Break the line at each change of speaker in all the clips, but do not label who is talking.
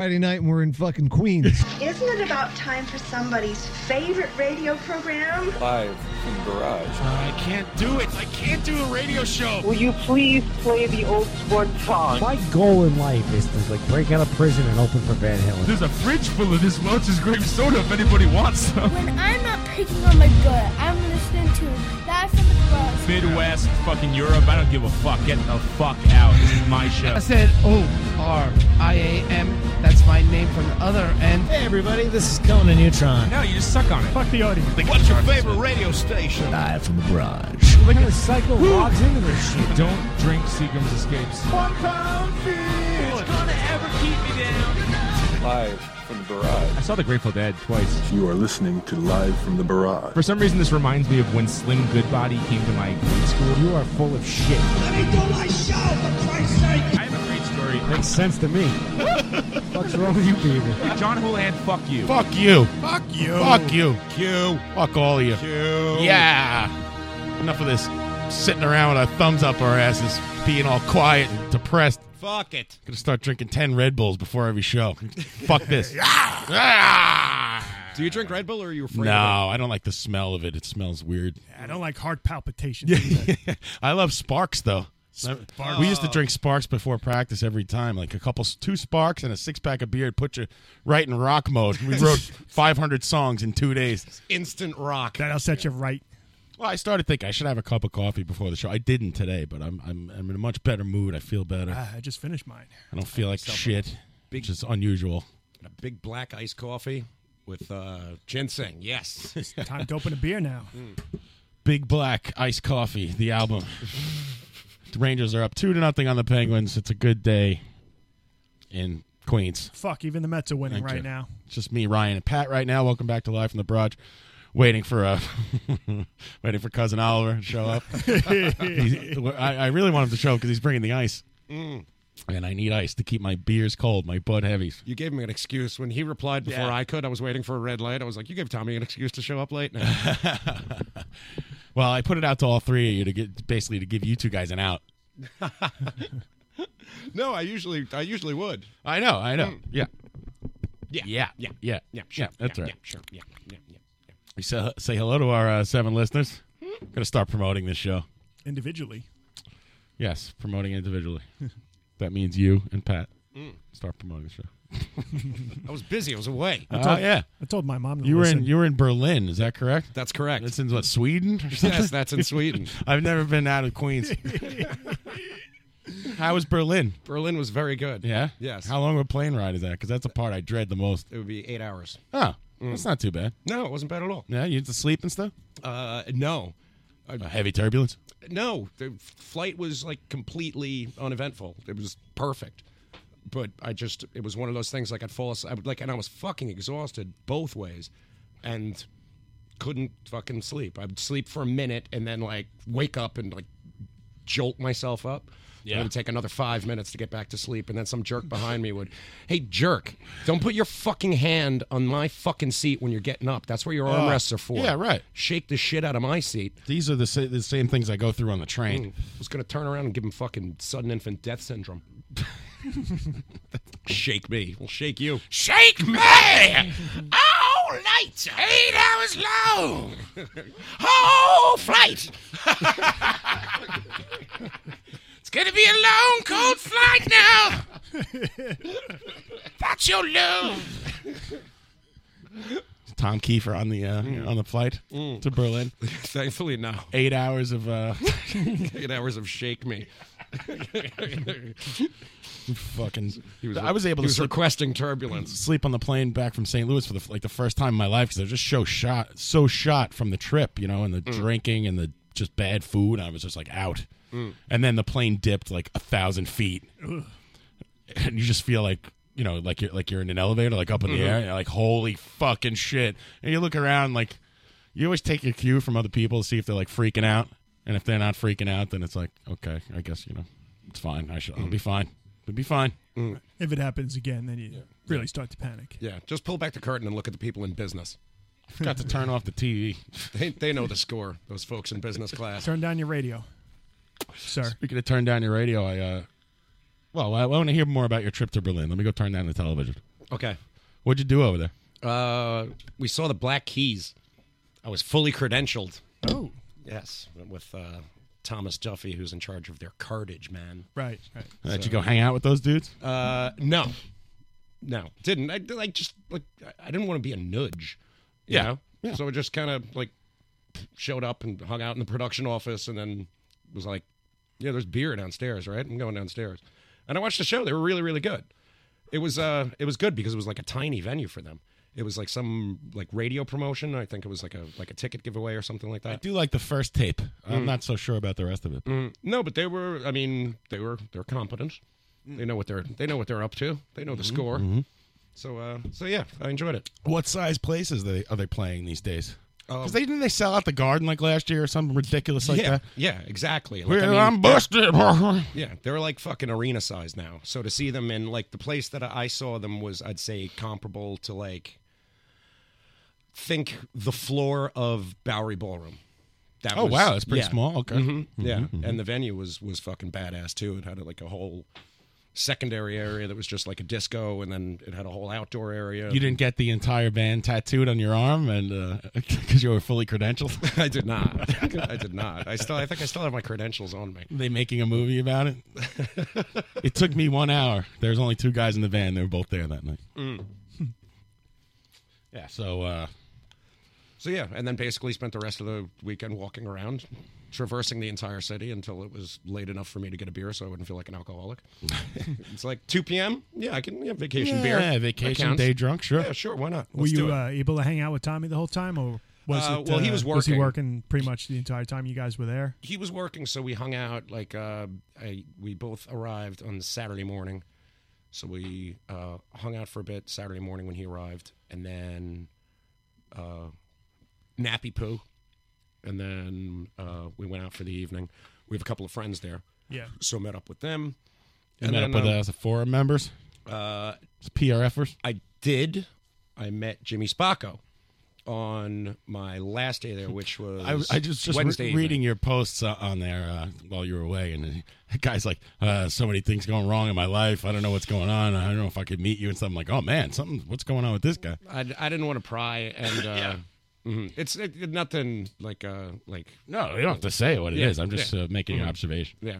Friday night and we're in fucking Queens.
Isn't it about time for somebody's favorite radio program?
Live from Garage.
I can't do it. I can't do a radio show.
Will you please play the old sport song?
My goal in life is to like break out of prison and open for Van Halen.
There's a fridge full of this Welch's grape soda if anybody wants some.
When I'm not picking on my gut, I'm listening to Live from the Garage.
Midwest, fucking Europe. I don't give a fuck. Get the fuck out. This is my show.
I said O R I A M. That's my name from the other end.
Hey everybody, this is Conan Neutron.
No, you just suck on it. Fuck the audience. what's your favorite radio station?
Live from the garage. Look at the cycle logs into this shit.
Don't drink Seagram's Escapes. One pound fish. It's gonna ever keep me down.
Live from the Barrage.
I saw The Grateful Dead twice.
You are listening to Live from the Barrage.
For some reason, this reminds me of when Slim Goodbody came to my grade school.
You are full of shit.
Let me do my show, for Christ's sake!
I have a great story.
Makes sense to me. What's wrong with you, people?
John Houlihan, fuck you.
Fuck you. Fuck you. Fuck you. Q. Fuck all of you. Yeah. Enough of this sitting around with our thumbs up our asses, being all quiet and depressed.
Fuck it.
Gonna start drinking 10 Red Bulls before every show. Fuck this. Ah!
Do you drink Red Bull or are you afraid?
No, I don't like the smell of it. It smells weird.
I don't like heart palpitations.
I love Sparks though. We used to drink Sparks before practice every time, like a couple, two Sparks and a six pack of beer. It'd Put you right in rock mode. We wrote 500 songs in two days.
Instant rock.
That'll set you right.
Well, I started thinking I should have a cup of coffee before the show. I didn't today, but I'm I'm, I'm in a much better mood. I feel better.
Uh,
Ah, I just finished mine.
I don't feel like shit,
Big-
which is unusual.
A big black iced coffee with uh, ginseng. Yes.
Time to open a beer now.
Mm.
Big Black Iced Coffee, the album. the Rangers are up two to nothing on the Penguins. It's a good day in Queens.
Fuck, even the Mets are winning
Thank
right
you.
now.
It's just me, Ryan, and Pat right now. Welcome back to Live from the Barrage. Waiting for uh, waiting for cousin Oliver to show up. He's- I, I really want him to show up because he's bringing the ice, Mm. and I need ice to keep my beers cold, my Bud Heavies.
You gave him an excuse when he replied before I could. I was waiting for a red light. I was like, "You gave Tommy an excuse to show up late." Now.
Well, I put it out to all three of you to get basically to give you two guys an out.
no, I usually, I usually would. Mm.
I know, I know. Mm. Yeah,
Yeah,
yeah,
yeah,
yeah,
yeah. Sure,
yeah. That's
yeah,
right.
Yeah, sure, yeah, yeah, yeah. yeah.
We say, say hello to our uh, seven listeners.
Hmm?
Going to start promoting this show.
Individually.
Yes, promoting individually. that means you and Pat
Hmm.
start promoting the show.
I was busy. I was away.
Oh yeah,
I told my mom to
you were
listen.
in you were in Berlin. Is that correct?
That's correct.
That's in what Sweden? Or something?
yes, that's in Sweden.
I've never been out of Queens. How was Berlin?
Berlin was very good.
Yeah.
Yes.
How long of a plane ride is that? Because that's the part I dread the most.
It would be eight hours.
Oh,
Mm.
that's not too bad.
Hmm. No, it wasn't bad at all.
Yeah, you used to sleep and stuff.
Uh, no,
Uh, heavy turbulence.
no. The flight was like completely uneventful. It was perfect. But I just, it was one of those things. Like I'd fall, as- I would like, and I was fucking exhausted both ways, and couldn't fucking sleep. I'd sleep for a minute and then like wake up and like jolt myself up. Yeah. It would take another five minutes to get back to sleep, and then some jerk behind me would, "Hey, jerk! Don't put your fucking hand on my fucking seat when you're getting up. That's what your armrests are for.
Ah, yeah, right.
Shake the shit out of my seat." Hmm.
These are the, sa- the same things I go through on the train.
I was gonna turn around and give him fucking sudden infant death syndrome. shake me. We'll shake you.
Shake me! Oh, night! Eight hours long! Oh, flight! it's gonna be a long, cold flight now! That's your love!
Tom Kiefer on the uh, on the flight to Berlin.
Mm. Thankfully, no.
Eight hours of uh,
Eight hours of shake me.
fucking.
was-
I was able
He
to
was
sleep,
requesting turbulence.
sleep on the plane back from St. Louis for the, like the first time in my life because I was just so shot, so shot from the trip, you know, and
Mm.
the drinking and the just bad food. I was just like out,
Mm.
and then the plane dipped like a thousand feet, and you just feel like. You know, like you're like you're in an elevator, like up in
Mm-hmm.
the air, and you're like holy fucking shit. And you look around, like you always take your cue from other people to see if they're like freaking out, and if they're not freaking out, then it's like okay, I guess you know, it's fine. I should,
Mm.
I'll be fine. It'll be fine.
If it happens again, then you really start to panic.
Yeah, just pull back the curtain and look at the people in business.
Got to turn off the TV.
They, they know the score. Those folks in business class.
Turn down your radio, sir.
Speaking of turn down your radio, I uh, well, I, I want to hear more about your trip to Berlin. Let me go turn down the television.
Okay.
What'd you do over there?
Uh, we saw the Black Keys. I was fully credentialed.
Oh.
Yes, with uh, Thomas Duffy, who's in charge of their cartage, man.
Right, right.
Uh, did you go hang out with those dudes?
Uh, no, no, didn't. I like just like I didn't want to be a nudge, you
Yeah,
know. So I just kind of like showed up and hung out in the production office, and then was like, "Yeah, there's beer downstairs, right? I'm going downstairs." And I watched the show. They were really, really good. It was uh, it was good because it was like a tiny venue for them. It was like some like radio promotion. I think it was like a like a ticket giveaway or something like that.
I do like the first tape. I'm
Mm.
not so sure about the rest of it.
Mm, no, but they were. I mean, they were. They're competent. They know what they're. They know what they're up to. They know the score.
mhm.
So, uh, so yeah, I enjoyed it.
What size places they are they playing these days?
Um,
Because they didn't they sell out the Garden like last year or something ridiculous like
yeah,
that.
yeah, exactly.
Well, I'm busted.
yeah, they're like fucking arena size now. So to see them in like the place that I saw them was, I'd say comparable to like think the floor of Bowery Ballroom. That
Oh, wow, that's pretty small. Okay.
Mhm, yeah,
Mhm, mhm.
and the venue was was fucking badass too. It had like a whole secondary area that was just like a disco, and then it had a whole outdoor area.
You didn't get the entire band tattooed on your arm, and because you were fully credentialed.
I did not. I did not. I still. I think I still have my credentials on me.
they making a movie about it. it took me one hour. There's only two guys in the van. They were both there that night.
Mm.
yeah. So. uh
So yeah, and then basically spent the rest of the weekend walking around, traversing the entire city until it was late enough for me to get a beer, so I wouldn't feel like an alcoholic. it's like 2 p.m. Yeah, I can yeah vacation
Yeah,
beer. That
vacation
counts.
day drunk, sure.
Yeah, sure. Why not?
Were
Let's do
you
it.
uh, able to hang out with Tommy the whole time, or was
Uh,
it?
well, he
uh,
was
Was he
working.
working pretty much the entire time you guys were there?
he was working, so we hung out. Like uh, I, we both arrived on Saturday morning, so we uh, hung out for a bit Saturday morning when he arrived, and then uh, nappy poo, and then uh, we went out for the evening. We have a couple of friends there,
Yeah.
So met up with them.
You met up
then,
with uh,
um,
us, the forum members,
uh,
PRFers.
I did. I met Jimmy Spacco on my last day there, which
I,
was
I just just
Uh, Wednesday
re-
evening.
reading your posts uh, on there uh, while you were away, and the guy's like, uh, "So many things going wrong in my life. I don't know what's going on. I don't know if I could meet you." And something like, "Oh man, something. What's going on with this guy?"
I, I didn't want to pry, and uh, mhm. it's it, it- nothing like uh like
No, you don't have to say what it is. I'm just uh, making an
Mhm.
observation.
Yeah,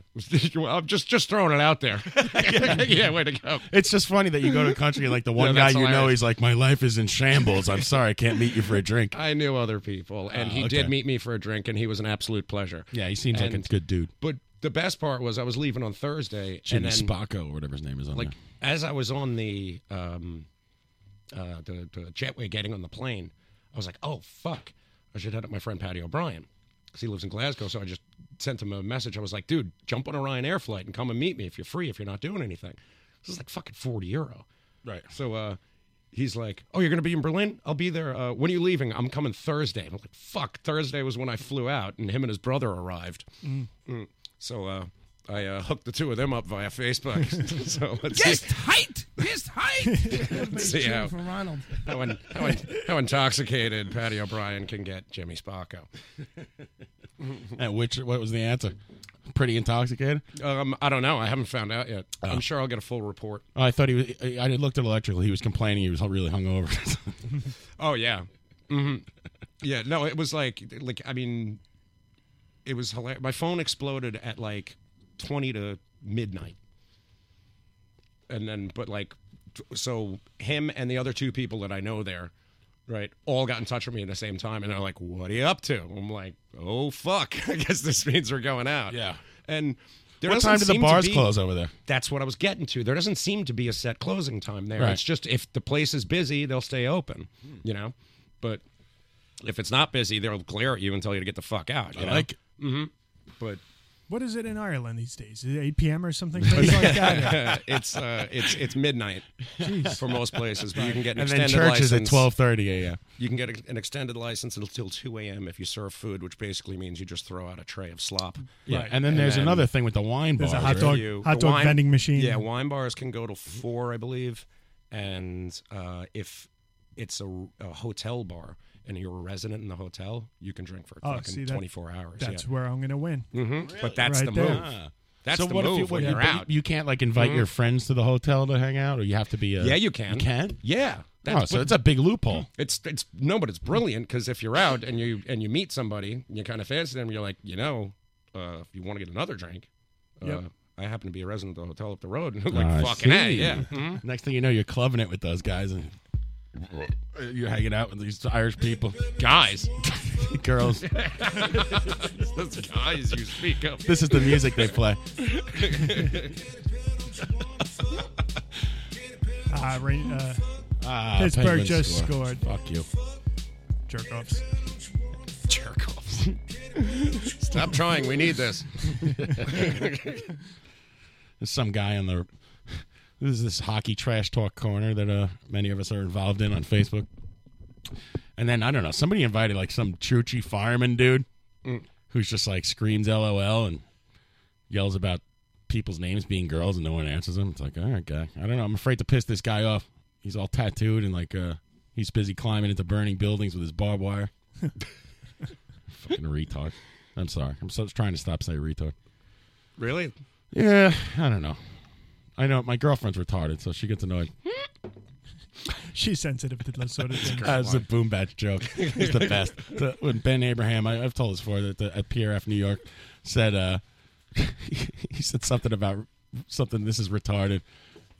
Well, I'm just just throwing it out there. yeah, way to go.
It's just funny that you go to a country and like the
No,
one guy
that's
you know,
hilarious.
he's like, "My life is in shambles. I'm sorry, I can't meet you for a drink."
I knew other people, and
Oh,
he
okay.
did meet me for a drink, and he was an absolute pleasure.
Yeah, he seems like
And-
a good dude.
But the best part was I was leaving on Thursday,
Jimmy
and then
Spacco or whatever his name is on
like
there.
as I was on the um, uh, the, the jetway getting on the plane, I was like, oh fuck, I should hit up my friend Patty O'Brien because he lives in Glasgow. So I just sent him a message. I was like, dude, jump on a Ryanair flight and come and meet me if you're free. If you're not doing anything, this is like fucking forty euro.
Right.
So uh, he's like, oh, you're gonna be in Berlin? I'll be there. Uh, when are you leaving? I'm coming Thursday. I'm like, fuck, Thursday was when I flew out, and him and his brother arrived.
Mm.
Mm. So uh, I uh, hooked the two of them up via Facebook. so let's
Just
see,
height. Just height.
let's see how,
For Ronald.
how, in, how, in, how intoxicated Patty O'Brien can get Jimmy Spacco.
At which, what was the answer? Pretty intoxicated.
Um, I don't know. I haven't found out yet.
Ah.
I'm sure I'll get a full report.
Oh, I thought he was. I I looked at electrical. He was complaining. He was really hungover.
Oh yeah, hmm yeah. No, it was like like I mean, it was hilarious. My phone exploded at like twenty to midnight, and then but like t- so him and the other two people that I know there, right, all got in touch with me at the same time, and they're like, "What are you up to?" I'm like, "Oh fuck, I guess this means we're going out."
Yeah.
and. There
what
doesn't
time do the
seem to
bars
be-
close over there?
That's what I was getting to. There doesn't seem to be a set closing time there.
Right.
It's just if the place is busy, they'll stay open, you know? But if it's not busy, they'll glare at you and tell you to get the fuck out. You
I
know?
like it.
hmm But
What is it in Ireland these days? Is it 8 p.m. or something crazy like that?
it's uh, it's it's midnight
Jeez.
for most places, but you can get an
And then
extended
church is
license
at twelve thirty a.m.
You can get an extended license until two a.m. if you serve food, which basically means you just throw out a tray of slop.
Yeah, and then there's another thing with the wine
There's
bars.
a hot
right?
dog-
you-
hot
the
dog
wine-
vending machine.
Yeah, wine bars can go to four, I believe, and uh, if it's a, a hotel bar and you're a resident in the hotel, you can drink for
Oh,
fucking
see, that-
24 hours.
That's
yeah.
where I'm going to win.
hmm But that's
Right
the
there.
move.
Ah.
That's
so
the
what
move
if you,
when
what, you,
you're
but you-
out.
You can't like invite
Mhm.
your friends to the hotel to hang out, or you have to be. A,
yeah, you can.
You can.
Yeah.
oh, so
what-
it's a big loophole.
It's it's no, but it's brilliant because if you're out and you and you meet somebody and you kind of fancy them, you're like, you know, uh, if you want to get another drink, uh,
Yep.
I happen to be a resident of the hotel up the road, and I'm like,
I
fucking a,
see.
yeah. Mm-hmm.
Next thing you know, you're clubbing it with those guys, and you're hanging out with these Irish people,
guys,
girls.
Those guys you speak of.
This is the music they play.
Ah, rain, uh,
Ah,
Pittsburgh
Penguins
just
score.
scored.
Fuck you.
Jerk offs.
Jerk offs. Stop trying. We need this.
There's some guy on the. This is this hockey trash talk corner that uh, many of us are involved in on Facebook. And then I don't know. Somebody invited like some choochy fireman dude
Mm.
who's just like screams LOL and yells about people's names being girls and no one answers him. It's like, all right, guy. I don't know. I'm afraid to piss this guy off. He's all tattooed and like uh, he's busy climbing into burning buildings with his barbed wire. Fucking retard. I'm sorry. I'm so trying to stop saying retard.
Really?
Yeah, I don't know. I know my girlfriend's retarded, so she gets annoyed.
She's sensitive to those sort of things.
That was a boom batch joke. It's the best. The- when Ben Abraham, I, I've told this before, that the, at PRF New York said uh, he said something about something. This is retarded,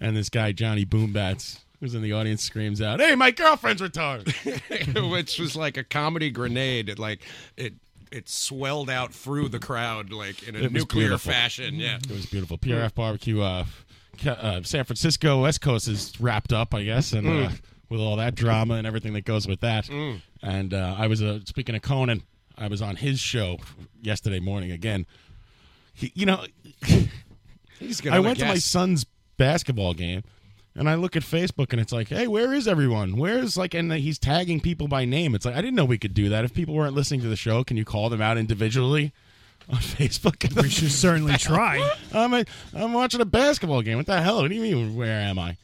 and this guy Johnny Boombats, who's in the audience, screams out, "Hey, my girlfriend's retarded!"
Which was like a comedy grenade. It like it it swelled out through the crowd like in a
It was
nuclear
beautiful.
fashion. Yeah.
It was beautiful. PRF barbecue. Uh, Ca- uh, San Francisco West Coast is wrapped up, I guess, and uh,
Mm.
with all that drama and everything that goes with that.
Mm.
And uh, I was uh, speaking of Conan. I was on his show yesterday morning again. He, you know,
He's
I went to my son's basketball game, and I look at Facebook, and it's like, "Hey, where is everyone? Where's like?" And he's tagging people by name. It's like I didn't know we could do that. If people weren't listening to the show, can you call them out individually on Facebook?
We should certainly try.
I'm a, I'm watching a basketball game. What the hell? What do you mean? Where am I?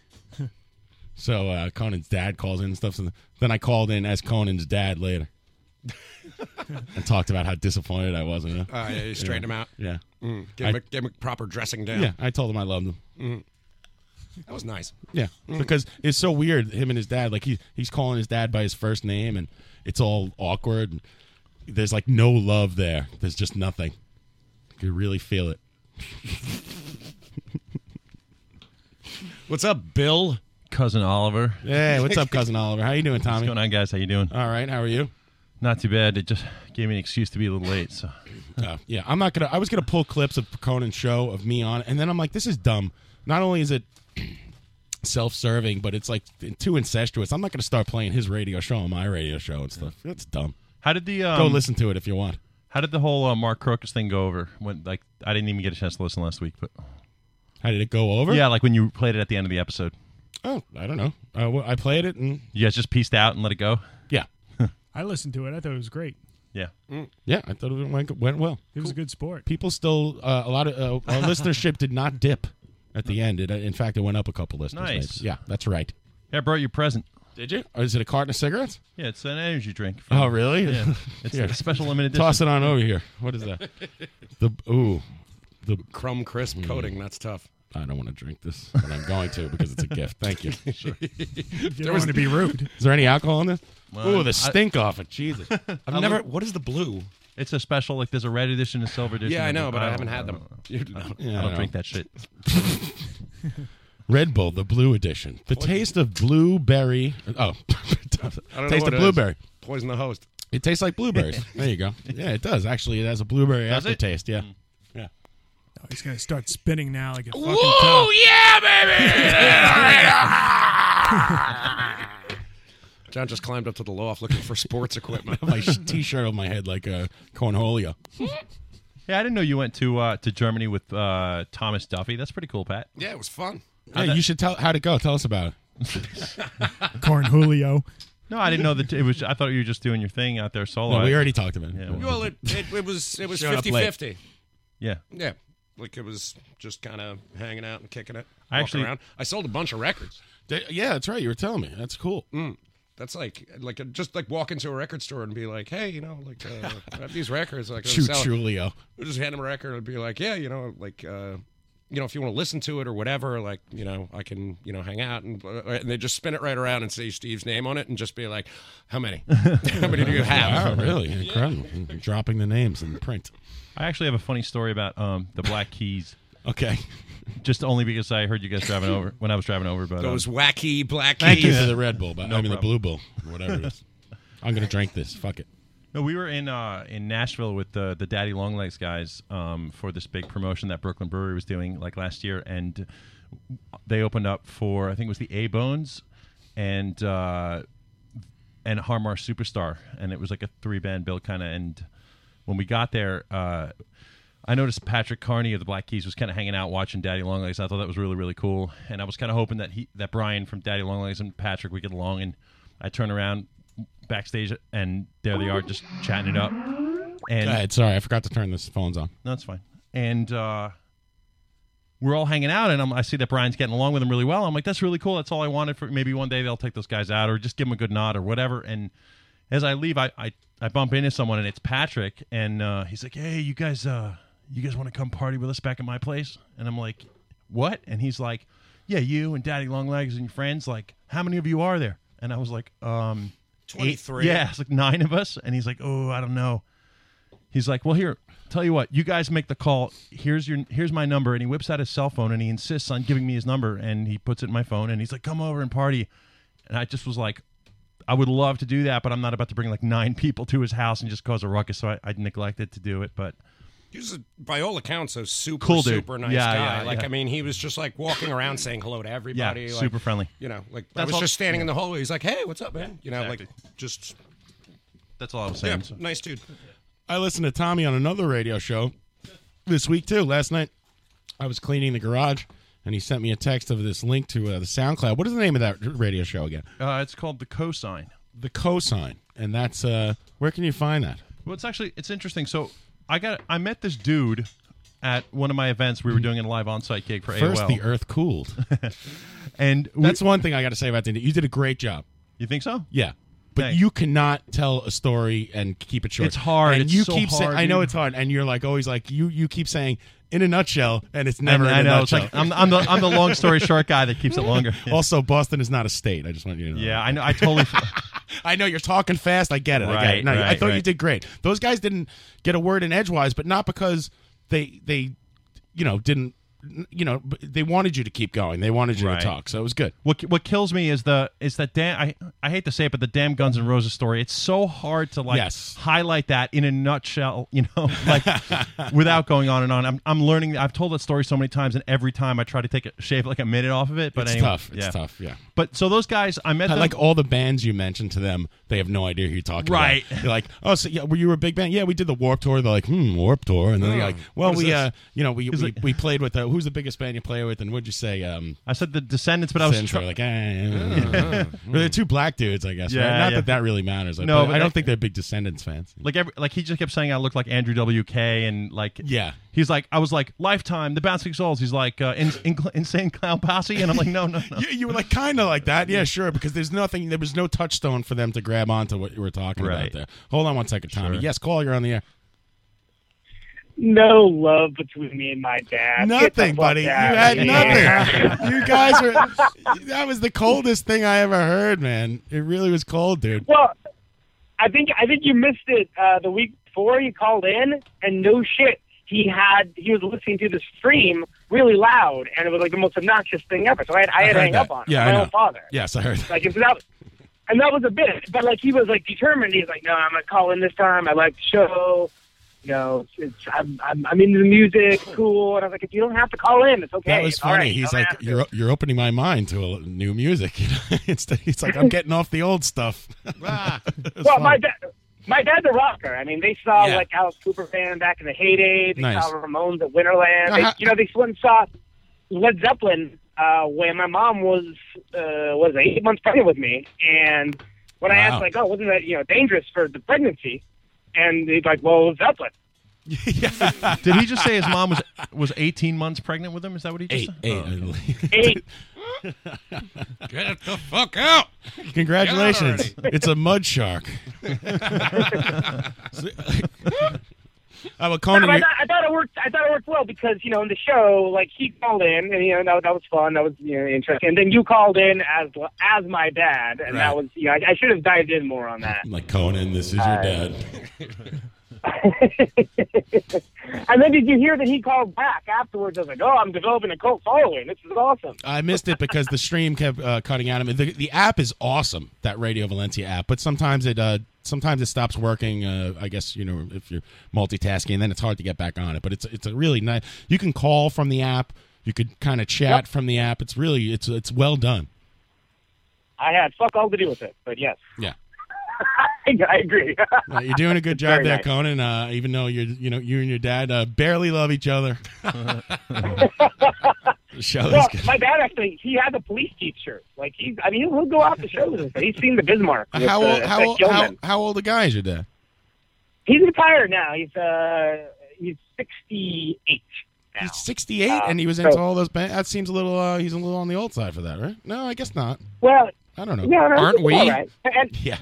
so uh, Conan's dad calls in and stuff. So then I called in as Conan's dad later. and talked about how disappointed I was. You know?
Uh, yeah, you straighten him out.
Yeah.
Mm. Give,
I-
him a, give him a proper dressing down.
Yeah, I told him I loved him.
Mm. That was nice.
Yeah,
Mm.
because it's so weird. Him and his dad, like he he's calling his dad by his first name, and it's all awkward. And there's like no love there. There's just nothing. You can really feel it.
What's up, Bill?
Cousin Oliver.
Hey, what's up, cousin Oliver? How you doing, Tommy?
What's going on, guys? How you doing?
All right. How are you?
Not too bad. It just gave me an excuse to be a little late. So
Uh, yeah, I'm not gonna. I was gonna pull clips of Conan's show of me on, and then I'm like, this is dumb. Not only is it self-serving, but it's like too incestuous. I'm not gonna start playing his radio show on my radio show and stuff. That's dumb.
How did the um,
Go listen to it if you want.
How did the whole uh, Mark Crocus thing go over? When like I didn't even get a chance to listen last week, but
how did it go over?
Yeah, like when you played it at the end of the episode.
Oh, I don't know. Uh, well, I played it and
You guys just pieced out and let it go.
Yeah.
I listened to it. I thought it was great.
Yeah.
Yeah, I thought it went, went well.
It was a good sport.
People still uh, a lot of uh, our listenership did not dip at the end. It, in fact, it went up a couple listeners.
Nice.
Dave. Yeah, that's right.
Yeah, I brought you a present.
Did you? Or is it a carton of cigarettes?
Yeah, it's an energy drink.
Oh, really?
Yeah. It's
Here.
a special limited edition.
Toss it on over here. What is that? the ooh, the
crumb crisp
Mm.
coating. That's tough.
I don't want to drink this, but I'm going to because it's a gift. Thank you.
don't want to be rude.
Is there any alcohol in this?
Well,
ooh,
I-
the stink off it. Jesus. I've
I
never.
look-
what is the blue?
It's a special. Like there's a red edition, a silver edition.
Yeah, I
and
know,
a-
but I haven't
don't-
had them. You
I don't,
Yeah,
I don't
I
drink
know.
that shit.
Red Bull, the blue edition. The taste of blueberry. Oh,
I don't know
taste of
what it is.
blueberry.
Poison the host.
It tastes like blueberries. there you go. Yeah, it does. Actually, it has a blueberry
Does it?
aftertaste. Yeah.
Mm.
Yeah.
Oh, he's gonna start spinning now like a fucking
Woo, yeah,
baby!
John just climbed up to the loft looking for sports equipment.
My sh- t-shirt on my head like a cornholio.
Yeah, I didn't know you went to uh, to Germany with uh, Thomas Duffy. That's pretty cool, Pat.
Yeah, it was fun.
Hey, you should tell how'd it go. Tell us about it.
Corn Julio.
No, I didn't know that it was. I thought you were just doing your thing out there solo.
No, we already talked about it.
Yeah,
Well, it, it, it was it was
Showed up
50
late.
50.
Yeah.
Yeah. Like it was just kind of hanging out and kicking it.
I
walking
actually-
around. I sold a bunch of records.
Mm.
Yeah, that's right. You were telling me. That's cool.
That's like like just like walk into a record store and be like, hey, you know, like uh, I have these records, like I'm
Shoot,
selling-
Julio.
just hand him a record and be like, yeah, you know, like uh, you know, if you want to listen to it or whatever, like you know, I can you know hang out and, uh, and they just spin it right around and say Steve's name on it and just be like, how many? how many do you have?
Wow, really incredible. Dropping the names in print.
I actually have a funny story about um, the Black Keys.
okay.
Just only because I heard you guys driving over when I was driving over, but um,
Those wacky black
Thank you
keys.
for the Red Bull, but
No
I mean the
problem.
Blue Bull, whatever it is. I'm gonna drink this. Fuck it.
No, we were in uh, in Nashville with the the Daddy Long Legs guys um, for this big promotion that Brooklyn Brewery was doing like last year, and they opened up for I think it was the A Bones and uh, and Harmar Superstar, and it was like a three band bill kind of. And when we got there. Uh, I noticed Patrick Carney of the Black Keys was kind of hanging out watching Daddy Longlegs. I thought that was really really cool, and I was kind of hoping that he that Brian from Daddy Longlegs and Patrick would get along. And I turn around backstage, and there they are, just chatting it up. And
Go ahead. Sorry, I forgot to turn this phones on.
no, it's fine. And uh, we're all hanging out, and I'm, I see that Brian's getting along with him really well. I'm like, that's really cool. That's all I wanted for maybe one day they'll take those guys out or just give them a good nod or whatever. And as I leave, I, I, I bump into someone, and it's Patrick, and uh, he's like, hey, you guys, uh, you guys want to come party with us back at my place? And I'm like, what? And he's like, yeah, you and Daddy Longlegs and your friends. Like, how many of you are there? And I was like, um, eight-
23.
Yeah, it's like nine of us. And he's like, oh, I don't know. He's like, "Well, here, tell you what, you guys make the call. Here's your here's my number." And he whips out his cell phone and he insists on giving me his number and he puts it in my phone and he's like, "Come over and party." And I just was like, "I would love to do that, but I'm not about to bring like nine people to his house and just cause a ruckus." So I, I neglected to do it, but
He's a, by all accounts a super
Cool dude.
super nice
Yeah,
guy.
yeah,
like
yeah.
I mean, he was just like walking around saying hello to everybody. like,
super friendly.
You know, like I
That's
was
all-
just standing in
yeah.
the hallway. He's like, hey, what's up, man? You know, like just
that's all I was
yeah,
saying. so.
nice dude.
I listened to Tommy on another radio show this week too. Last night, I was cleaning the garage, and he sent me a text of this link to uh, the SoundCloud. What is the name of that radio show again?
Uh, it's called the cosine.
The Cosine, and that's uh, where can you find that?
Well, it's actually it's interesting. So I got I met this dude at one of my events. We were doing a live on-site gig for
First,
AOL.
the Earth cooled,
and
that's one thing I got to say about the You did a great job.
You think so?
Yeah. But you cannot tell a story and keep it short.
It's hard.
And
It's
you
so
keep saying,
hard,
I know
dude.
it's hard, and you're like always like you. You keep saying in a nutshell, and it's never.
And
in
I
a
know, it's
nutshell.
like, I'm- I'm the- I'm the long story short guy that keeps it longer. Yeah.
Also, Boston is not a state. I just want you to know.
Yeah, I know. I totally.
I know you're talking fast. I get it. I get
Right,
it. No, I
right,
thought you
right.
did great. Those guys didn't get a word in edgewise, but not because they they, you know, didn't. You know, b- they wanted you to keep going. They wanted you
Right.
to talk. So it was good.
What what kills me is the is that damn I I hate to say it, but the damn Guns N' Roses story. It's so hard to like
Yes.
highlight that in a nutshell, you know, like without going on and on. I'm I'm learning. I've told that story so many times, and every time I try to take a shave like a minute off of it. But
It's
anyway,
tough. It's tough, yeah.
But so those guys, I met
I
them.
like all the bands you mentioned to them. They have no idea who you're talking
Right.
about. You're like, oh, so yeah, were you a big band? Yeah, we did the Warp Tour. They're like, hmm, Warp Tour, and then they're
Oh,
like, well,
what is
we,
this?
uh, you know, we
He's
we,
like-
we played with uh, who's the biggest band you play with, and what'd you say? Um,
I said the Descendants, but I was
Sins
try-
were like, eh, eh, eh, eh. Well, they're two black dudes, I guess.
Yeah,
right? Not
yeah.
that that really matters. Like,
No,
but
but
I don't
that-
think they're big Descendants fans.
Like every, like he just kept saying I look like Andrew WK and like
Yeah.
he's like I was like Lifetime the Bouncing Souls he's like uh, in, in, Insane Clown Posse and I'm like no no no
Yeah, you were like kind of like that. Yeah, sure. Because there's nothing. There was no touchstone for them to grab onto what you were talking about
Right.
there. Hold on one second, Tommy.
Sure.
Yes, call. You're on the air.
No love between me and my dad. Get the
Nothing,
fuck
buddy. You
out of
had
here.
nothing. you guys were. That was the coldest thing I ever heard, man. It really was cold, dude.
Well, I think I think you missed it uh, the week before you called in, and no shit, he had he was listening to the stream really loud, and it was like the most obnoxious thing ever. So I had I, had to
heard
hang
that.
up on him,
Yeah, I
my
know.
own father.
Yes, I heard.
Like and so that, and that was a bit, but like he was like determined. He's like, no, I'm gonna call in this time. I like the show. You know, it's, it's I'm, I'm I'm into the music, it's cool. And I was like, if you don't have to call in, it's okay.
That was
All
funny.
right,
He's
don't
like,
ask.
"You're you're opening my mind to a, new music." You know? it's, it's like I'm getting off the old stuff.
well, my dad. My dad's a rocker. I mean, they saw
Yeah.
like Alice Cooper band back in the heyday. They
Nice.
saw Ramones at Winterland. They,
Uh-huh.
you know, they went and saw Led Zeppelin uh, when my mom was uh, was eight months pregnant with me. And when I
Wow.
asked, like, "Oh, wasn't that you know dangerous for the pregnancy?" And he's like, "Well, Zeppelin."
did he just say his mom was was 18 months pregnant with him is that what he just said? Oh,
Eight, eight, I believe.
Eight.
Oh, Get the fuck out!
Congratulations.
Get out already.
It's a mud shark. I will call
No, but I,
you.
thought, I thought it worked. I thought it worked well because you know in the show, like he called in, and you know that, that was fun. That was you know, interesting. And then you called in as as my dad,
Right.
and that was you know I, I should have dived in more on that.
Like Conan, this is your
Uh,
dad.
and then did you hear that he called back afterwards? I was like, oh, I'm developing a cult following. This is awesome.
I missed it because the stream kept uh, cutting out. I mean, the, the app is awesome, that Radio Valencia app, but sometimes it uh, sometimes it stops working. Uh, I guess you know if you're multitasking, then it's hard to get back on it. But it's it's a really nice. You can call from the app. You could kind of chat
Yep.
from the app. It's really it's it's well done.
I had fuck all to do with it, but yes,
Yeah.
I, I agree.
Uh, you're doing a good job
Very
there,
nice.
Conan. Uh, even though you're, you know, you and your dad uh, barely love each other. The show is
well,
good.
my dad actually he has a police chief shirt. Like he's, I mean, he'll, he'll go out to shows. and stuff. He's seen the Bismarck. with,
How
uh,
old? How
Zach
old?
Gilman.
How, how old a guy is your dad?
He's retired now. He's uh he's sixty eight.
He's 68, and he was
Uh, so-
into all those. Band- that seems a little. Uh, he's a little on the old side for that, right? No, I guess not.
Well,
I don't know.
No, no, it's all right. And,
Yeah.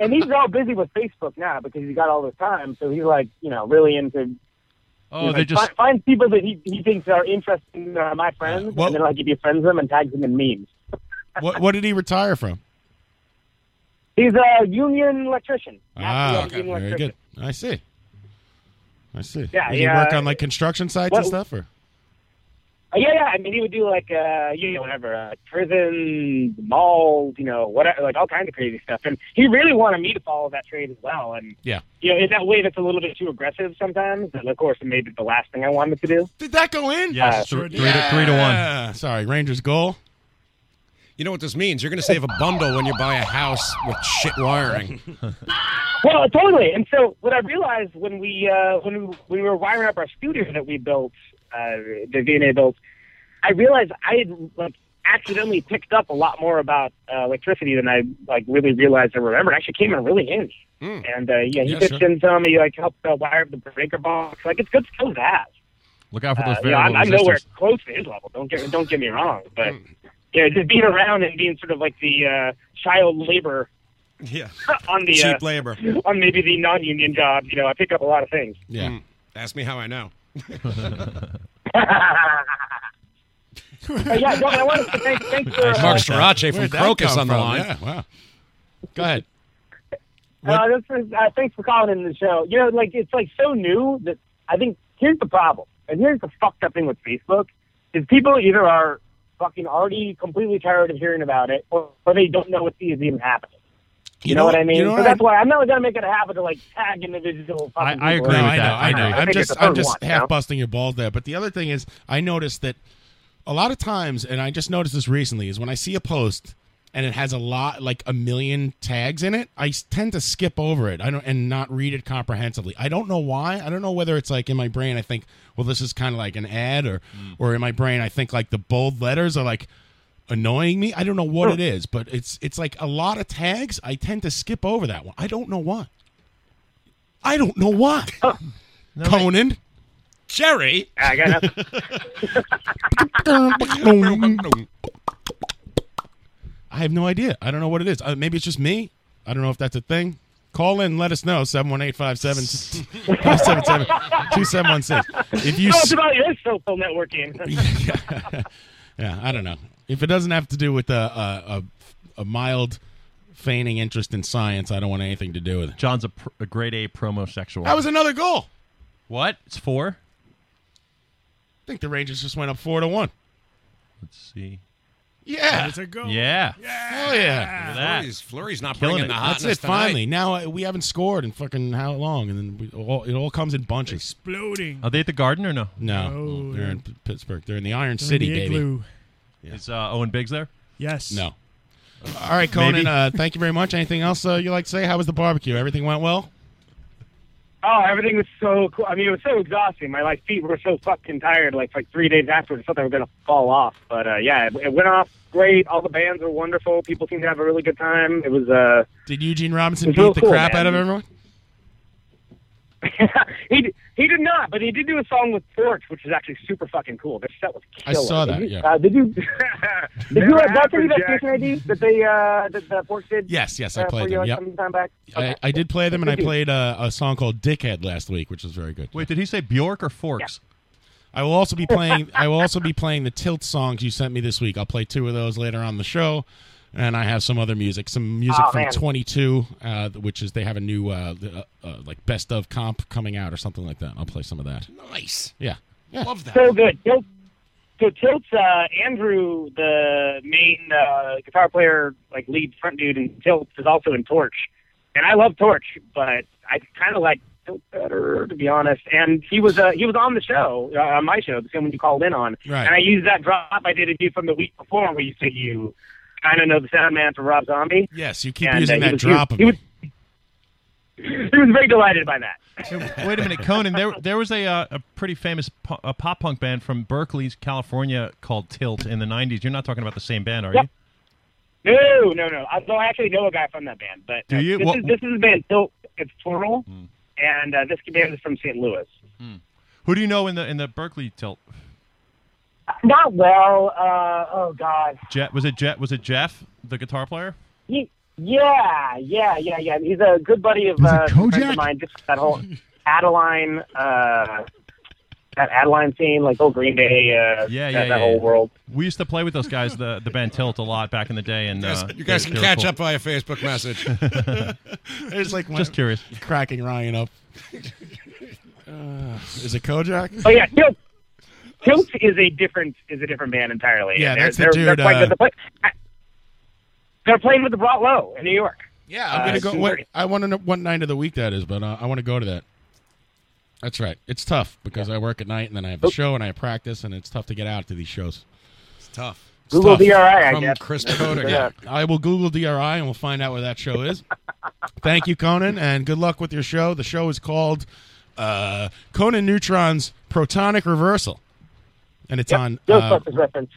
and he's all busy with Facebook now because he's got all this time. So he's like, you know, really into.
Oh,
he's
they
like,
just-
find, find people that he, he thinks are interesting that are my friends, and then like if you friends them and tags them in memes.
What What did he retire from?
He's a union electrician.
Ah,
National
okay,
union
very
electrician.
good. I see. I see.
Yeah,
Did
he,
he work
uh,
on like construction sites
what-
and stuff, or
Uh, yeah, yeah. I mean, he would do like, uh, you know, whatever, uh, prisons, malls, you know, whatever, like all kinds of crazy stuff. And he really wanted me to follow that trade as well. And
yeah.
you know, in that way, that's a little bit too aggressive sometimes. And of course, it made it the last thing I wanted to do. Uh,
Did that go in?
Uh,
Yes,
three to- three to one. Sorry, Rangers goal.
You know what this means? You're going to save a bundle when you buy a house with shit wiring.
Well, totally. And so what I realized when we uh, when we, we were wiring up our studio that we built, uh, the DNA built, I realized I had like accidentally picked up a lot more about uh, electricity than I like really realized I remembered. It actually came in really handy.
Hmm.
And uh, yeah, he
Yeah,
pitched
sure.
in some. He like helped uh, wire up the breaker box. Like it's good skills to have.
Look out for
Uh,
those
you know, I'm,
variable
I'm nowhere
resistors. Hmm.
close to his level. Don't get don't get me wrong, but yeah, just being around and being sort of like the uh, child labor
Yeah.
on the
Cheap
uh,
labor.
on maybe the non-union job. You know, I pick up a lot of things.
Yeah.
Hmm. Ask me how I know.
But yeah, no, I wanted to thank, thank for. Uh,
Mark Sriracha from
Where'd that
Crocus
come
on the
from?
line.
Yeah, wow. Go ahead.
uh, this is, uh, thanks for calling in the show. You know, like it's like so new that I think here's the problem, and here's the fucked up thing with Facebook is people either are fucking already completely tired of hearing about it, or, or they don't know what's even happening. You, know, what I mean?
you know
so
what I-
that's why I'm not gonna make it a habit to like tag individual. fucking people.
No, I know, I know.
I
I'm
think it's
just,
the
I'm
third
just
one, you
half
know?
busting your balls there. But the other thing is, I noticed that a lot of times, and I just noticed this recently, is when I see a post and it has a lot, like a million tags in it, I s- tend to skip over it. I don't and not read it comprehensively. I don't know why. I don't know whether it's like in my brain, I think, well, this is kind of like an ad, or or in my brain, I think like the bold letters are like annoying me. I don't know what it is, but it's it's like a lot of tags. I tend to skip over that one. I don't know why. I don't know why. Conan.
Jerry.
I got nothing.
I have no idea. I don't know what it is. Uh, maybe it's just me. I don't know if that's a thing. Call in, let us know. 718-577-2716. If you
oh,
s-
it's about your social networking.
Yeah, I don't know. If it doesn't have to do with a a, a, a mild feigning interest in science, I don't want anything to do with it.
John's a, pr- a grade A promosexual.
That was another goal.
what? It's four.
I think the Rangers just went up 4 to 1.
Let's see.
Yeah.
It's a goal.
Yeah.
Hell Oh, yeah.
Look at that.
Flurry's, Flurry's not
Killing
bringing
it.
the
That's
hotness
it.
tonight.
Finally, now uh, we haven't scored in fucking how long, and then we all, it all comes in bunches.
Exploding.
Are they at the Garden or no?
No,
No,
they're
they're-
in P- Pittsburgh. They're in the Iron
They're in
City,
the
baby.
igloo.
Is uh, Owen Biggs there?
Yes.
No. All right, Conan.
Maybe.
Uh, thank you very much. Anything else uh, you like to say? How was the barbecue? Everything went well.
Oh, everything was so cool. I mean, it was so exhausting. My like feet were so fucking tired. Like like three days afterwards, I thought they were gonna fall off. But uh, yeah, it, it went off great. All the bands were wonderful. People seemed to have a really good time. It was uh,
Did Eugene Robinson
It was real
beat the
cool,
crap
man.
out of everyone?
he d- he did not, but he did do a song with Torch, which is actually super fucking cool. Their set was
I
killer.
saw
Did
that,
you-
yeah.
uh, did you? did you
Never
uh, that for you
happened,
that
Jack.
station ID that they uh, that, that Torch did?
Yes, yes, I
uh, for
played
you,
them,
like,
yep.
some time back.
I, I did play them, and I
Did you?
played uh, a song called "Dickhead" last week, which was very good.
Wait, did he say Bjork or Forks?
I will also be playing. I will also be playing the Tilt songs you sent me this week. I'll play two of those later on the show, and I have some other music, some music
Oh,
from
man.
22, uh, which is they have a new uh, uh, uh, like best of comp coming out or something like that. I'll play some of that.
Nice.
Yeah.
Love that.
So good. Tilt, so Tilt's uh, Andrew, the main uh, guitar player, like lead front dude in Tilt, is also in Torch, and I love Torch, but I kind of like Tilt better to be honest. And he was uh, he was on the show, uh, on my show, the same one you called in on,
Right.
and I used that drop I did of you from the week before where you said you kind of know the sound man for Rob Zombie.
Yes, you keep
And, uh,
using
he
that
was- he was-
drop of
he was- he was very delighted by that.
Wait a minute, Conan. There, there was a uh, a pretty famous po- a pop punk band from Berkeley, California, called Tilt in the '90s. You're not talking about the same band, are you?
No, no, no. I, no, I actually know a guy from that band, but
Do
uh,
you?
This,
What- Hmm.
is, this is a band. So it's Toral, and uh, this band is from St. Louis.
Who do you know in the in the Berkeley Tilt?
Not well. Uh, oh God.
Jet was it Jet was it Jeff, the guitar player?
Ye- yeah, yeah, yeah, yeah. He's a good buddy of, uh, some friends of mine. Just that whole Adeline, uh, that Adeline scene, like old Green Day.
Yeah,
Uh, that,
yeah,
that
yeah,
whole
yeah.
world.
We used to play with those guys, the the band Tilt, a lot back in the day, and uh,
you guys
they-
can
they were
catch
cool.
up via Facebook message.
There's like
Just curious.
cracking Ryan up. Uh, is it Kojak?
Oh yeah, Tilt. Tilt is a different is a different band entirely.
Yeah,
And they're,
that's the
they're,
dude,
They're, quite
uh,
good. They're play- they're playing with the Brought Low in New York. Uh,
Yeah, I'm gonna go. What, I want to know what night of the week that is, but uh, I want to go to that. That's right. It's tough because I work at night and then I have the show and I have practice and it's tough to get out to these shows. It's
tough.
It's
Google
tough.
DRI, I From guess.
Chris
Kodak.
Yeah. I will Google DRI and we'll find out where that show is. Thank you, Conan, and good luck with your show. The show is called uh, Conan Neutron's Protonic Reversal, and it's on. uh,
Ghostbusters reference.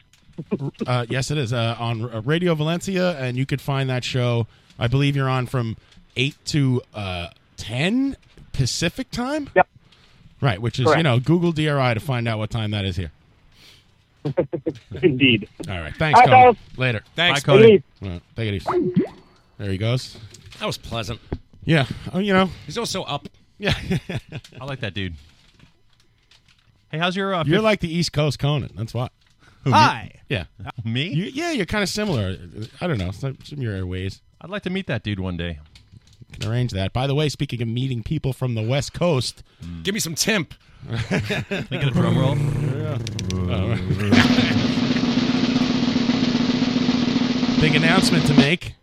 uh, yes, it is uh, on uh, Radio Valencia, and you could find that show. I believe you're on from eight to uh, ten Pacific time. Yep. Right, which is you
Correct.
know Google DRI to find out what time that is here.
Indeed.
All right. Thanks,
All right,
Conan.
fellas.
Later.
Thanks.
Bye, Conan.
Peace.
All right, take it easy. There he goes.
That was pleasant.
Yeah. Oh, you know.
He's also up.
Yeah.
I like that dude. Hey, how's your? Uh,
You're like the East Coast Conan. That's why. Who, me?
Hi.
Yeah.
Me?
You, yeah, you're kind of similar. I don't know. Some, some of your ways.
I'd like to meet that dude one day.
Can arrange that. By the way, speaking of meeting people from the West Coast,
give me some temp.
Can
I get a drum roll?
Big announcement to make.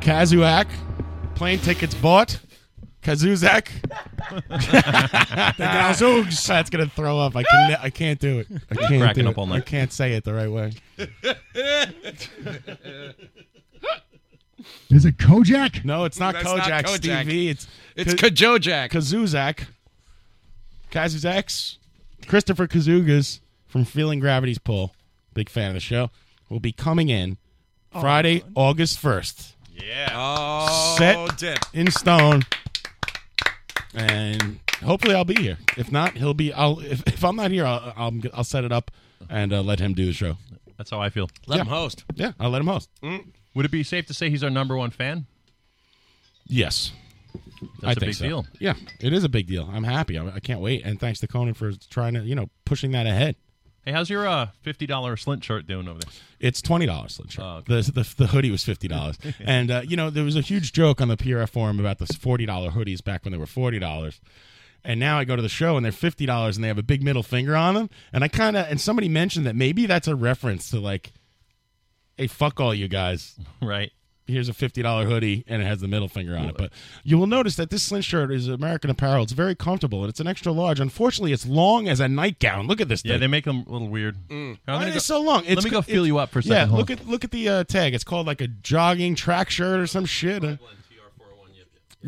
Kazuak, plane tickets bought. Kazuzak.
The Kazoogs.
That's gonna throw up. I can. I can't do it. I
You're
can't
cracking
do
up
it.
all night.
I can't say it the right way.
Is it Kojak?
No, it's not
That's
Kojak,
not Kojak.
Stevie. It's
It's
Kajojak.
Kazuzak. Kazuzak's Christopher Kazugas from Feeling Gravity's Pull. Big fan of the show. Will be coming in
Oh,
Friday, August first.
Yeah. Oh,
set
dip.
in stone. And hopefully I'll be here. If not, he'll be. I'll if, if I'm not here, I'll I'll, I'll set it up and uh, let him do the show.
That's how I feel.
Let him
host.
Yeah, I'll let him host. Mm.
Would it be safe to say he's our number one fan?
Yes.
That's
I
a
think
big
so.
deal.
Yeah, it is a big deal. I'm happy. I, I can't wait. And thanks to Conan for trying to, you know, pushing that ahead.
Hey, how's your uh, fifty dollar Slint shirt doing over there?
It's twenty dollars.
Oh,
the, the the hoodie was fifty dollars, and uh, you know there was a huge joke on the PRF forum about the forty dollar hoodies back when they were forty dollars, and now I go to the show and they're fifty dollars and they have a big middle finger on them, and I kind of and somebody mentioned that maybe that's a reference to like, hey fuck all you guys,
right?
Here's a fifty dollar hoodie and it has the middle finger on it, but you will notice that this Slint shirt is American Apparel. It's very comfortable and it's an extra large. Unfortunately, it's long as a nightgown. Look at this.
Yeah,
thing.
they make them a little weird. Mm.
Why are they so long?
let me go feel
it's-
you up for a
Yeah,
second. Hold
look
on.
at look at the uh, tag. It's called like a jogging track shirt or some shit. Uh,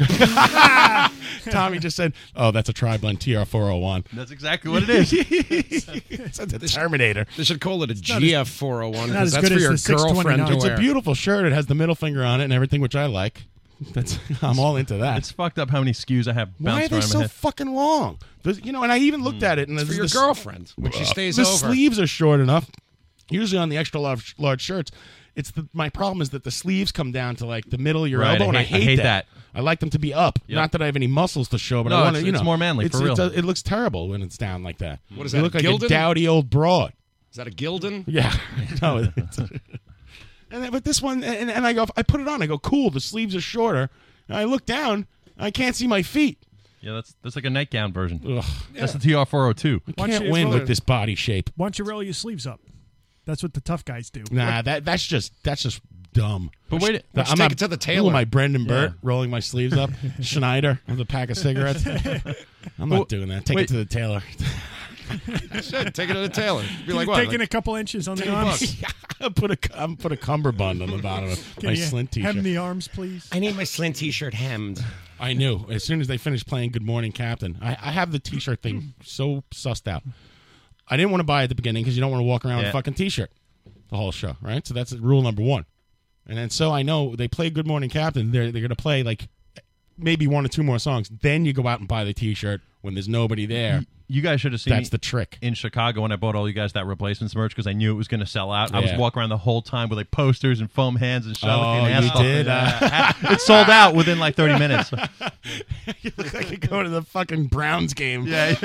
Tommy just said, "Oh, that's a Triblend TR401."
That's exactly what it is.
it's a Terminator.
They should call it a
not as-
GF401 because oh that's for your girlfriend to
It's
wear.
a beautiful shirt. It has the middle finger on it and everything, which I like. That's I'm all into that.
It's fucked up how many SKUs I have.
Why are
bounced
they
around my
so
head.
fucking long? There's- you know, and I even looked at it, and
It's
there's
for your
this-
girlfriend when she
Uh,
stays
the
over.
sleeves are short enough. Usually on the extra large, large shirts, it's the, my problem is that the sleeves come down to like the middle of your
Right, I
elbow, and I
hate- I
hate,
hate that.
I like them to be up.
Yep.
Not that I have any muscles to show, but
No,
I want to.
it's-
You
it's
know,
more manly,
it's-
for
it's
real.
a- it looks terrible when it's down like that.
What is
You
that,
look like
Gildan?
a dowdy old broad.
Is that a Gildan?
Yeah. no. it's- and then, but this one, and, and I go, I put it on. I go, cool. The sleeves are shorter. And I look down. I can't see my feet.
Yeah, that's that's like a nightgown version. That's
Yeah.
the TR four hundred two.
Why don't Can't you- win with
this body shape.
Why don't you roll your sleeves up? That's what the tough guys do.
Nah, that that's just that's just dumb.
But wait-
Th-
let's
I'm
take
not-
it to the
who
tailor.
am I, Brendan
Yeah.
Burt, rolling my sleeves up? Schneider with a pack of cigarettes. I'm
Well,
not doing that. Take
wait.
it to the tailor.
Shit, take it to the tailor. Be
You're
like, what?
taking
like,
a couple inches on the
10
arms.
bucks.
I put a I'm put a cummerbund on the bottom of
Can
my
you
slint
Hem
t-shirt.
the arms, please.
I need my slint t-shirt hemmed.
I knew as soon as they finished playing "Good Morning Captain." I, I have the t-shirt thing so sussed out. I didn't want to buy it at the beginning because you don't want to walk around with
Yeah.
a fucking t-shirt the whole show, right? So that's rule number one. And then so I know they play "Good Morning Captain." They're they're gonna play like maybe one or two more songs. Then you go out and buy the t-shirt when there's nobody there.
You guys should have seen.
That's the trick
in Chicago when I bought all you guys that replacements merch because I knew it was going to sell out. I was
Yeah.
walking around the whole time with like posters and foam hands and shit.
Oh,
and
you
ass stuff.
did,
Yeah.
uh.
it sold out within like thirty minutes.
you look like you go to the fucking Browns game.
Yeah.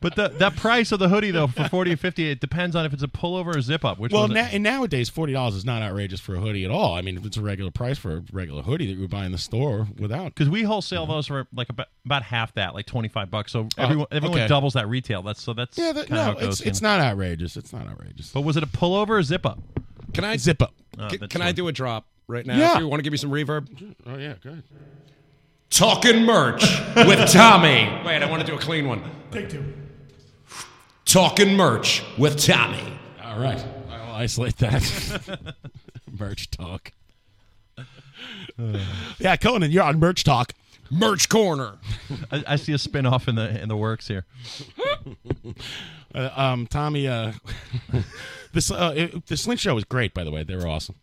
But the, that price of the hoodie though for forty or fifty, it depends on if it's a pullover or zip up. Which
well,
was it?
na- and nowadays forty dollars is not outrageous for a hoodie at all. I mean, if it's a regular price for a regular hoodie that you would buy in the store without,
because we wholesale those for like about, about half that, like twenty five bucks. So
Oh,
everyone everyone
okay.
doubles that retail. That's so that's
yeah, that,
kinda how
no,
it goes,
it's
you
it's
know.
not outrageous. It's not outrageous.
But was it a pullover or zip up?
Can I
zip up?
Oh,
Can,
that's
can I do a drop right now?
Yeah.
If you want to give me some reverb?
Oh yeah, good.
Talking merch with Tommy. Wait, I want to do a clean one.
Take two.
Talking merch with Tommy.
All right, I will isolate that. merch talk. yeah, Conan, you're on merch talk.
Merch corner.
I, I see a spin off in the in the works here.
Uh, um, Tommy, uh, this uh, it- the Slint show was great, by the way. They were awesome.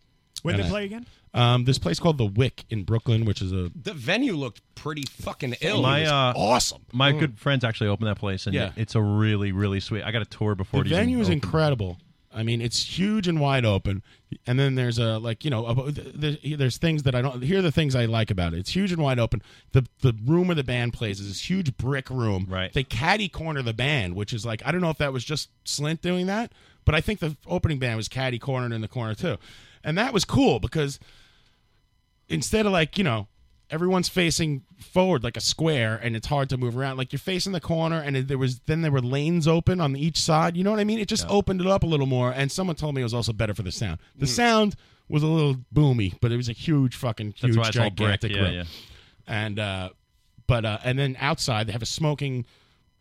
Where'd they
And I-
play again?
Um, this place called the Wick in Brooklyn, which is a
The venue looked pretty fucking ill.
my
It was
uh,
awesome.
My
Mm.
good friends actually opened that place, and
Yeah.
it's a really really sweet. I got a tour before
The
it even
venue is
opened.
incredible. I mean, it's huge and wide open. And then there's a like you know a, there's, there's things that I don't. Here are the things I like about it. It's huge and wide open. The the room where the band plays is this huge brick room. Right. They caddy corner the band, which is like I don't know if that was just Slint doing that, but I think the opening band was caddy cornered in the corner too, and that was cool because instead of like you know everyone's facing forward like a square and it's hard to move around like you're facing the corner and it, there was then there were lanes open on each side you know what i mean it just opened it up a little more and someone told me it was also better for the sound
Hmm.
the sound was a little boomy but it was a huge fucking
That's
huge
why it's all brick,
gigantic
yeah,
room
yeah.
and uh but uh and then outside they have a smoking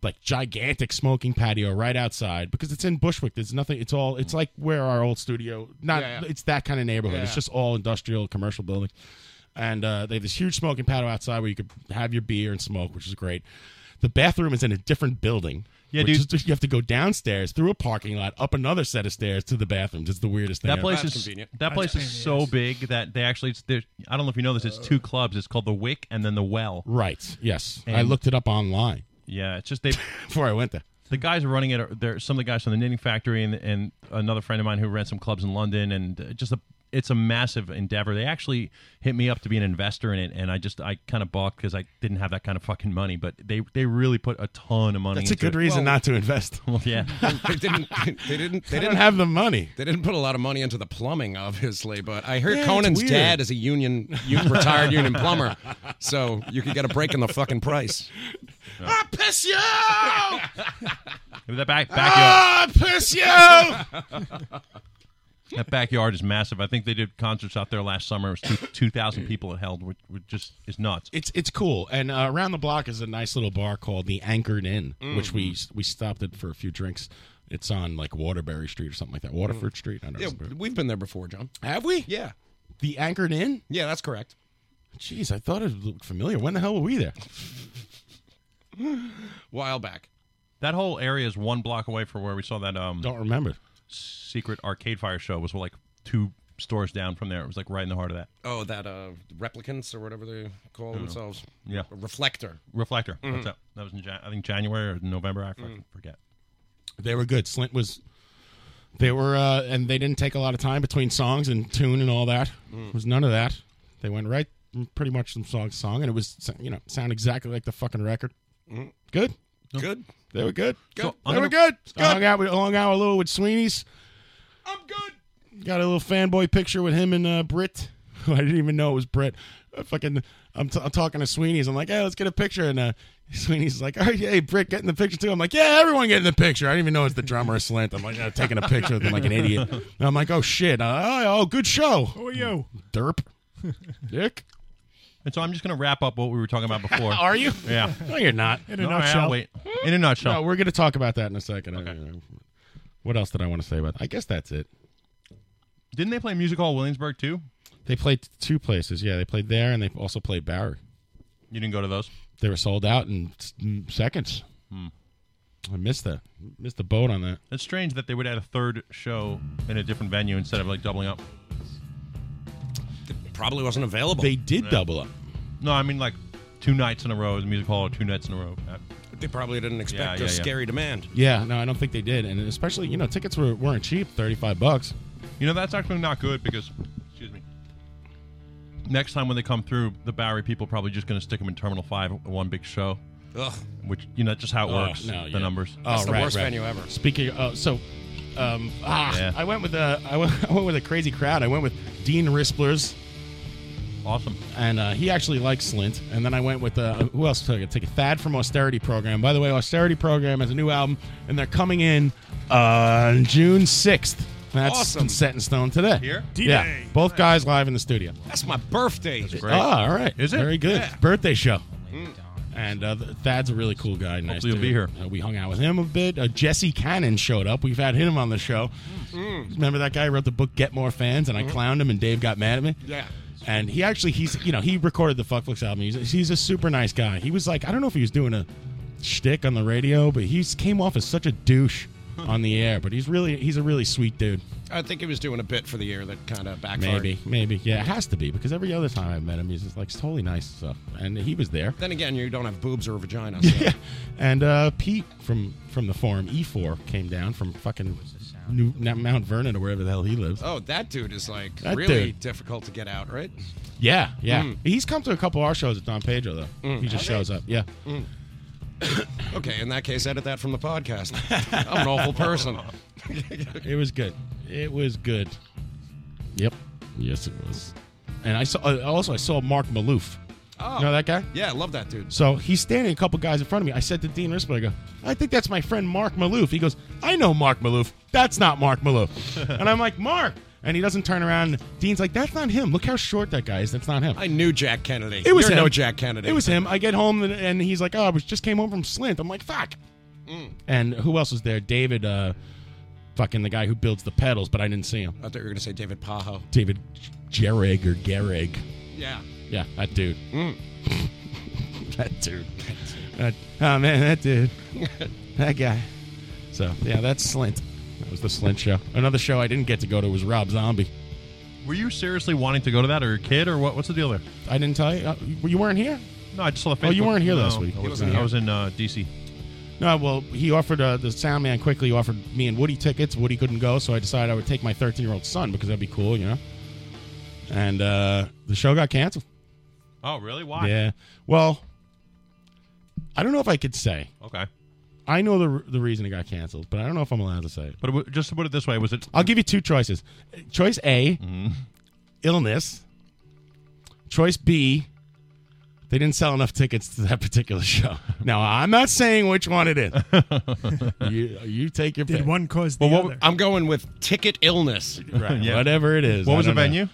like gigantic smoking patio right outside because it's in Bushwick. There's nothing. It's all. It's like where our old studio. Not.
Yeah, yeah.
It's that kind of neighborhood.
Yeah,
It's
yeah.
just all industrial commercial building, and uh, they have this huge smoking patio outside where you could have your beer and smoke, which is great. The bathroom is in a different building.
Yeah,
which
dude.
is- you have to go downstairs through a parking lot, up another set of stairs to the bathrooms. It's the weirdest thing.
That
ever.
place is that place is so big that they actually it's, there- I don't know if you know this. It's two clubs. It's called the Wick and then the Well.
Right. Yes. I
And-
looked it up online.
Yeah, it's just they
before I went there.
The guys running it. are- There, some of the guys from the Knitting Factory and and another friend of mine who ran some clubs in London, and uh, just a it's a massive endeavor. They actually hit me up to be an investor in it, and I just I kind of balked because I didn't have that kind of fucking money. But they they really put a ton of money.
That's a
into
good
it.
reason not to invest.
Well, yeah.
they didn't. They didn't. They
I don't
didn't
have the money.
They didn't put a lot of money into the plumbing, obviously. But I hear
Yeah, it's
Conan's
weird.
dad is a union, u- retired union plumber, so you could get a break in the fucking price.
I piss you!
that back
Ah,
backyard.
piss you!
that backyard is massive. I think they did concerts out there last summer. It was two two thousand people it held, which, which just is nuts.
It's it's cool. And uh, around the block is a nice little bar called the Anchored Inn,
Mm.
which we
Mm-hmm.
we stopped at for a few drinks. It's on like Waterbury Street or something like that. Waterford Street. I don't
Mm. Yeah,
know.
we've been there before, John.
Have we?
Yeah.
The Anchored Inn.
Yeah, that's correct.
Jeez, I thought it looked familiar. When the hell were we there?
While back.
That whole area is one block away from where we saw that. Um,
Don't remember.
Secret Arcade Fire show was like two stores down from there. It was like right in the heart of that.
Oh, that uh, replicants or whatever they call
I don't know.
themselves.
Mm-hmm. Yeah.
A reflector.
Reflector.
Mhm.
That's up. That was in Jan- I think January or November. I fucking
Mm.
forget.
They were good. Slint was. They were, uh, and they didn't take a lot of time between songs and tune and all that.
Mm.
It was none of that. They went right, pretty much from song to song, and it was, you know, sound exactly like the fucking record.
Mm.
Good.
Good.
They were good.
Good. So
they
I'm
were
gonna-
good.
Good.
I hung out, with, hung out a little with Sweeney's. I'm good. Got a little fanboy picture with him and uh, Britt. I didn't even know it was Britt. I fucking, I'm, t- I'm talking to Sweeney's. I'm like, hey, let's get a picture. And uh, Sweeney's like, all right, hey, Britt, get in the picture too. I'm like, yeah, everyone get in the picture. I didn't even know it's the drummer of Slint. I'm like, uh, taking a picture with him like an idiot. And I'm like, oh shit. Uh, oh, oh, good show.
Oh, yo.
Derp. Dick.
And so I'm just going to wrap up what we were talking about before.
Are you?
Yeah.
No, you're not.
In a No, I- I'll nutshell. wait. In a nutshell.
No, we're going to talk about that in a second. What else did I want to say about? I guess that's it.
Didn't they play Music Hall Williamsburg too?
They played two places. Yeah, they played there and they also played Barry.
You didn't go to those?
They were sold out in s- m- seconds.
Hmm.
I missed that. Missed the boat on that.
It's strange that they would add a third show in a different venue instead of like doubling up.
Probably wasn't available.
They did double up.
No, I mean like two nights in a row at the music hall, or two nights in a row. Uh,
They probably didn't expect
Yeah,
a
yeah, yeah.
scary demand.
Yeah, no, I don't think they did. And especially, you know, tickets were, weren't cheap, 35 bucks.
You know, that's actually not good because, excuse me, next time when they come through, the Bowery people probably just going to stick them in Terminal 5 at one big show.
Ugh.
Which, you know, that's just how it
Oh,
works,
no,
the
yeah.
numbers.
Oh, right, right. Speaking of, oh, so um, ah,
Yeah.
I went with a I went, I went with a crazy crowd. I went with Dean Risplers.
Awesome.
And uh, he actually likes Slint. And then I went with uh, who else took it? Take a Thad from Austerity Program. By the way, Austerity Program has a new album, and they're coming in on June sixth. That's
Awesome.
been set in stone today.
Here?
yeah.
D-Day.
Both guys live in the studio.
That's my birthday.
Ah, all right.
Is it?
Very good.
Yeah.
Birthday show.
Mm.
And uh, th- Thad's a really cool guy. Nice
Hopefully he'll
dude.
be here.
Uh, we hung out with him a bit. Uh, Jesse Cannon showed up. We've had him on the show.
Mm.
Remember that guy who wrote the book Get More Fans, and I
Mhm.
clowned him, and Dave got mad at me.
Yeah.
And he actually, he's you know, he recorded the Fuck Flicks album. He's, he's a super nice guy. He was like, I don't know if he was doing a shtick on the radio, but he came off as such a douche on the air. But he's really, he's a really sweet dude.
I think he was doing a bit for the year that kind of backfired.
Maybe, maybe, yeah, it has to be because every other time I've met him, he's just like totally nice and stuff. And he was there.
Then again, you don't have boobs or a vagina. So. yeah.
And uh, Pete from from the forum E4 came down from fucking New, Na- Mount Vernon or wherever the hell he lives.
Oh, that dude is like
That
really
dude.
difficult to get out, right?
Yeah, yeah.
Mm.
He's come to a couple of our shows at Don Pedro though.
Mm.
He just
Have
shows up. Yeah.
Mm. okay, in that case, edit that from the podcast. I'm an awful person.
it was good. It was good. Yep. Yes, it was. And I saw uh, also I saw Mark Maloof.
Oh.
You know that guy?
Yeah, I love that dude.
So he's standing a couple guys in front of me. I said to Dean Risper, I go, I think that's my friend Mark Maloof. He goes, I know Mark Maloof. That's not Mark Maloof. and I'm like, Mark. And he doesn't turn around. Dean's like, that's not him. Look how short that guy is. That's not him.
I knew Jack Kennedy.
It was
You're
him.
no Jack Kennedy.
It was him. I get home and, and he's like, oh, I was just came home from Slint. I'm like, fuck.
Mm.
And who else was there? David, uh, fucking the guy who builds the pedals, but I didn't see him.
I thought you were going to say David Pajo.
David Gerrig or Gerrig.
Yeah.
Yeah, that dude.
Mm.
that dude. That, oh man, that dude. that guy. So yeah, that's Slint. That was the Slint show. Another show I didn't get to go to was Rob Zombie.
Were you seriously wanting to go to that or your kid or what? what's the deal there?
I didn't tell you. Uh, you weren't here.
No, I just saw the
Oh, you
Facebook-
weren't here
no,
last week.
I was, I was in uh, D.C.
No, well, he offered uh, the sound man quickly offered me and Woody tickets. Woody couldn't go, so I decided I would take my 13 year old son because that'd be cool, you know. And uh, the show got canceled.
Oh, really? Why?
Yeah. Well, I don't know if I could say.
Okay.
I know the the reason it got canceled, but I don't know if I'm allowed to say it.
But it, wa- just to put it this way, was it Mm-hmm.
I'll give you two choices. Choice A, illness. Choice B, they didn't sell enough tickets to that particular show. Now I'm not saying which one it is. you, you take your.
Did
pick.
one cause the
Well, what-
other?
I'm going with ticket illness.
Right,
Yeah.
whatever it is.
What
I
was the
don't know.
venue?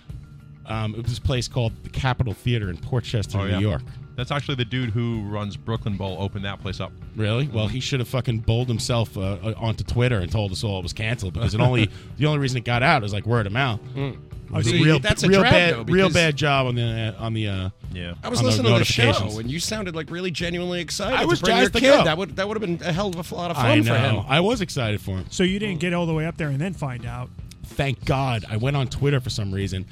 Um, it was this place called the Capitol Theater in Port Chester,
Oh,
New
yeah.
York.
That's actually the dude who runs Brooklyn Bowl opened that place up.
Really? Well, he should have fucking bowled himself uh, uh, onto Twitter and told us all it was canceled because it only the only reason it got out is like word of mouth.
Mm.
It was
Oh,
a
see,
real,
that's a
real
drag,
bad,
though,
real
because-
bad job on the on the. Uh,
yeah,
I was
on
listening to the
notifications.
show, and you sounded like really genuinely excited.
I
to
was
bring your
jazzed to
kid.
go.
That would that would have been a hell of a lot of fun
I know.
for him.
I was excited for him.
So you didn't get all the way up there and then find out.
Thank God. I went on Twitter for some reason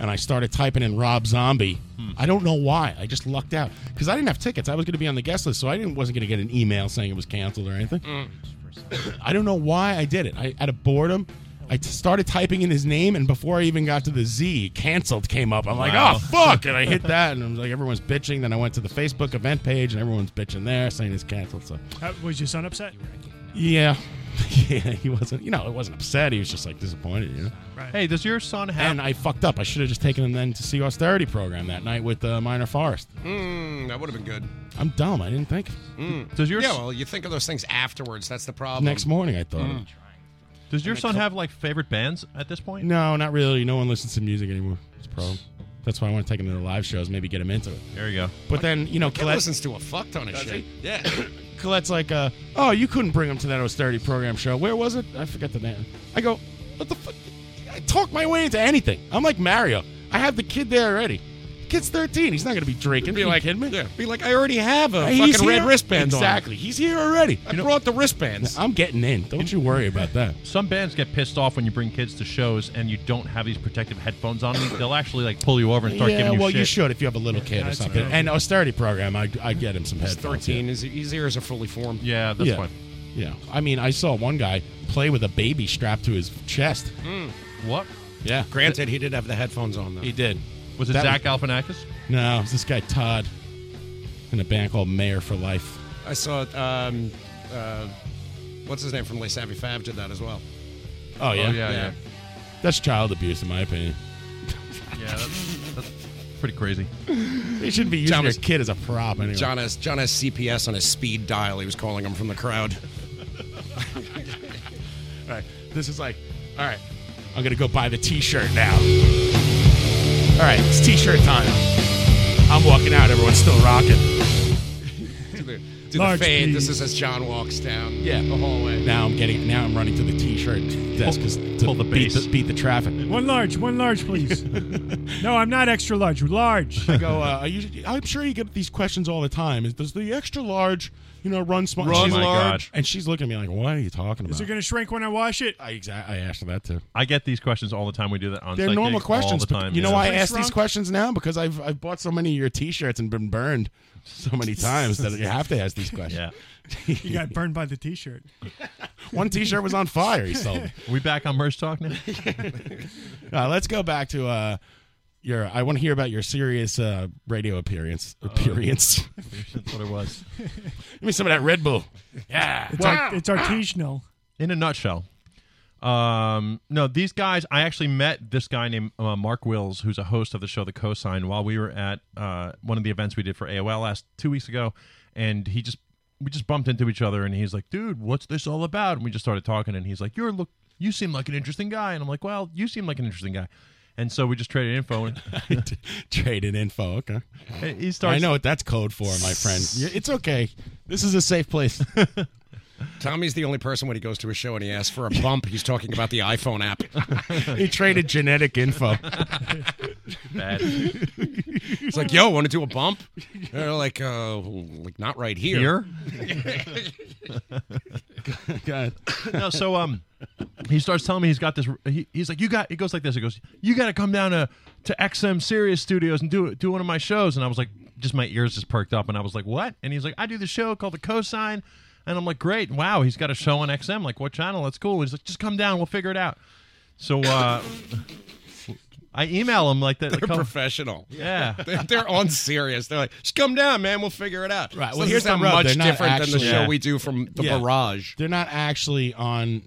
and I started typing in Rob Zombie.
Hmm.
I don't know why. I just lucked out because I didn't have tickets. I was going to be on the guest list, so I didn't wasn't going to get an email saying it was canceled or anything.
Mm.
I don't know why I did it. I out of boredom, I t- started typing in his name, and before I even got to the Z, canceled came up. I'm like,
Wow.
oh fuck, and I hit that, and I was like, everyone's bitching. Then I went to the Facebook event page, and everyone's bitching there, saying it's canceled. So
Uh, was your son upset?
yeah, yeah, he wasn't. You know, it wasn't upset. He was just like disappointed. You know.
Hey, does your son have?
And I fucked up. I should have just taken him then to see austerity program that night with uh, Minor Forest.
Mm, that would have been good.
I'm dumb. I didn't think.
Mm.
Does your
yeah?
s-
Well, you think of those things afterwards. That's the problem.
Next morning, I thought.
Mm.
Does your
Like
son
some-
have like favorite bands at this point?
No, not really. No one listens to music anymore. It's a problem. That's why I want to take him to the live shows. Maybe get him into it.
There you go.
But then you know,
Kid
Colette,
listens to a fuck ton of
Does
shit.
he?
Yeah.
Colette's like, uh, "Oh, you couldn't bring him to that austerity program show. Where was it? I forget the name." I go, "What the fuck? I talk my way into anything. I'm like Mario. I have the kid there already. Kid's 13. He's not gonna be drinking.
Be
Be
like-
like, kidding me?
yeah. Be like, I already have a
He's
fucking red
here.
wristband on.
Exactly. He's here already.
I brought the wristbands.
I'm getting in. Don't you worry about that.
Some bands get pissed off when you bring kids to shows and you don't have these protective headphones on. They'll actually like pull you over and start
yeah,
giving you
well,
shit.
you should if you have a little kid or
that's
something.
good.
And austerity program, I I get him some
He's
headphones. yeah.
thirteen. His, his ears are fully formed.
Yeah, that's
yeah.
fine.
Yeah. I mean, I saw one guy play with a baby strapped to his chest.
What?
Yeah.
Hmm. Granted, he did have the headphones on though.
He did.
Was it Zach Galifianakis?
No, it was this guy Todd in a band called Mayor for Life.
I saw. Um, uh, what's his name from Les Savvy Fab did that as well.
Oh yeah? That's child abuse, in my opinion.
Yeah, that's, that's pretty crazy.
They shouldn't be using
John
their
was-
kid as a prop anyway.
John has John has CPS on his speed dial. He was calling him from the crowd.
all right, this is like, all right, I'm gonna go buy the T-shirt now. All right, it's T-shirt time. I'm walking out. Everyone's still rocking.
Do the, do the
Large
fade. This
please.
is as John walks down.
Yeah.
the hallway.
Now I'm getting. Now I'm running to the T-shirt desk 'cause to
pull the
beat
bass.
the, beat the traffic.
One large, one large, please. no, I'm not extra large. Large.
I go. Uh, are you, I'm sure you get these questions all the time. Is does the extra large, you know, run small?
Run
She's
large.
like- And she's looking at me like, "What are you talking about?"
Is it going to shrink when I wash it?
I exactly. I asked her that too.
I get these questions all the time. We do that on
They're
site
normal
gigs
questions.
all the time.
but you know
yeah.
why I ask these questions now? Because I've I've bought so many of your T-shirts and been burned so many times that you have to ask these questions. Yeah.
You got burned by the T-shirt.
One T-shirt was on fire. He sold. it.
We back on merch talk now.
Uh, let's go back to uh, your. I want to hear about your serious uh, radio appearance. Appearance.
Oh. That's what it was.
Give me some of that Red Bull. Yeah.
It's,
Wow.
art- it's artisanal.
in a nutshell. Um, no, these guys. I actually met this guy named uh, Mark Wills, who's a host of the show The Cosign, while we were at uh, one of the events we did for AOL last two weeks ago, and he just we just bumped into each other, and he's like, "Dude, what's this all about?" And we just started talking, and he's like, "You're look, you seem like an interesting guy," and I'm like, "Well, you seem like an interesting guy," and so we just traded info. And
Traded info. Okay.
Hey, he starts-
I know what that's code for, my friend. Yeah, It's okay. This is a safe place.
Tommy's the only person when he goes to a show and he asks for a bump. He's talking about the iPhone app.
he traded genetic info.
Bad.
It's like, yo, want to do a bump? And they're like, uh, like not right here.
God.
no, so um, he starts telling me he's got this. He, he's like, you got. It goes like this. It goes, you got to come down to to XM Sirius Studios and do do one of my shows. And I was like, just my ears just perked up, and I was like, what? And he's like, I do the show called The Cosign, and I'm like, great, wow, he's got a show on XM. Like, what channel? That's cool. He's like, just come down, we'll figure it out. So uh, I email him like that.
They're
like, come-
professional.
Yeah.
They're, they're on serious. They're like, just come down, man. We'll figure it out.
Right.
So
Well,
this
here's
is not
the rub.
much
They're not
different than the
actually-
show
Yeah.
we do from the
Yeah.
barrage.
They're not actually on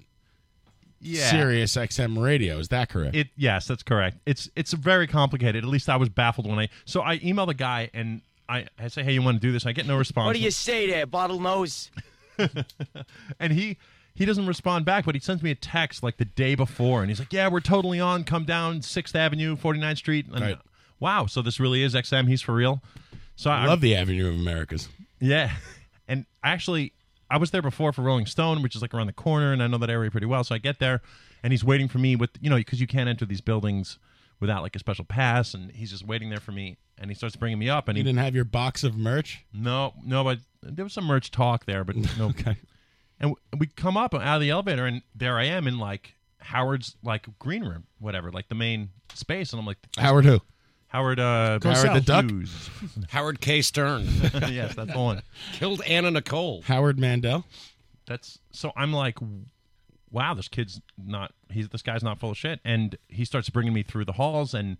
Yeah.
Sirius XM radio. Is that correct?
It yes, that's correct. It's it's very complicated. At least I was baffled when I so I email the guy and I, I say, hey, you want to do this? I get no response.
What do you say there, bottlenose?
and he he doesn't respond back but he sends me a text like the day before and he's like yeah we're totally on come down 6th avenue 49th street and
Right.
wow Oh, so this really is xm he's for real so i,
I love the Avenue of Americas.
yeah and actually i was there before for rolling stone which is like around the corner and i know that area pretty well so i get there and he's waiting for me with you know because you can't enter these buildings without like a special pass and he's just waiting there for me and he starts bringing me up and
You
he
didn't have your box of merch?
no, no, but there was some merch talk there, but no. okay. And w- we come up out of the elevator, and there I am in like Howard's like green room, whatever, like the main space, and I'm like
Howard who?
Howard uh
Go Howard the
Hughes.
Howard K. Stern.
yes, that's the one.
Killed Anna Nicole.
Howard Mandel.
That's so I'm like, wow, this kid's not he's this guy's not full of shit, and he starts bringing me through the halls, and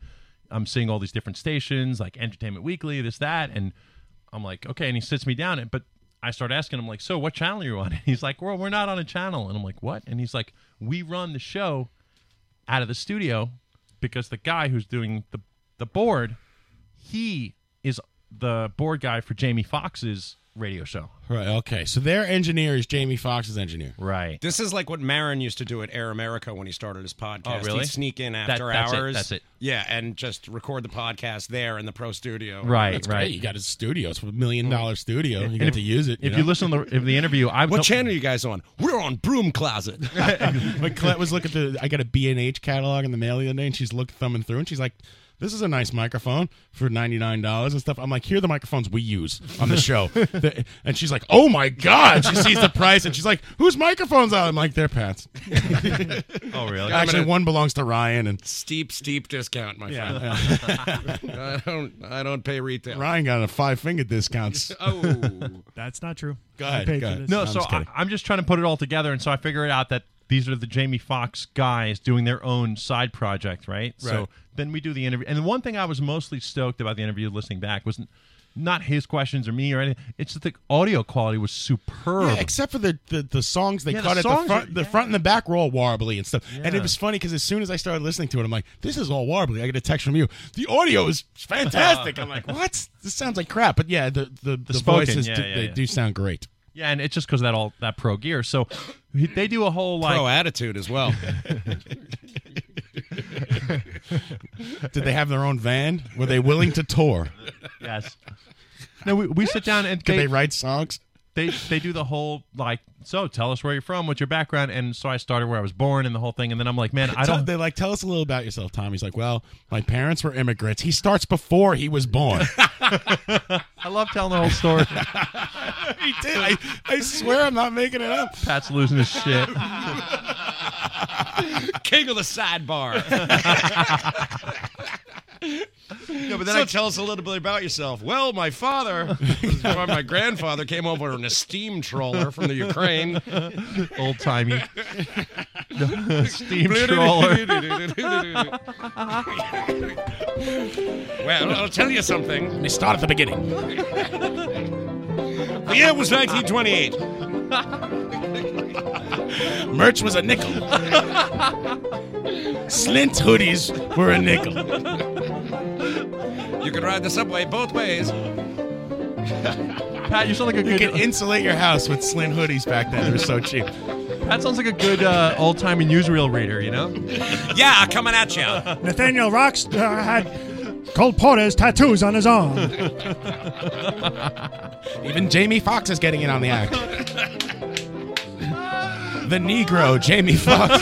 I'm seeing all these different stations like Entertainment Weekly, this that, and I'm like, okay, and he sits me down, and but I start asking him like, so what channel are you on? And he's like, well, we're not on a channel, and I'm like, what? And he's like, we run the show out of the studio because the guy who's doing the the board, he is the board guy for Jamie Foxx's radio show.
Right. Okay. So their engineer is Jamie Foxx's engineer.
Right.
This is like what Marin used to do at Air America when he started his podcast.
Oh, really?
He'd sneak in
That-
after
that's it,
hours.
that's it.
Yeah, and just record the podcast there in the pro studio.
Right,
That's
right.
Great. You got a studio. It's a million dollar studio. You
Mm. And
get
if-
to use it.
if
know?
you listen to the, if the interview, I
What channel are you guys on? We're on Broom Closet.
But Colette was looking through. I got a B and H catalog in the mail the other day, and she's looking thumbing through, and she's like, "This is a nice microphone for ninety nine dollars and stuff." I'm like, "Here are the microphones we use on the show," The- and she's like, "Oh my god!" She sees the price, and she's like, "Whose microphones are?" I'm like, "They're Pat's."
Oh, really?
Actually,
I'm gonna-
one belongs to Ryan, and
steep, steep discount, my
Yeah.
friend. I don't, I don't pay retail.
Ryan got a five finger discounts.
Oh,
that's not true.
Go
I
ahead,
paid
go
for
ahead.
this.
No,
I'm
so
just
I,
kidding.
I'm just trying to put it all together, and so I figure it out that these are the Jamie Foxx guys doing their own side project, right? So
Right.
then we do the interview, and the one thing I was mostly stoked about the interview, listening back, was n- not his questions or me or anything. It's that the audio quality was superb.
Yeah, except for the, the, the songs they
Yeah, the
cut at the
songs
front,
are-
the front and the back were all warbly and stuff. And
Yeah.
it was funny because as soon as I started listening to it, I'm like, this is all warbly. I get a text from you. The audio is fantastic. I'm like, what? This sounds like crap. But yeah, the the, the,
spoken,
voices
yeah,
do,
yeah,
they
yeah.
do sound great.
Yeah, and it's just because that all that pro gear. So he- they do a whole like
pro attitude as well.
Did they have their own van? Were they willing to tour?
yes. No, we, we sit down and
Could they write songs?
They they do the whole like so tell us where you're from, what's your background, and so I started where I was born and the whole thing, and then I'm like, man, I
Tell-
don't.
They're like, tell us a little about yourself, Tom. He's like, well, my parents were immigrants. He starts before he was born.
I love telling the whole story.
he did. I, I swear I'm not making it up.
Pat's losing his shit.
King of the sidebar.
No, but then
so
I-
tell us a little bit about yourself. Well, my father, my grandfather came over in a steam trawler from the Ukraine.
Old timey steam trawler.
well, I'll tell you something.
They start at the beginning.
The year was 1928.
Merch was a nickel. Slint hoodies were a nickel.
You could ride the subway both ways.
Pat, you sound like a
You
good.
could insulate your house with slint hoodies back then. They were so cheap.
Pat sounds like a good uh, old timey newsreel reader. You know.
Yeah, coming at you.
Nathaniel Rockstar had Cole Porter's tattoos on his arm.
Even Jamie Foxx is getting in on the act. The Negro, Jamie Foxx.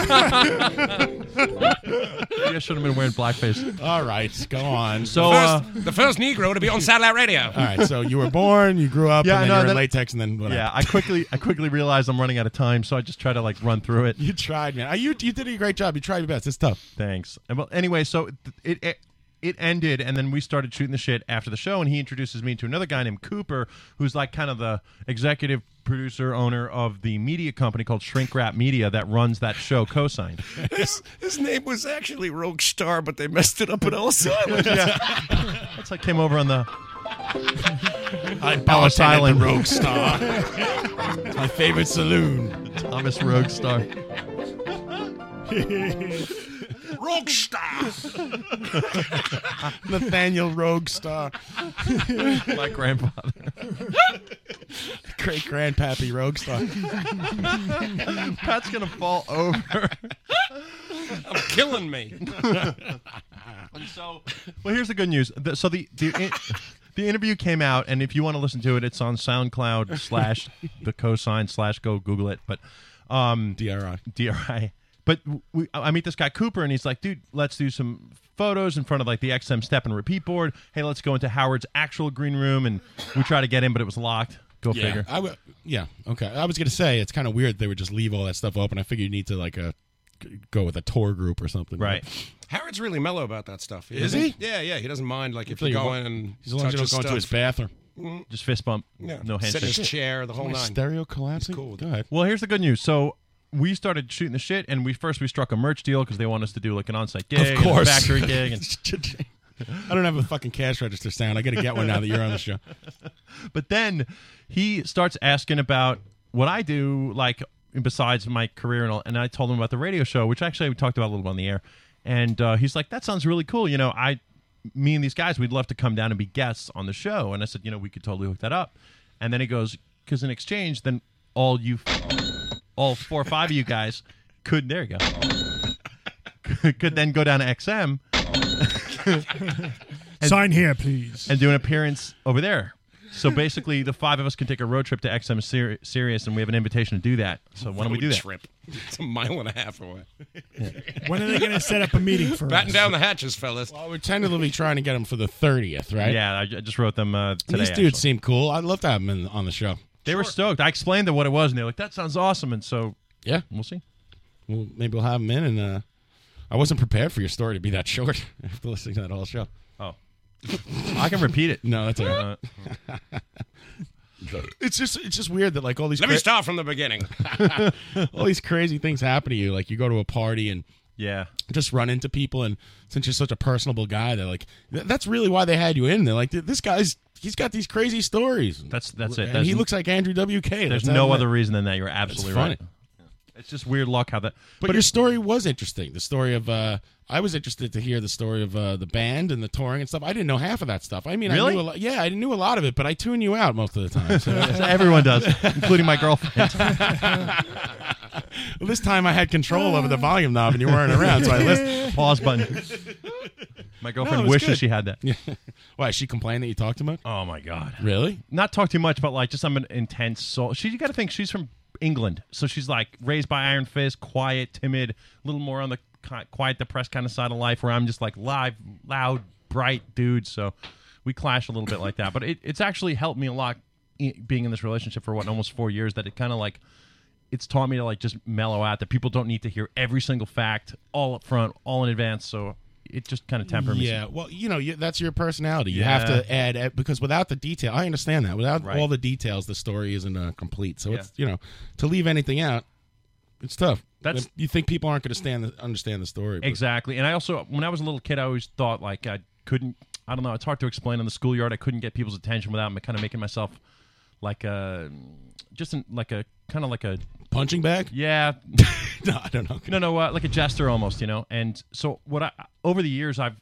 Maybe I should have been wearing blackface.
All right, go on.
So uh,
First, the first Negro to be on satellite radio.
all right, so you were born, you grew up,
Yeah,
and then
no,
you were in
that-
latex, and then whatever.
yeah, I quickly I quickly realized I'm running out of time, so I just try to like run through it.
You tried, man. Uh, You you did a great job. You tried your best. It's tough.
Thanks. And well, anyway, so it, it it it ended, and then we started shooting the shit after the show, and he introduces me to another guy named Cooper, who's like kind of the executive producer owner of the media company called Shrink Wrap Media that runs that show Cosign.
His, his name was actually Rogue Star, but they messed it up at Ellis Island.
That's like came over on the
I
Ellis
bartended at
Island.
the Rogue Star. It's my favorite saloon.
Thomas Rogue Star.
Rogue Star.
Nathaniel Rogue Star.
My grandfather.
Great grandpappy Rogue Star.
Pat's gonna fall over.
Killing me.
And so, well, here's the good news. The, so the the the interview came out, and if you want to listen to it, it's on SoundCloud slash the cosine slash go Google it. But um,
DRI.
DRI. But we, I meet this guy Cooper, and he's like, "Dude, let's do some photos in front of like the XM step and repeat board. Hey, let's go into Howard's actual green room, and we try to get in, but it was locked. Go figure.
I w- yeah, okay. I was gonna say it's kind of weird they would just leave all that stuff open. I figure you need to like uh, g- go with a tour group or something.
Right.
Harrod's really mellow about that stuff.
Is he?
Yeah, yeah. He doesn't mind like if
Like,
you go
what-
in and
as long as
touch
you don't go into his
stuff.
bathroom.
Mhm.
Just fist bump.
Yeah.
No
Sit in
handshake.
his chair, the whole
My
nine.
stereo collapsing. Go ahead.
Well, here's the good news. So we started shooting the shit, and we first we struck a merch deal because they want us to do like an on-site gig, and a
course.
factory gig, and
I don't have a fucking cash register sound. I got to get one now that you're on the show.
But then he starts asking about what I do, like besides my career, and all. And I told him about the radio show, which actually we talked about a little bit on the air. And uh, he's like, "That sounds really cool." You know, I, me and these guys, we'd love to come down and be guests on the show. And I said, "You know, we could totally hook that up." And then he goes, "Because in exchange, then all you, all four or five of you guys, could there you go, could then go down to XM."
Sign here, please.
and do an appearance over there. So basically, the five of us can take a road trip to XM Sir- Sirius, and we have an invitation to do that. So why don't we
Road
do that?
Trip. It's a mile and a half away.
When are they going to set up a meeting for
Batten
us?
down the hatches, fellas.
Well, we're tentatively trying to get him for the 30th, right?
Yeah, I, I just wrote them uh,
And
today.
These dudes
actually.
seem cool. I'd love to have them in, on the show.
they were stoked. I explained to them what it was, and they're like, "That sounds awesome." And so
Yeah,
we'll see.
Well, maybe we'll have them in. And uh, I wasn't prepared for your story to be that short after listening to that whole show.
Oh, I can repeat it. Uh,
No, that's all right. it's just it's just weird that like all these
Let me
cra-
start from the beginning.
all these crazy things happen to you. Like you go to a party and
yeah,
just run into people. And since you're such a personable guy, they're like, th- that's really why they had you in. They're like, this guy's he's got these crazy stories.
That's that's it.
And
There's
he
n-
looks like Andrew WK.
There's
Let's have
no
him
other
in.
reason than that. You're absolutely
funny.
right. It's just weird luck how that.
But, your story was interesting. The story of uh, I was interested to hear the story of uh, the band and the touring and stuff. I didn't know half of that stuff. I mean, I
Really?
knew a lot, yeah, I knew a lot of it, but I tune you out most of the time. So.
Everyone does, including my girlfriend.
Well, this time I had control over the volume knob and you weren't around, so I listened.
Pause button. My girlfriend
No, it was
wishes
good.
she had that.
Why? She complained that you talked too much.
Oh my god.
Really?
Not talk too much, but like just I'm an intense soul. She you got to think she's from England, so she's like raised by Iron Fist, quiet, timid, a little more on the ki- quiet, depressed kind of side of life, where I'm just like live, loud, bright dude. So we clash a little bit like that, but it, it's actually helped me a lot i- being in this relationship for what almost four years. That it kind of like it's taught me to like just mellow out. That people don't need to hear every single fact all up front, all in advance. So it just kind of tempers me.
Yeah. Well, you know you, that's your personality. You have
Yeah.
to add add- because without the detail, I understand that. Without
Right.
all the details, the story isn't uh, complete. So
Yeah.
it's you know to leave anything out, it's tough.
That's-
you think people aren't going to stand the, understand the story. but-
Exactly. And I also, when I was a little kid, I always thought like I couldn't. I don't know. It's hard to explain in the schoolyard. I couldn't get people's attention without kind of making myself like a just an, like a kind of like a
punching bag.
Yeah.
no, I don't know.
No, no, uh, like a jester almost, you know. And so what I over the years I've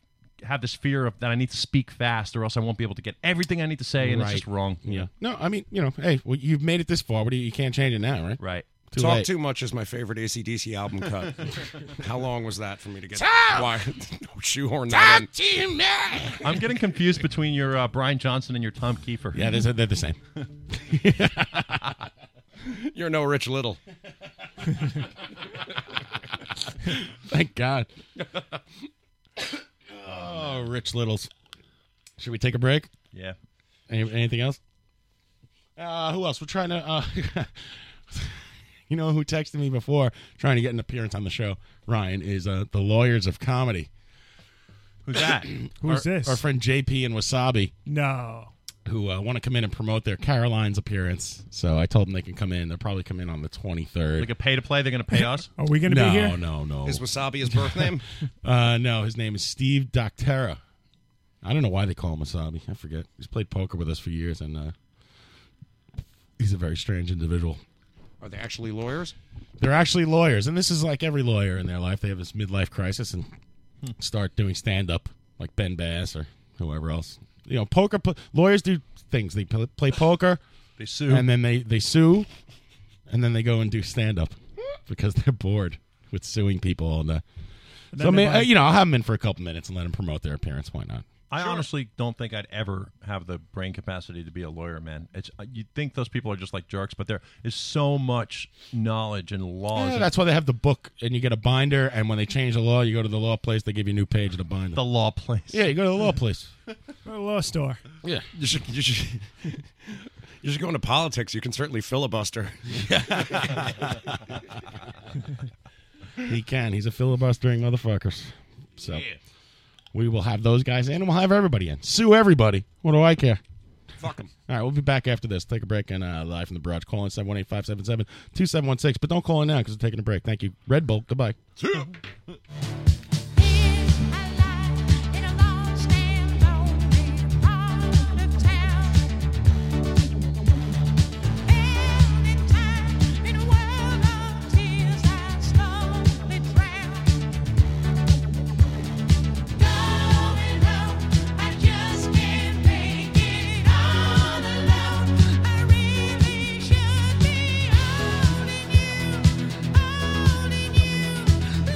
had this fear of that I need to speak fast or else I won't be able to get everything I need to say and
Right.
it's just wrong. Yeah.
No, I mean you know, hey, well, you've made it this far. What do you, you can't change it now, right?
Right.
Too
Talk
late.
Too Much is my favorite ACDC album cut. How long was that for me to get?
Talk!
Why? No, shoehorn that in.
I'm getting confused between your uh, Brian Johnson and your Tom Kiefer.
Yeah, they're, they're the same.
You're no Rich Little.
Thank God. oh, Rich Littles. Should we take a break?
Yeah.
Any, anything else? Uh, who else? We're trying to. Uh, you know who texted me before trying to get an appearance on the show? Ryan is uh, the lawyers of comedy.
Who's that?
Who's
Our-
this?
Our friend JP and Wasabi,
No.
who uh, want to come in and promote their Caroline's appearance. So I told them they can come in. They'll probably come in on the twenty third.
Like a pay to play, they're going to pay us.
Are we going to
no,
be here?
No, no,
Is Wasabi his birth name?
Uh, no, his name is Steve Doctera. I don't know why they call him Wasabi. I forget. He's played poker with us for years, and uh, he's a very strange individual.
Are they actually lawyers?
They're actually lawyers, and this is like every lawyer in their life. They have this midlife crisis and start doing stand up, like Ben Bass or whoever else. You know, poker pl- lawyers do things. They pl- play poker,
They sue.
and then they they sue, and then they go and do stand up because they're bored with suing people all day.
And
So I
then they
mean,
buy-
uh, you know, I'll have them in for a couple minutes and let them promote their appearance. Why not?
I honestly don't think I'd ever have the brain capacity to be a lawyer, man. It's uh, you'd think those people are just like jerks, but there is so much knowledge and laws.
Yeah,
and
that's why they have the book, and you get a binder. And when they change the law, you go to the law place. They give you a new page of the binder.
the law place.
yeah, you go to the law place.
We're a law store.
Yeah.
You should. You should. You should go into politics. You can certainly filibuster.
He can. He's a filibustering motherfuckers. So we will have those guys in, and we'll have everybody in. Sue everybody. What do I care?
Fuck him.
All right, we'll be back after this. Take a break and uh, live from the barrage. Call in 718 577 2716. But don't call in now because we're taking a break. Thank you. Red Bull. Goodbye.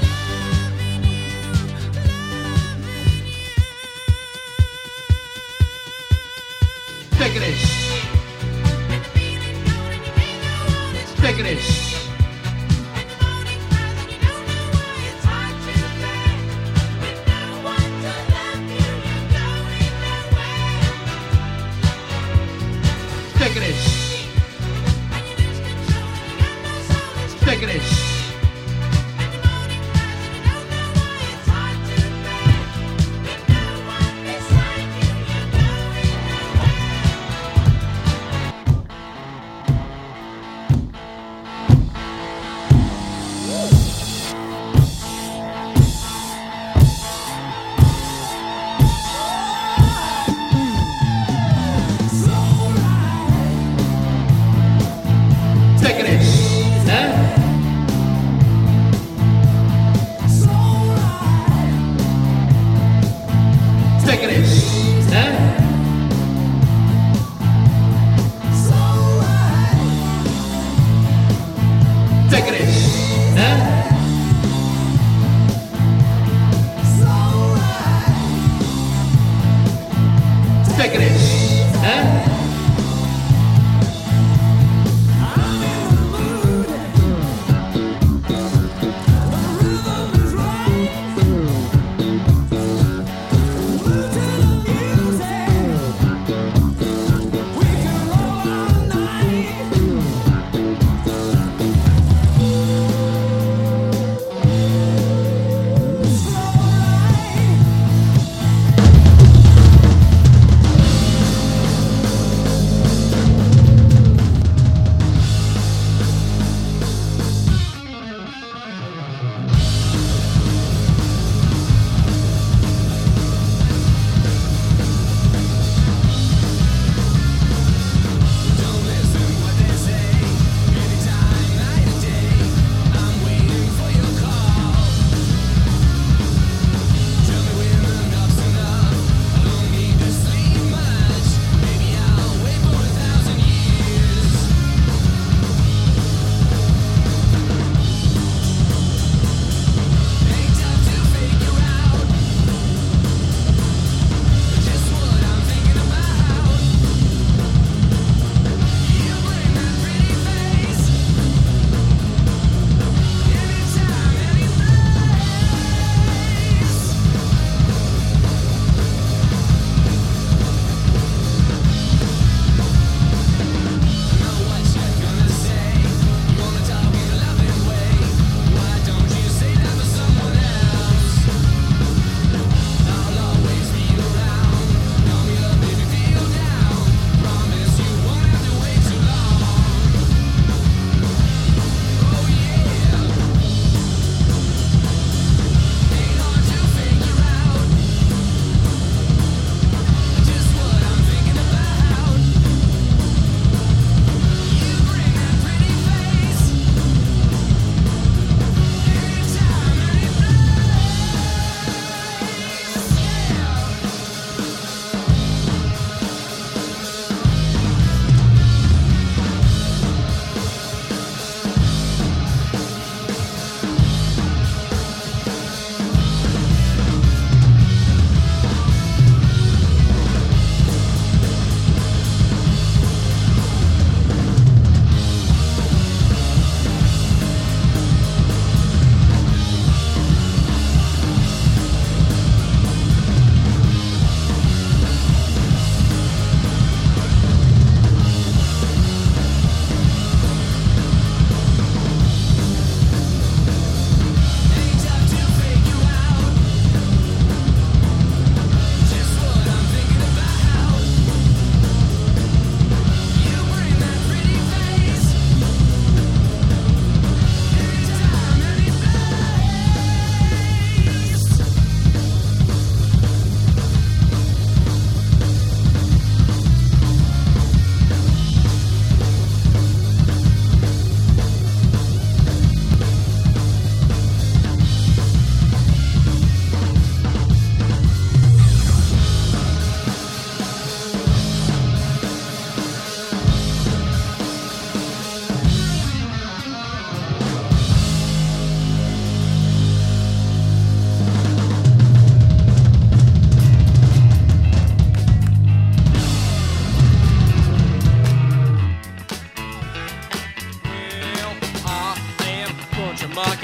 Holding you, holding you, love.
Uh,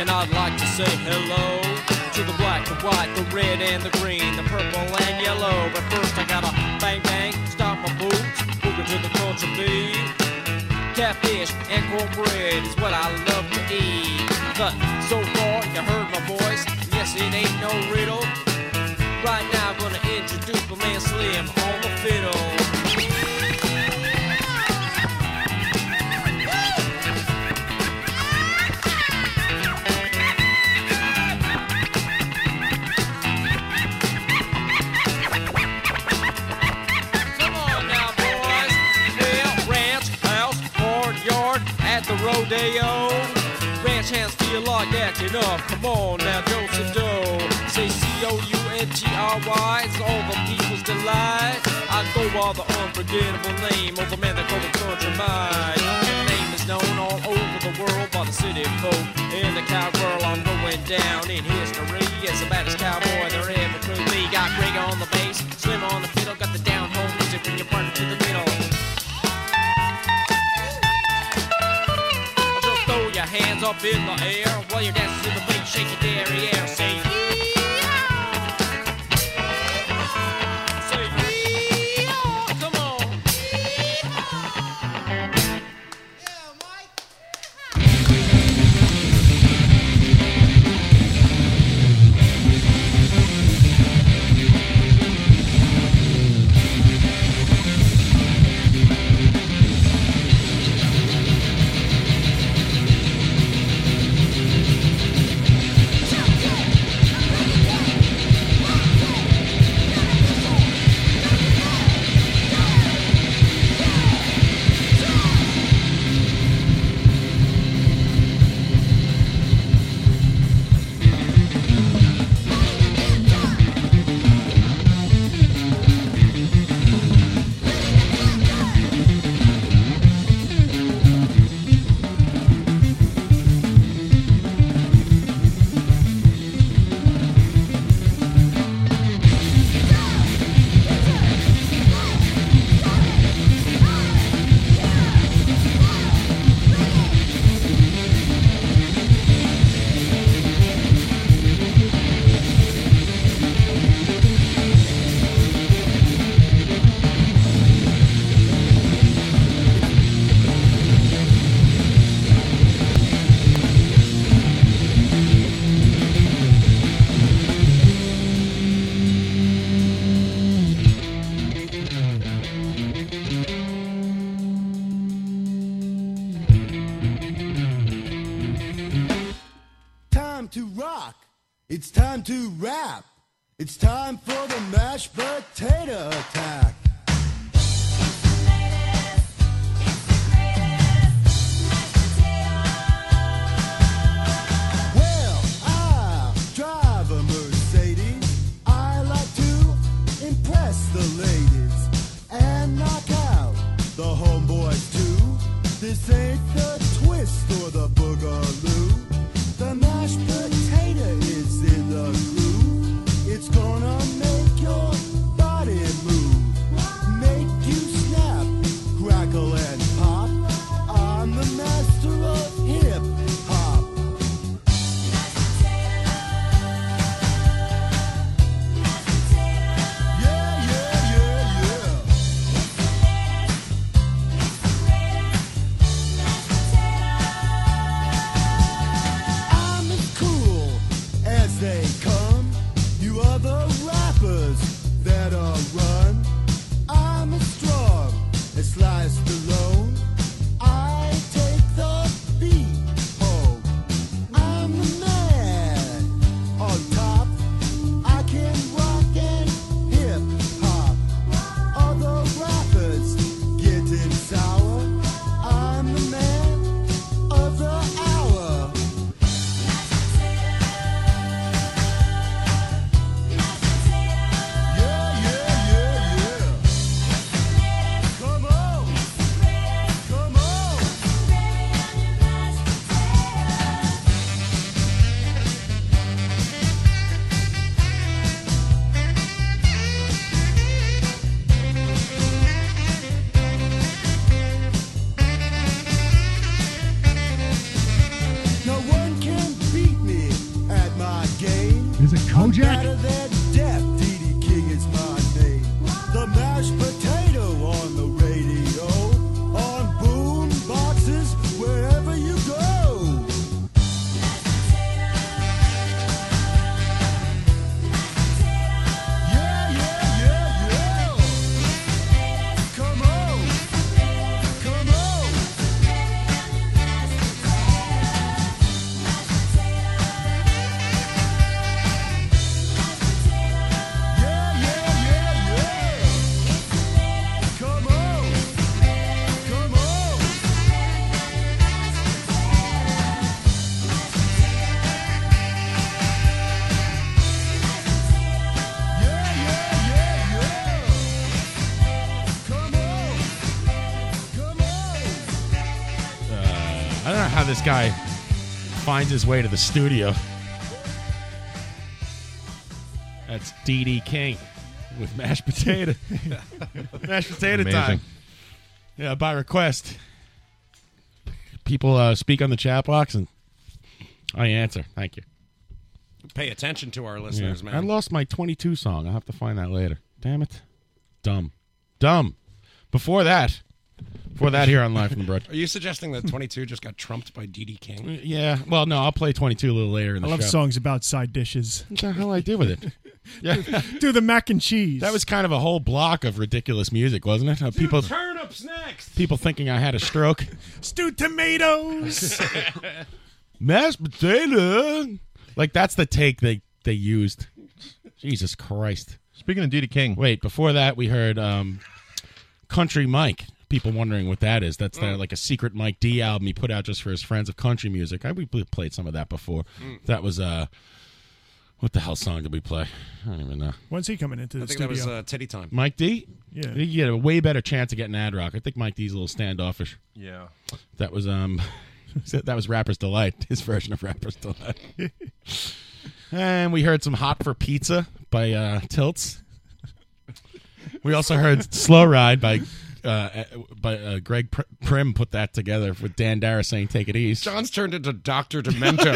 I'd like to say hello to the black, the white, the red, and the green, the purple and yellow. But first, I gotta bang bang, stop my boots, booger to the culture beat. Catfish and cornbread is what I love to eat. But so far, you heard my voice. Yes, it ain't no riddle. Right now, I'm gonna introduce my man Slim on the fiddle. Come on now, boys. Well, ranch, house, courtyard, at the rodeo. Ranch hands feel like acting up. Come on now, Joseph Doe. Say C-O-U-N-G-R-Y. It's all the people's delight. I go by the unforgettable name of the man that called the country mine. Name is known all over the world by the city folk. In the cowgirl, I'm going down in history as the baddest cowboy there ever could be. Got Greg on the bass, Slim on the fiddle, got the down home music when you burn to the middle. Just throw your hands up in the air while you're dancing to the beat, shake your derriere, say. Say, "Yee-haw." Come on.
Time to rock. It's time to rap. It's time for the mashed potato attack. Well, I drive a Mercedes. I like to impress the ladies and knock out the homeboys too. This ain't the twist or the boogaloo. The mashed potato is in the groove. It's gonna make your body move, make you snap, crackle and pop. I'm the master of hip hop. Yeah, yeah, yeah, yeah. I'm as cool as they come. You other rappers that are run. I'm as strong as Sliced Alone. I take the beat home. I'm the man on top. I can rock and hip hop. Other rappers getting sour. I'm the man of the hour. Yeah, yeah, yeah, yeah. Come on.
Is it
Better
Kojak?
than death, DD King is my name. The mashed potato on the radio, on boom boxes, wherever you go. Yeah, yeah, yeah, yeah. Come on, come on. Yeah, yeah, yeah, yeah. Come on, come on.
Uh, I don't know how this guy finds his way to the studio. That's DD King with mashed potato. mashed potato
Amazing.
time. Yeah, by request. People uh, speak on the chat box and I answer. Thank you.
Pay attention to our listeners,
Yeah. I
man.
lost my 22 song. I'll have to find that later. Damn it. Dumb. Dumb. Before that, before that here on Live from the Mm. Broad.
Are you suggesting that 22 just got trumped by DD King?
Yeah. Well, no, I'll play 22 a little later in
I
the
love
show.
songs about side dishes. What
the hell I do with it? Yeah.
Do the mac and cheese.
That was kind of a whole block of ridiculous music, wasn't it? Of people
turnips next.
people thinking I had a stroke.
Stewed tomatoes.
Mashed potato. Like that's the take they they used. Jesus Christ.
Speaking of Duty King.
Wait, before that we heard um Country Mike. People wondering what that is. That's
Mm.
their, like a secret Mike D album he put out just for his friends of country music. I we pl- played some of that before.
Mm.
That was uh what the hell song did we play? I don't even know.
When's he coming into the
I think
studio?
that was uh, Teddy Time.
Mike D?
Yeah.
I think you get a way better chance of getting ad rock. I think Mike D's a little standoffish.
Yeah.
That was um that was Rapper's Delight, his version of Rapper's Delight. and we heard some Hot for Pizza by uh Tilts. We also heard Slow Ride by uh, by uh, Greg Pr- Prim put that together with Dan Dara saying "Take it easy."
John's turned into Doctor Demento.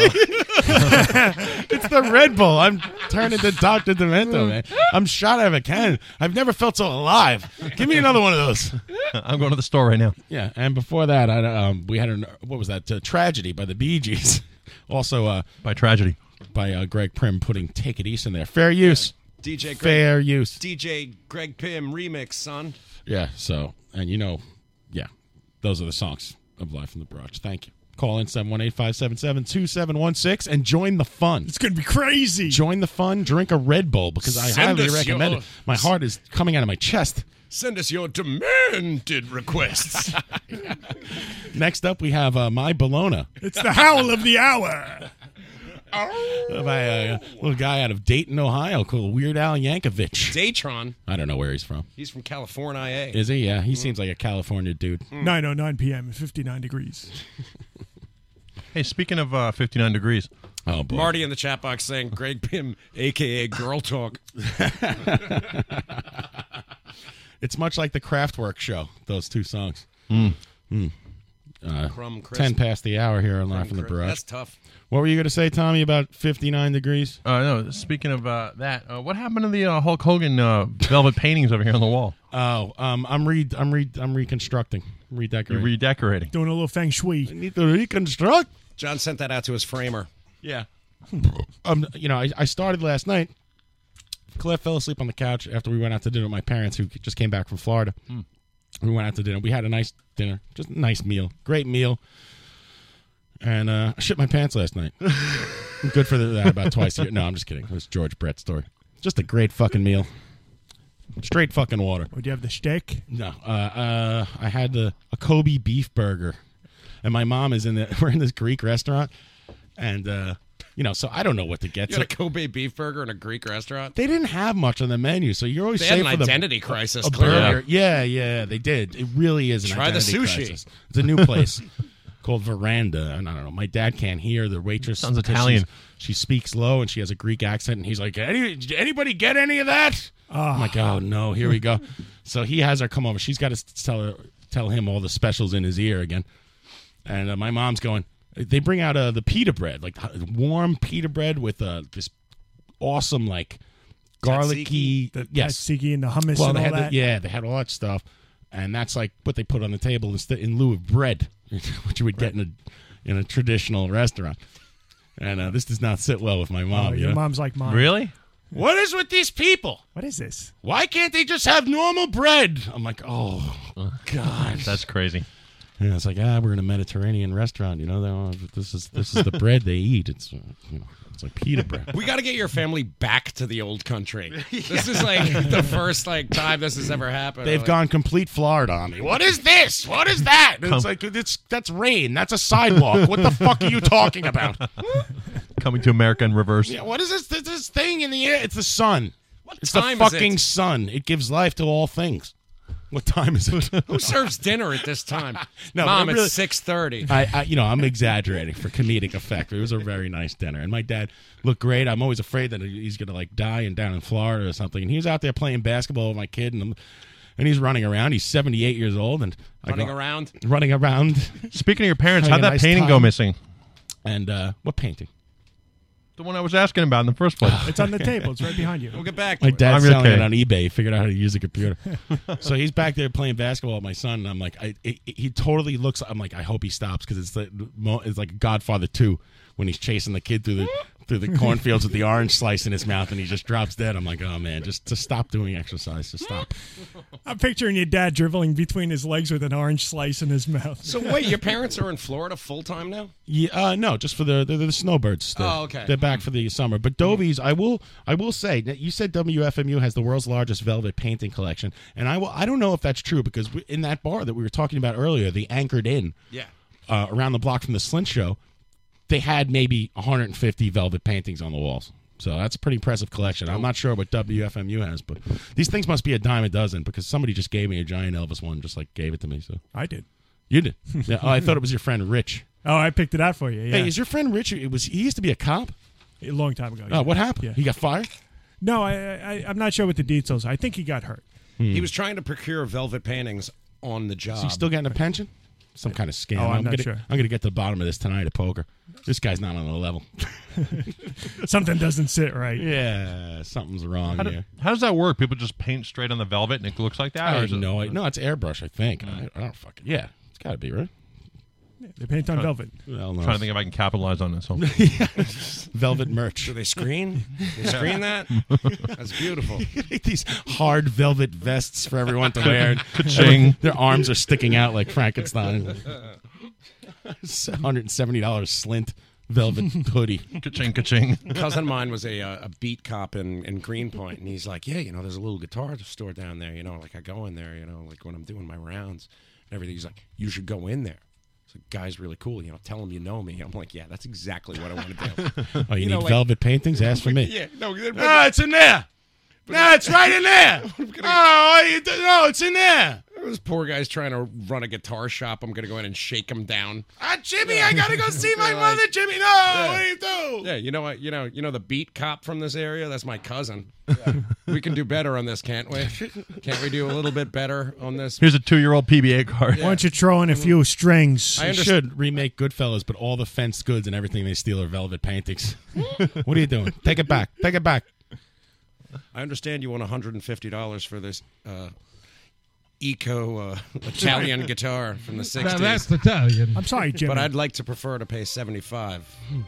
it's the Red Bull. I'm turning to Doctor Demento, man. I'm shot out of a cannon. I've never felt so alive. Give me another one of those.
I'm going to the store right now.
Yeah, and before that, I, um, we had an what was that? Uh, tragedy by the Bee Gees. also, uh,
by tragedy
by uh, Greg Prim putting "Take It East" in there. Fair use.
DJ Greg,
Fair use.
DJ Greg Pym remix, son.
Yeah. So, and you know, yeah, those are the songs of Life from the Broach. Thank you. Call in 718-577-2716 and join the fun. It's
going to be crazy.
Join the fun. Drink a Red Bull because I
Send
highly
us
recommend
your-
it. My heart is coming out of my chest.
Send us your demanded requests.
Next up, we have uh, My Bologna.
It's the howl of the hour.
uh, by a little guy out of Dayton, Ohio, called Weird Al Yankovic.
Daytron.
I don't know where he's from.
He's from California. eh? Mm.
Is he? Yeah, he seems like a California dude.
9:09 p.m. and 59 degrees.
Hey, speaking of uh, 59 degrees.
Oh,
Marty in the chat box saying Greg Pym, aka Girl Talk.
It's much like the Kraftwerk show. Those two songs.
Mm.
Mm. Uh,
Crumb crisp.
Ten past the hour here on Live from the
crisp.
Barrage.
That's tough.
What were you going to say, Tommy? About fifty-nine degrees?
Uh, no, speaking of uh, that, uh, what happened to the uh, Hulk Hogan uh, velvet paintings over here on the wall?
Oh, um, I'm re, I'm re, I'm reconstructing, redecorating.
You're redecorating.
Doing a little feng shui.
need to reconstruct.
John sent that out to his framer.
Yeah. um, you know, I, I started last night. Cliff fell asleep on the couch after we went out to dinner with my parents, who just came back from Florida.
Hmm.
We went out to dinner. We had a nice dinner, just a nice meal, great meal. And uh, I shit my pants last night. I'm good for that about twice a year. No, I'm just kidding. It was George Brett's story. Just a great fucking meal. Straight fucking water.
Would you have the steak?
No, uh, uh, I had the, a Kobe beef burger, and my mom is in the. We're in this Greek restaurant, and uh, you know, so I don't know what to get.
You
so
had a Kobe beef burger in a Greek restaurant.
they didn't have much on the menu, so you're always
They had
safe
an
for
identity
the,
crisis,
A
clearly.
burger. Yeah, yeah, they did. It really is an
Try the
identity
sushi.
crisis. It's a new place called Veranda, and I don't know. My dad can't hear the waitress.
Sounds
because
Italian.
she's- She speaks low, and she has a Greek accent, and he's like, "Any, did anybody get any of that?" I'm like,
Ah.
"Oh no, here we go." so he has her come over. She's got to s- tell her, tell him all the specials in his ear again. And uh, my mom's going. They bring out uh, the pita bread, like h- warm pita bread with uh, this awesome like garlicky,
The
yes,
tzatziki and the hummus
Well,
and
they
all
had
that.
The, yeah, they had all that stuff, and that's like what they put on the table instead in lieu of bread, which you would get in a in a traditional restaurant. And uh, this does not sit well with my mom.
Oh,
you
your
know?
mom's like mine.
What is with these people?
What is this?
Why can't they just have normal bread? I'm like, oh god,
That's crazy.
Yeah, it's like ah, we're in a Mediterranean restaurant. You know, they don't- this is this is the bread they eat. It's uh, you know, it's like pita bread.
We got to get your family back to the old country. This is like the first like time this has ever happened.
They've
Like,
gone complete Florida on me. What is this? What is that? And it's
Come-
like it's that's rain. That's a sidewalk. What the fuck are you talking about?
Coming to America in reverse.
Yeah, what is this, this this thing in the air? It's the sun. it's
time
the
is
fucking
it?
sun. It gives life to all things. What time is it?
Who serves dinner at this time?
No,
mom,
it really-
it's six thirty.
I, I, you know, I'm exaggerating for comedic effect. It was a very nice dinner, and my dad looked great. I'm always afraid that he's gonna like die and down in Florida or something. And he was out there playing basketball with my kid, and I'm, and he's running around. He's 78 years old, and I
Running
go-
around?
running around.
Speaking of your parents,
Having
how'd
a
that
nice
painting go
time.
missing?
And uh, what painting?
The one I was asking about in the first place.
It's on the table. It's right behind you.
We'll get back.
My dad's
I'm
selling
okay.
it on eBay. He Figured out how to use a computer. so he's back there playing basketball with my son, and I'm like, I, it, it- he totally looks. I'm like, I hope he stops because it's the mo- it's like Godfather Two when he's chasing the kid through the through the cornfields with the orange slice in his mouth, and he just drops dead. I'm like, oh man, just to stop doing exercise, just stop.
I'm picturing your dad dribbling between his legs with an orange slice in his mouth.
So wait, your parents are in Florida full time now?
Yeah, uh, no, just for the the, the snowbirds. Still.
Oh, okay.
They're back for the summer. But Dovies, I will I will say that you said WFMU has the world's largest velvet painting collection, and I will I don't know if that's true because we, in that bar that we were talking about earlier, the Anchored Inn,
Yeah.
uh, around the block from the Slint Show, they had maybe 150 velvet paintings on the walls. So that's a pretty impressive collection. I'm not sure what WFMU has, but these things must be a dime a dozen because somebody just gave me a giant Elvis one, just like gave it to me. So
I did.
You did. Yeah, oh, I thought it was your friend Rich.
Oh, I picked it out for you. Yeah.
Hey, is your friend Richard? It was he used to be a cop.
A long time ago.
Oh, what happened? He got fired.
No, I, I I'm not sure what the details. are. I think he got hurt.
He was trying to procure velvet paintings on the job.
Hmm. Is he still getting a pension? Some kind of scam.
Oh, I'm not
gonna,
sure.
I'm gonna get to the bottom of this tonight at poker. This guy's not on the level.
Something doesn't sit right.
Yeah, something's wrong
How, do-
here.
how does that work? People just paint straight on the velvet and it looks like that?
I
or
have
is it-
no idea. No, it's airbrush. I think. I, I don't fucking. Yeah, it's got to be right.
They paint on velvet.
Well,
I'm
no.
trying to think if I can capitalize on this. One.
Velvet merch.
Do they screen? They screen that? That's beautiful.
Make these hard velvet vests for everyone to wear.
Ka-ching.
Their arms are sticking out like Frankenstein. $170 slint velvet hoodie.
ka-ching, ka-ching.
cousin of mine was a uh, a beat cop in, in Greenpoint, and he's like, yeah, you know, there's a little guitar store down there. You know, like I go in there, you know, like when I'm doing my rounds and everything. He's like, you should go in there. So guy's really cool. You know, tell him you know me. I'm like, yeah, that's exactly what I want to do.
Oh, you,
You
need
know, like-
velvet paintings? Ask for me.
yeah, no, but-
Ah, it's in there. No, it's right in there. Oh, you do- no, it's in there.
this poor guy's trying to run a guitar shop. I'm gonna go in and shake him down.
Ah, Jimmy, I gotta go see my
Like-
mother, Jimmy. No, what do you do?
Yeah, you know what? You know, you know the beat cop from this area. That's my cousin. we can do better on this, can't we? Can't we do a little bit better on this?
Here's a two year old PBA card.
Why don't you throw in a few strings?
I
You
understand.
should remake Goodfellas, but all the fenced goods and everything they steal are velvet paintings. what are you doing? Take it back. Take it back.
I understand you want $150 for this uh, eco uh, Italian guitar from the 60s.
Italian.
I'm sorry, Jimmy.
but I'd like to prefer to pay 75. You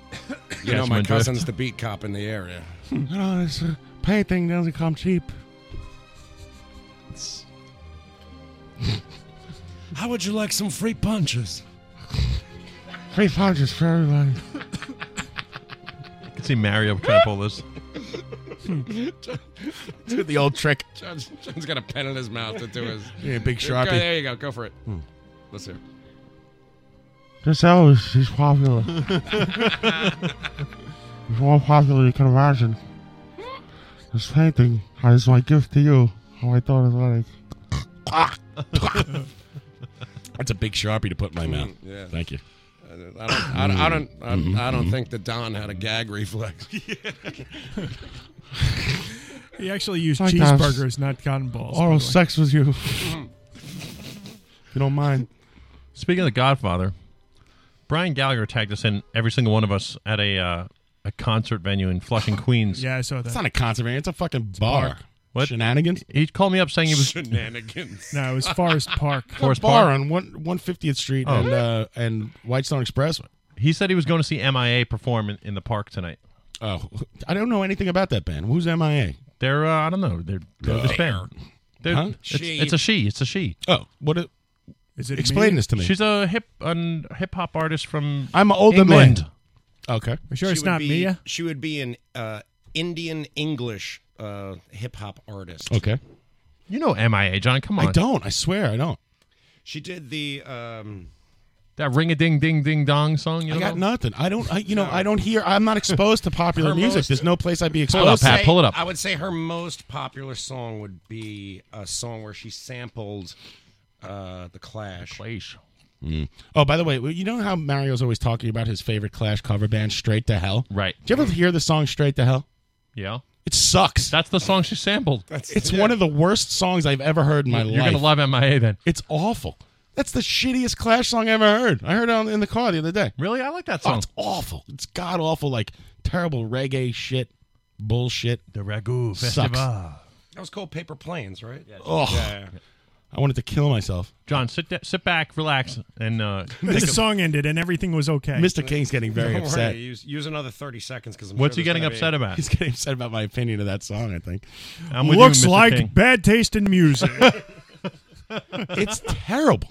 Catch
know, my
my drift.
cousin's the beat cop in the area.
You know, this uh, painting doesn't come cheap.
How would you like some free punches?
Free punches for everybody.
I can see Mario trying to pull this.
the old trick.
John's, John's got a pen in his mouth to do his.
Yeah, big Hmm.
Go, there you go. Go for it. Let's hear. it.
This Elvis, he's popular. he's more popular you can imagine. This painting is my gift to you. How I thought it like. That's a big sharpie to put in my mouth.
Hmm, Mm, yeah.
Thank you. Mm-hmm,
I don't. I don't. I don't, I don't, I don't think that Don had a gag reflex.
he actually used
Like that.
cheeseburgers, not cotton balls. by
Oral
the way.
sex with you. you don't mind.
Speaking of The Godfather, Brian Gallagher tagged us in every single one of us at a uh, a concert venue in Flushing, Queens.
Yeah, I saw that.
It's not a concert venue. It's a fucking bar.
park. What
shenanigans?
He called me up saying he was
shenanigans.
No, it was Forest Park.
Forest bar on one one fiftieth Street
Oh.
and uh, and Whitestone Express.
He said he was going to see MIA perform in, in the park tonight.
Oh, I don't know anything about that band. Who's MIA?
They're uh, I don't know. They're, they're this
They
band. They're-
Huh?
It's, it's a she. It's a she.
Oh, what? Is
it
Explain this to me.
She's a hip an hip hop artist from.
I'm an older
England.
man. Okay.
She would be- She would be an uh, Indian English uh, hip hop artist.
Okay.
You know MIA, John. Come on.
I don't. I swear, I don't.
She did the. Um,
That ring a ding ding ding dong song. You
I
know?
got nothing. I don't. I, you know, I don't hear. I'm not exposed to popular
Her
music.
most-
There's no place I'd be
I
exposed.
would
to
say- I would say her most popular song would be a song where she sampled uh, the Clash.
Clash.
Mm. Oh, by the way, well, you know how Mario's always talking about his favorite Clash cover band, Straight to Hell.
Right.
Do you ever hear the song Straight to Hell?
Yeah.
It sucks.
That's the song she sampled.
it's one of the worst songs I've ever heard in my
You're
life.
gonna love MIA then.
It's awful. That's the shittiest Clash song I ever heard. I heard it on, in the car the other day.
Really? I like that
song. it's awful. It's god awful, like terrible reggae shit, bullshit.
The Ragu
sucks.
That was called Paper Planes, right?
Oh, I wanted to kill myself.
John, sit da- sit back, relax, and uh,
The
take a-
song ended and everything was okay.
Mr. King's getting very
Don't worry,
upset.
use, use another 30 seconds because
What's he getting upset about?
He's getting upset about my opinion of that song. I think.
I'm with
Looks
you, Mr.
like
King.
bad taste in music.
it's terrible.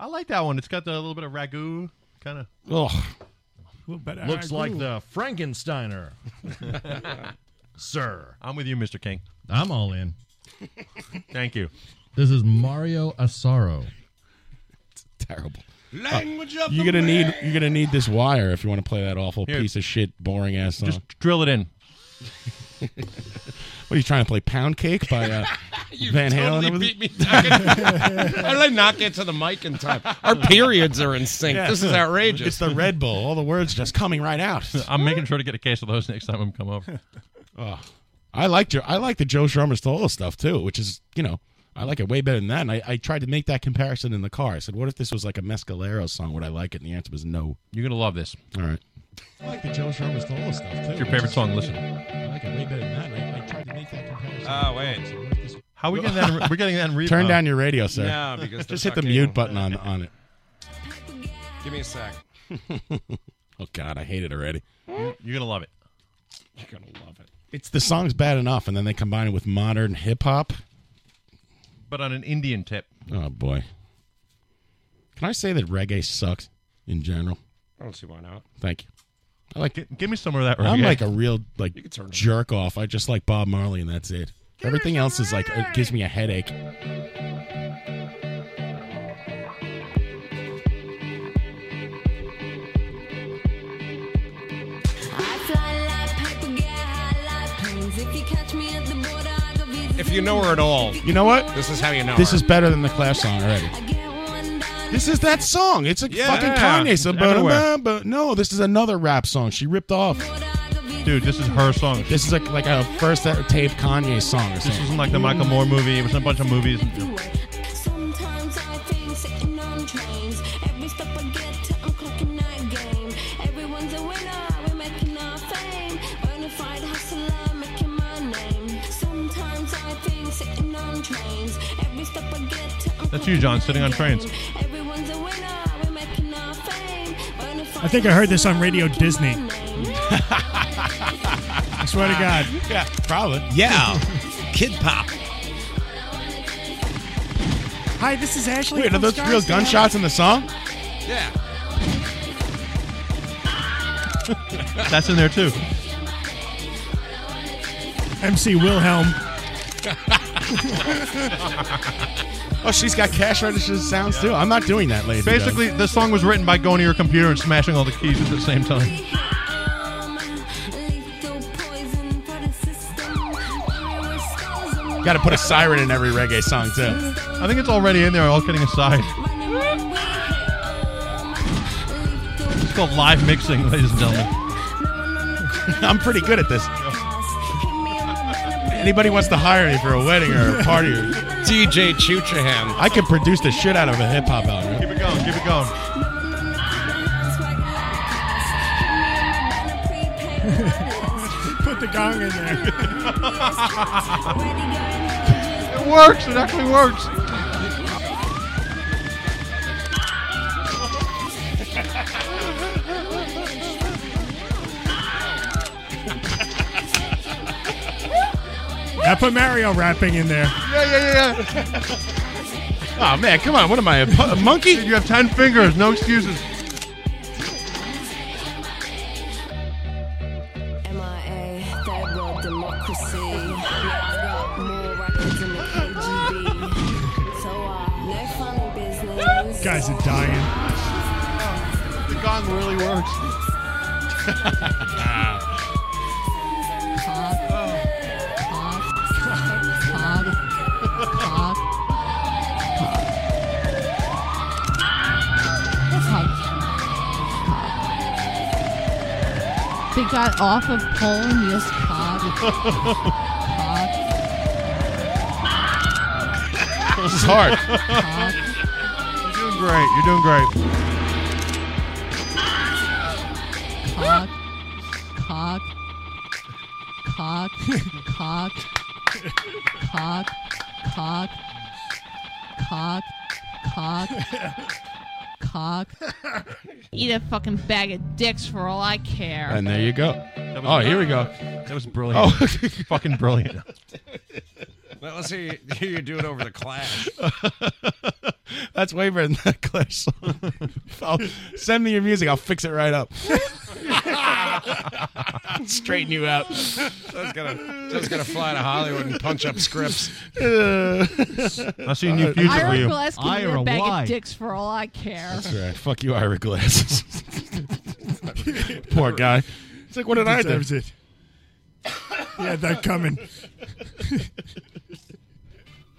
I like that one. It's got the little bit of ragu kind of.
Ugh.
Looks like the Frankensteiner. Sir.
I'm with you, Mr. King.
I'm all in.
Thank you.
This is Mario Asaro.
terrible. Uh,
Language of
You're
the
gonna need
man.
you're gonna need this wire if you want to play that awful
Here.
piece of shit, boring ass song.
Just drill it in.
what are you trying to play? Pound Cake by uh,
You
Van Halen.
totally
over
beat me.
there?
How did I not get to the mic in time? Our periods are in sync.
Yeah.
This is outrageous.
It's the Red Bull. All the words just coming right out.
I'm making sure to get a case of those next time I'm come over.
Ugh. I liked your I like the Joe Stromastola stuff too, which is you know I like it way better than that. And I, I tried to make that comparison in the car. I said, what if this was like a Mescalero song? Would I like it? And the answer was no.
You're gonna love this.
All right. I like the Joe Stromastola stuff too.
It's your favorite song. Listen.
I like it way better than that. and I, I tried to make that comparison.
Oh, wait.
How are we getting that? in- we're getting that in re-
Turn
uh,
down your radio, sir.
No, because
just
they're
hit the
fucking-
mute button on on it.
Give me a sec.
oh God, I hate it already.
You're gonna love it.
You're going to love it.
It's the song's bad enough, and then they combine it with modern hip hop.
But on an Indian tip,
Oh boy. Can I say that reggae sucks in general?
I don't see why not.
Thank you. I like.
G- give me some of that.
I'm
reggae.
like a real like
You can turn it
jerk off. I just like Bob Marley, and that's it. Everything else is like it gives me a headache.
I fly like paper, get high like planes. If you catch me at the border, I go visit.
If you know her at all,
You know what?
This is how you know
This
her.
is better than the Clash song already. This is that song. It's a
Yeah.
fucking Kanye song.
It's everywhere.
But, but no, this is another rap song she ripped off.
Dude, this is her song.
This is like like a first e-, tape Kanye song or
This
something.
wasn't like the Michael Moore movie. It was a bunch of movies.
Sometimes I think sitting on trains. Every step I get to, I'm clocking that game. Everyone's a winner, we're making our fame. Bona fide hustler, making my name. Sometimes I think sitting on trains. Every step I get to, I'm
That's you, John, sitting on trains.
everyone's a winner, we're making our fame. Bona
I think I heard this on Radio Disney. I swear to God.
Yeah, probably.
Yeah. Kid Pop.
Hi, this is Ashley.
Wait, are
from
those real
Scarsdale.
gunshots in the song?
Yeah.
That's in there too.
MC Wilhelm.
Oh, she's got cash register sounds too. I'm not doing that, ladies. and
Basically, this song was written by going to your computer and smashing all the keys at the same time.
Got to put a siren in every reggae song too.
I think it's already in there. All kidding aside, it's called live mixing, ladies and gentlemen.
I'm pretty good at this. Anybody wants to hire me for a wedding or a party? or-
DJ Chuchaham.
I could produce the shit out of a hip hop album.
Keep it going. Keep it going.
the gong in there.
it works. It actually works.
I put Mario rapping in there.
Yeah, yeah, yeah. oh man, come on! What am I, a, pu- a monkey? You have ten fingers. No excuses.
MIA, third world democracy. Yeah, I got more records than the KGB. So, uh, no funny business.
Guys are dying.
The gong really works.
They got off of Polonius Pod. Pod.
This is hard. You're doing great. You're doing great.
Cock. Cock. Cock. Cock. Cock. Cock. Cock. Cock. Cock. Eat a fucking bag of dicks for all I care.
And there you go.
That was-
Oh, here we go.
That was brilliant.
Oh.
Fucking brilliant. Oh
Well, let's hear you, hear you do it over the clash.
That's way better than that Clash song. I'll- send me your music. I'll fix it right up. Straighten you out.
Just gonna, just gonna fly to Hollywood and punch up scripts.
I see a new future
Ira
for you.
Glass can eat
Ira,
a bag
why?
of dicks for all I care.
That's right. Fuck you, Ira Glass. Poor guy. It's like, what did I do?
Deserves it. He had that coming.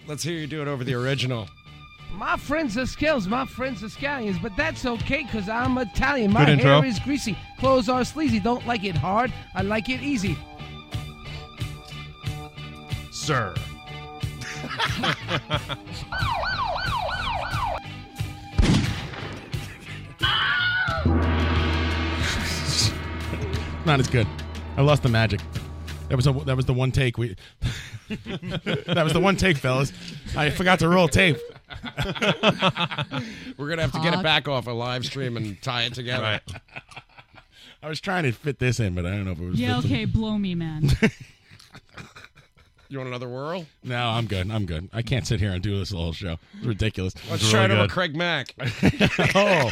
Let's hear you do it over the original.
My friends are scales, my friends are scallions, but that's okay because I'm Italian. My
Good intro.
hair is greasy, clothes are sleazy. Don't like it hard, I like it easy.
Sir.
Not as good. I lost the magic. That was a, that was the one take we. that was the one take, fellas. I forgot to roll tape.
We're gonna have to get it back off a live stream and tie it together.
I was trying to fit this in, but I don't know if it was.
Yeah,
fit-
okay, blow me, man.
You want another whirl?
No, I'm good. I'm good. I can't sit here and do this the whole show. It's ridiculous.
Let's try it over Craig Mack.
oh.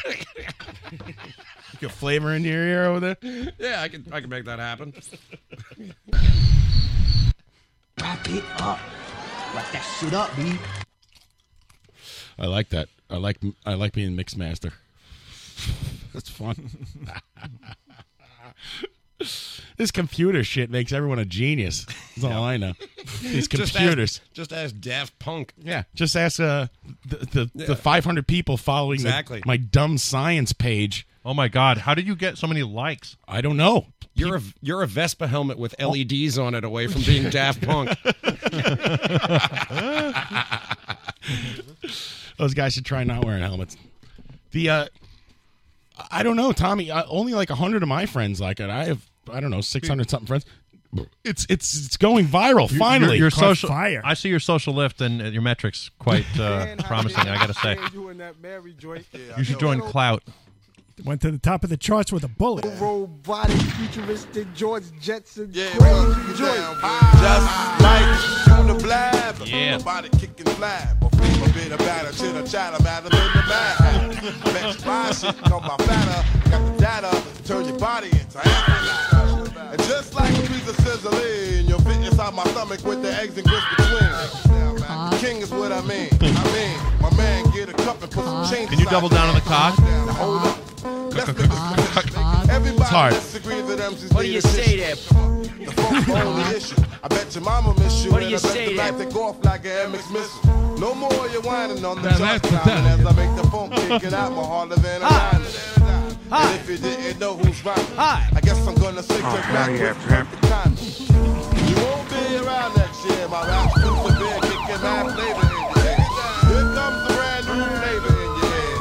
You got flavor into your ear over there?
Yeah, I can I can make that happen.
Wrap it up. Wrap that shit up, B.
I like that. I like I like being mixed master. That's fun. this computer shit makes everyone a genius. That's all I know. These
Just ask-
computers.
Just ask, Daft Punk.
Yeah, just ask uh, the the,
Yeah.
the 500 people following the-
Exactly.
my dumb science page.
Oh my god, how did you get so many likes?
I don't know.
You're a you're a Vespa helmet with
Oh.
LEDs on it away from being Daft Punk.
Those guys should try not wearing helmets. The uh, I don't know, Tommy. Uh, only like hundred of my friends like it. I have I don't know six hundred something friends. It's it's it's going viral.
Your-
finally,
your, your social. I see your social lift and uh, your metrics quite uh, promising. I gotta say,
You and that Mary joint. Yeah,
you should join Clout.
Went to the top of the charts with a bullet.
Robotic, futuristic George Jetson. Yeah,
Crazy
joint.
Just like shoot the blab.
Yeah.
Body kicking flab. A flip a bit of batter, shit a chatter, batter in the back. Best buy shit, on my fatter. Got the data, turn your body into appetite. And just like a piece of sizzling, you'll fit inside my stomach with the eggs and grits between.
Uh-huh.
King is what I mean. I mean, my man get a cup and put some
Uh-huh.
change.
Can you double down on the cock?
Now hold up. Let's look at Everybody
It's hard.
disagrees with MC's
What do you say Uh-huh.
leadership. The phone's the only issue. I bet your mama miss you.
What do you
and I bet
say
the
there?
life that go off like an MX missile. No more you whining on the
That
chalk
last
line.
battalion.
And as I make the phone kick it out, my harder than a lion. And if you didn't know who's rhyming, I guess I'm gonna stick to
Oh,
back with perfect timing. You won't be around next year. My rap's proof of beer kicking mad flavor in your head. Here comes the brand new flavor in your head.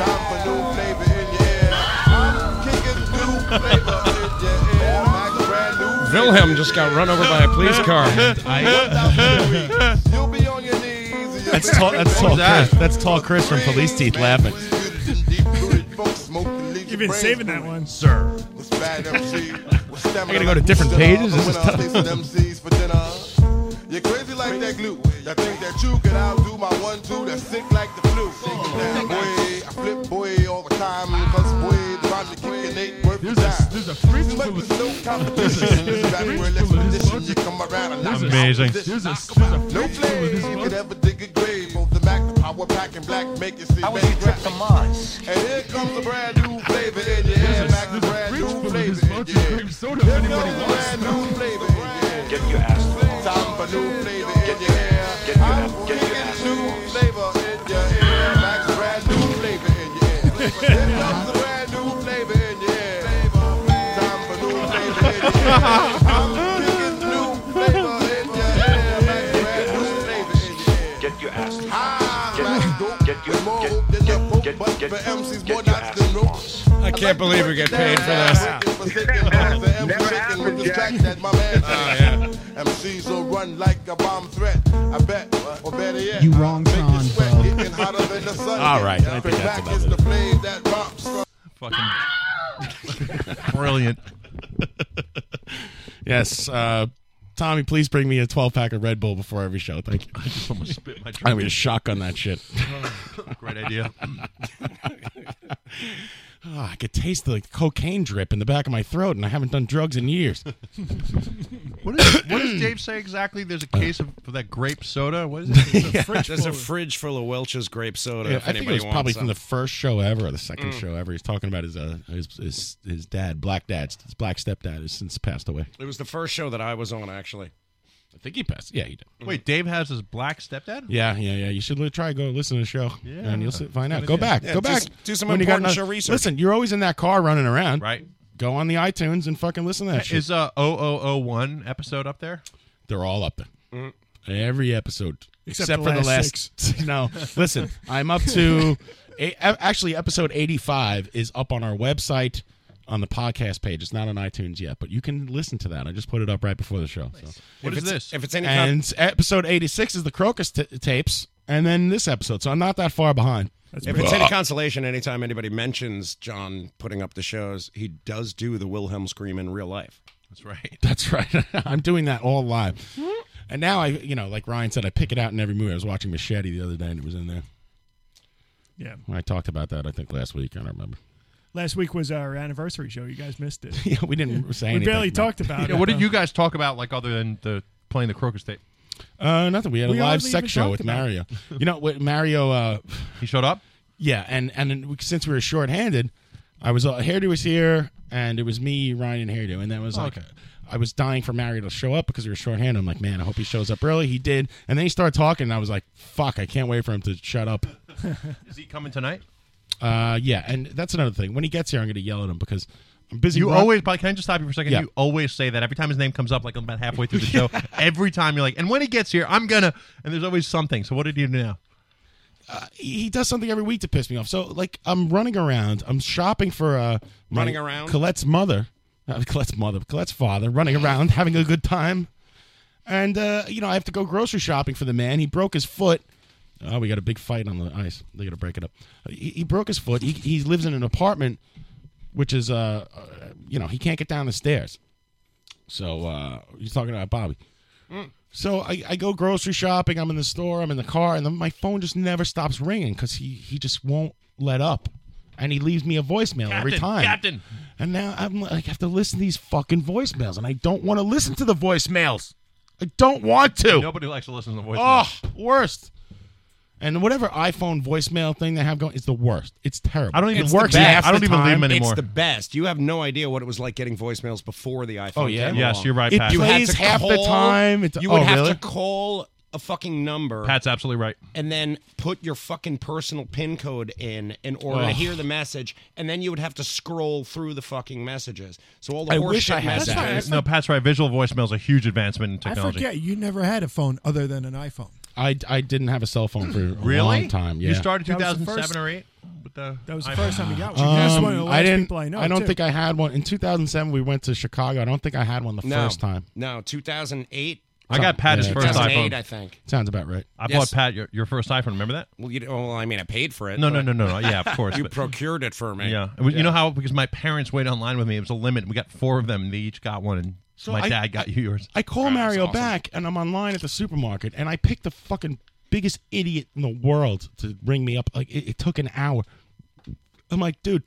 Time for new flavor in your head. I'm kicking new flavor in your head. Like brand new
Wilhelm just got run over by a police car.
That's tall. That's tall. Chris. That's tall. Chris from Police Teeth laughing.
You've been saving that one,
sir.
I
gotta go to different pages? This is tough.
for dinner. You're crazy like that glue. I think that you could outdo my one two that's sick like the flu. That boy, I flip boy all the time. Cause boy, the Roger King and Nate worth the time. There's a freeze full of no competition. This is right where expedition. You come around and knock me out.
Amazing.
This is No flame could ever dig a grave. On the Mac, the power pack and black make it see. I was trip to Mars. And here comes a brand new flavor in your air. Mac, a brand new flavor in your air. Soda if anybody wants. New flavor. Get your ass Time for new flavor in your air. Get your ass. Get your ass. New flavor in your air. Max brand new flavor in your air. Here comes a brand new flavor in your air. Time for new flavor in your air. I'm kicking new flavor in your air. Max brand new flavor in your air. Get your ass. Ah, Max dope. Get your more hope than the hope, but for MCs more knots than ropes.
I can't believe we get paid for this.
Ah, MCs will run like a bomb threat. I bet, or better yet,
You wrong, Sean.
getting hotter than the sun.
All right, I think that's
back
about
is
it.
the flame that romps from.
Fucking brilliant.
Yes. Uh, Tommy, please bring me a 12 pack of Red Bull before every show. Thank you. I
just almost spit my drink.
I'm going to shotgun that shit.
Great idea.
Ah, I could taste the like, cocaine drip in the back of my throat, and I haven't done drugs in years.
What, is, what does Dave say exactly? There's a case of for that grape soda. What is it? It's a fridge
There's
full
a
of-
fridge full of Welch's grape soda.
uh,
Yeah,
if
I think it
anybody
was probably
wants
from the
some.
first show ever or the second
Mm.
show ever. He's talking about his uh, his, his his dad, black dad, his black stepdad, has since passed away.
It was the first show that I was on, actually. Mm-hmm.
I think he passed. Yeah, he did.
Wait, Dave has his black stepdad.
Yeah, yeah, yeah. You should li- try go listen to the show,
Yeah.
and you'll sit, find
Good
out. Go
idea.
back,
Yeah,
go
do
back.
s- do some
When you got
important
another-
show research.
Listen, you're always in that car running around,
right?
Go on the iTunes and fucking listen to that shit.
Is uh 0001 episode up there?
They're all up there.
Mm.
Mm-hmm.
Every episode,
Except
except,
the
for
last
the last. no, listen, I'm up to a, actually episode 85 is up on our website on the podcast page. It's not on iTunes yet, but you can listen to that. I just put it up right before the show. So.
What If is it's- this? if it's any kind-
and episode 86 is the Crocus t- tapes, and then this episode. So I'm not that far behind.
if it's any consolation, anytime anybody mentions John putting up the shows, he does do the Wilhelm scream in real life.
That's right.
That's right. I'm doing that all live.
Hmm?
And now I, you know, like Ryan said, I pick it out in every movie. I was watching Machete the other day, and it was in there.
Yeah.
I talked about that, I think, last week. I don't remember.
Last week was our anniversary show. You guys missed it.
yeah, we didn't say
We
anything
barely
about
talked
it.
about
Yeah,
it.
what did you guys talk about, like other than the playing the crocus tape?
Uh, nothing. We had a
We
live
hardly
sex
even
show
talked
with
about
Mario.
it.
you know, what Mario. Uh,
he showed up.
Yeah, and and then we- since we were shorthanded, I was uh, hairdo was here, and it was me, Ryan, and hairdo, and that was
Oh,
like. I was dying for Mario to show up because we were shorthanded. I'm like, man, I hope he shows up early. He did, and then he started talking, and I was like, fuck, I can't wait for him to shut up.
Is he coming tonight?
Uh, yeah, and that's another thing. When he gets here, I'm going to yell at him because I'm busy.
You
run-
always, but can I just stop you for a second?
Yeah. Uh,
You always say that every time his name comes up, like about halfway through the show. Every time you're like, and when he gets here, I'm gonna. And there's always something. So what did you do now?
he does something every week to piss me off. So like I'm running around, I'm shopping for uh my-
Running around?
Colette's mother, not Colette's mother, Colette's father, running around having a good time, and uh, you know I have to go grocery shopping for the man. He broke his foot. Oh, we got a big fight on the ice. They got to break it up. He, he broke his foot. He, he lives in an apartment, which is uh, uh, you know, he can't get down the stairs. So uh, you're talking about Bobby. So I, I go grocery shopping. I'm in the store. I'm in the car, and then my phone just never stops ringing because he he just won't let up, and he leaves me a voicemail every
Captain,
time.
Captain.
And now I'm like, I have to listen to these fucking voicemails, and I don't want to listen to the voicemails. I don't want to.
Nobody likes to listen to the voice.
Oh, worst. And whatever iPhone voicemail thing they have going is the worst. It's terrible.
It's
It
the
works
best.
half the time.
It's the best. You have no idea what it was like getting voicemails before the iPhone.
Oh, yeah?
came
Yes,
along.
you're right,
It
Pat.
You had
plays
to
half the
call-
time. It's-
you would
oh,
have
really?
to call a fucking number.
Pat's absolutely right.
And then put your fucking personal pin code in in order to
Ugh.
hear the message, and then you would have to scroll through the fucking messages. So all the
I
horseshit
wish I had
messages.
that.
No, Pat's right. Visual voicemail is a huge advancement in
I
technology.
forget you never had a phone other than an iPhone.
I, I didn't have a cell phone for a
Really?
long time. Yeah.
You started
That was the
2007
first-
or 8 with the
That was the
iPhone.
first time we got one.
Um, I didn't.
people I know,
don't
too.
think I had one in 2007. We went to Chicago. I don't think I had one the
No.
first time.
No, 2008.
I got Pat his
Yeah,
first
2008,
iPhone.
I think.
Sounds about right.
I
Yes.
bought Pat your, your first iPhone. Remember that?
Well, you, well, I mean, I paid for it.
No, no,
but-
no, no, no. Yeah, of course.
you
but-
procured it for me.
Yeah. It was- You know how? Because my parents waited online with me. It was a limit. We got four of them. and They each got one, and
So
my
I-
dad got you yours.
I call
Wow, that's
Mario
awesome.
back, and I'm online at the supermarket, and I pick the fucking biggest idiot in the world to ring me up. Like it, it took an hour. I'm like, dude.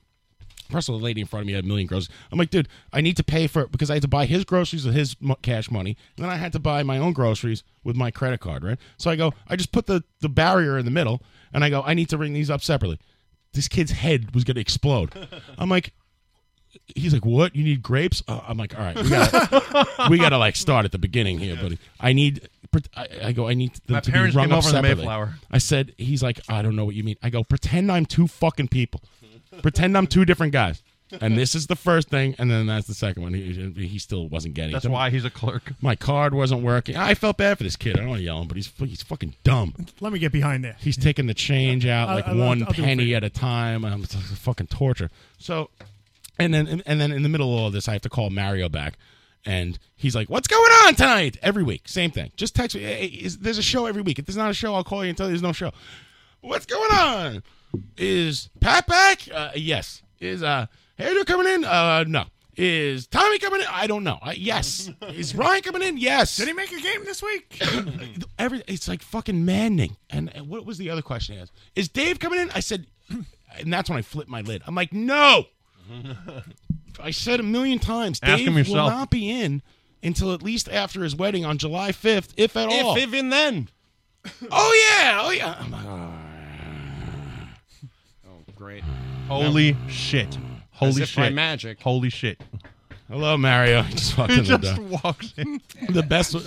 First of all, the lady in front of me had a million groceries. I'm like, dude, I need to pay for it because I had to buy his groceries with his mo- cash money, and then I had to buy my own groceries with my credit card, right? So I go, I just put the the barrier in the middle, and I go, I need to ring these up separately. This kid's head was gonna explode. I'm like, he's like, "What? You need grapes?" Uh, I'm like, "All right, we gotta, we gotta like start at the beginning here, buddy. I need." I, I go. I need them
My
to
parents
be rung
came
up
over in the
separately."
Mayflower.
I said, "He's like, I don't know what you mean." I go, "Pretend I'm two fucking people. Pretend I'm two different guys." And this is the first thing, and then that's the second one. He, he still wasn't getting. it.
That's why he's a clerk.
My card wasn't working. I felt bad for this kid. I don't want to yell him, but he's he's fucking dumb.
Let me get behind there.
He's taking the change out like
I'll- I'll-
one
I'll do it for
penny at a time. Um, it's like fucking torture. So, and then and, then in the middle of all this, I have to call Mario back, and he's like, "What's going on tonight?" Every week, same thing. Just text me. Hey, is, there's a show every week. If there's not a show, I'll call you and tell you there's no show. What's going on? Is Pat back? Uh, yes. Is uh Hairdo coming in? Uh, no. Is Tommy coming in? I don't know. Uh, yes. Is Ryan coming in? Yes.
Did he make a game this week?
Every it's like fucking maddening. And, and what was the other question? I asked? Is Dave coming in? I said, and that's when I flipped my lid. I'm like, no. I said a million times.
Ask
Dave
him
will
yourself.
not be in until at least after his wedding on July 5th, if at all.
If even then.
oh yeah, oh yeah. I'm like,
Oh, great.
Holy shit! Holy
As if
shit!
by magic.
Holy shit!
Hello, Mario. He just walked
He
in the
just
door.
walks in.
The best. wa-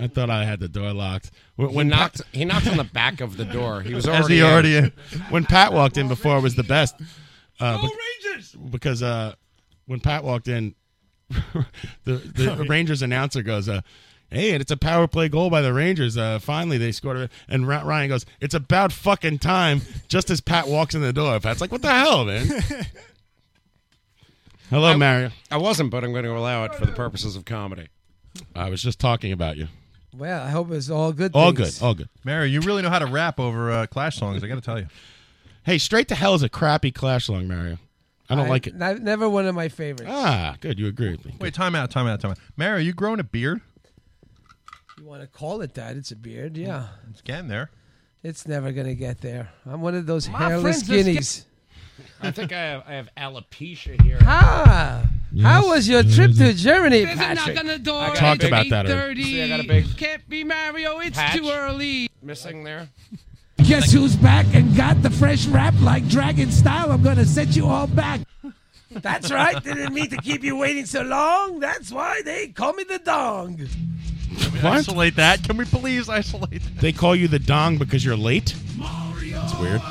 I thought I had the door locked. When, when
he
Pat-
knocked, he knocked on the back of the door. He was
As
already
he
in.
already in. When Pat walked in before it was the best. Uh, be- Because uh, when Pat walked in, the, the
Oh, yeah.
Rangers announcer goes, uh, "Hey, and it's a power play goal by the Rangers. Uh, finally, they scored it." And Ra- Ryan goes, "It's about fucking time." Just as Pat walks in the door, Pat's like, "What the hell, man?" Hello, Mario.
I wasn't, but I'm going to allow it for the purposes of comedy.
I was just talking about you.
Well, I hope it's all good.
All
things.
good. All good.
Mary, you really know how to rap over uh, Clash songs. I got to tell you.
Hey, straight to hell is a crappy Clash song, Mario. I don't like it.
n- never one of my favorites.
Ah, good. You agree with me.
Wait, time out, time out, time out. Mary, are you growing a beard?
You want to call it that? It's a beard. Yeah,
Mm, It's getting there.
it's never gonna get there. I'm one of those
My
hairless
friends just
guineas.
I think I have, I have alopecia here.
Ah, how was your trip to Germany,
There's a knock
Patrick?
on the door.
I talked
It's
about that already.
8:30.
See, I got a big
Can't be Mario. It's
patch.
too early.
Missing there.
Guess who's back and got the fresh rap like Dragon Style? I'm gonna set you all back.
That's right. Didn't mean to keep you waiting so long. That's why they call me the dong.
What?
Isolate that. Can we please isolate that?
They call you the dong because you're late. It's weird.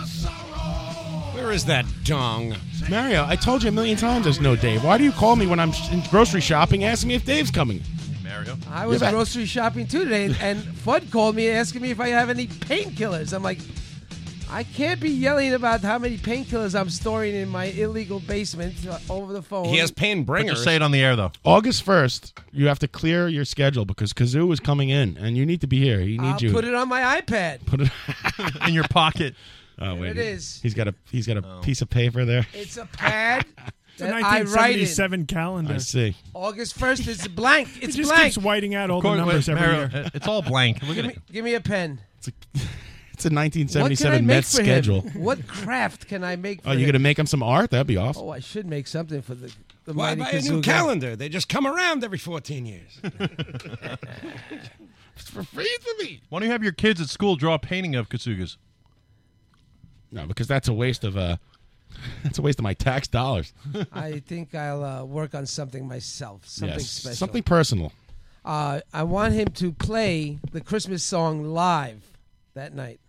Where is that dong?
Mario, I told you a million times there's no Dave. Why do you call me when I'm sh- in grocery shopping asking me if Dave's coming?
Mario.
I was
Yeah, but-
grocery shopping too today, and, and Fudd called me asking me if I have any painkillers. I'm like, I can't be yelling about how many painkillers I'm storing in my illegal basement uh, over the phone.
He has pain bringers.
Just say it on the air, though.
August 1st, you have to clear your schedule because Kazoo is coming in and you need to be here. He
I'll
needs you.
put it on my iPad.
Put it
in your pocket. Oh.
Oh,
There
wait.
it is.
He's got a he's got a piece of paper there.
It's a pad.
It's a
that I write in.
1977 calendar.
I see.
August 1st is blank. It's
just
blank.
keeps whiting out all
Course,
the numbers every
Mario,
year.
uh, It's all blank. Look at
give,
it.
me, give me a pen.
It's a
What can I
1977
make
Mets
for
schedule.
him? What craft can I make for
Oh, you're
him?
going to make him some art? That'd be awesome.
Oh, I should make something for the, the
Why
mighty
buy a new
Kazoo guy.
calendar? They just come around every 14 years.
It's for free for me.
Why don't you have your kids at school draw a painting of Kasugas?
No, because that's a waste of uh that's a waste of my tax dollars.
I think I'll uh, work on something myself. Something
yes.
special.
Something personal.
Uh, I want him to play the Christmas song live that night.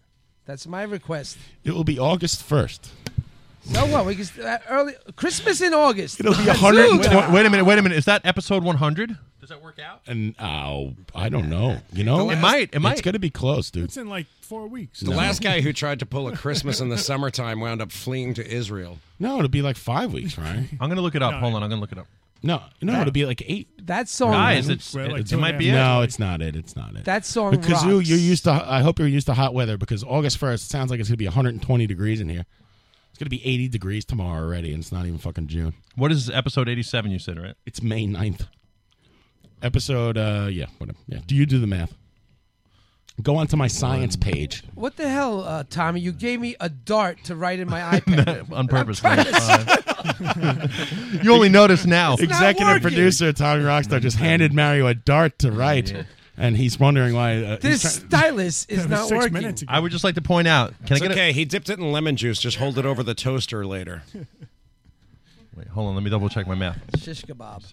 That's my request.
It will be August 1st.
So what? We can uh, early Christmas in August.
It'll be
Kazoo
120
guy.
Wait a minute. Wait a minute. Is that episode 100? Does that work out?
And oh, I don't know. You know,
It might, it
Oh, It's
might.
gonna be close, dude.
It's in like four weeks.
The last guy who tried to pull a Christmas in the summertime wound up fleeing to Israel.
No, it'll be like five weeks, right?
I'm gonna look it up. Hold on, I'm gonna look it up.
No, no, it'll be like eight.
That song-
Guys, it's- We're like it- it two and a might half be it.
No, it's not it. It's not it.
That song
because you
rocks.
you're used to. I hope you're used to hot weather because August first it sounds like it's gonna be 120 degrees in here. It's gonna be 80 degrees tomorrow already, and it's not even fucking June.
What is episode 87? You said right?
It's May 9th. Episode. uh Yeah, whatever. Yeah. Do you do the math? Go onto my science page.
What the hell, uh, Tommy? You gave me a dart to write in my iPad
On purpose,
I'm trying
man.
to-
You only notice
now. It's not
Executive
working.
producer Tommy Rockstar just handed Mario a dart to write, and he's wondering why. Uh, he's
This
try-
stylus is
was
not
six
working.
minutes
I would just like to point out. Can
it's
I get
okay. He dipped it in lemon juice. Just hold it over the toaster later.
a? Wait, hold on. Let me double check my math.
Shish kebab.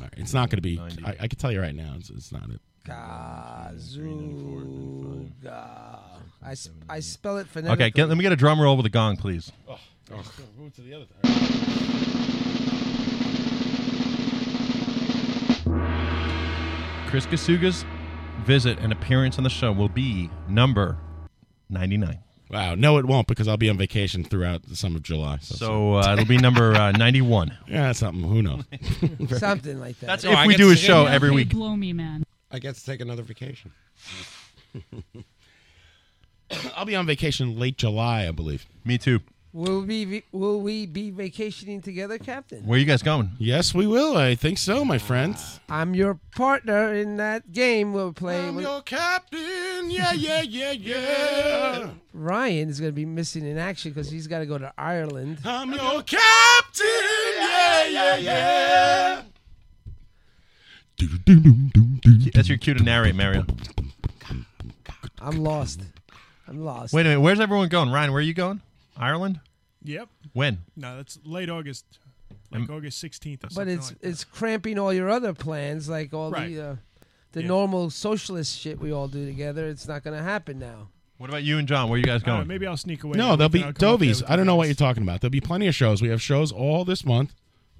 All right, it's not going to be. I, I can tell you right now, it's, it's not it.
Kazuga. I, s- I spell it phonetically.
Okay, get, let me get a drum roll with a gong, please.
Oh, oh.
Chris Kasuga's visit and appearance on the show will be number 99.
Wow, no, it won't because I'll be on vacation throughout the summer of July. So,
So uh, it'll be number uh, 91.
yeah, that's something. Who knows?
Something like that.
That's if we do a show every week.
Blow me, man.
I get to take another vacation.
I'll be on vacation late July, I believe.
Me too.
Will we be, will we be vacationing together, Captain?
Where are you guys going?
Yes, we will. I think so, my friends.
I'm your partner in that game we're playing. with-
captain. Yeah, yeah, yeah, yeah.
Ryan is going to be missing in action because he's got to go to Ireland.
I'm your captain.
Yeah, yeah, yeah.
That's your cue to narrate, Mario.
I'm lost. I'm lost.
Wait a minute. Where's everyone going? Ryan, where are you going? Ireland?
Yep.
When?
No, that's late August, like August sixteenth.
But it's it's cramping all your other plans, like all
Right.
the uh, the
Yeah.
normal socialist shit we all do together. It's not going to happen now.
What about you and John? Where are you guys going?
Uh, maybe I'll sneak away.
No, there'll be
I'll uh, come up there
Dovies.
with
I don't know what you're talking about. There'll be plenty of shows. We have shows all this month,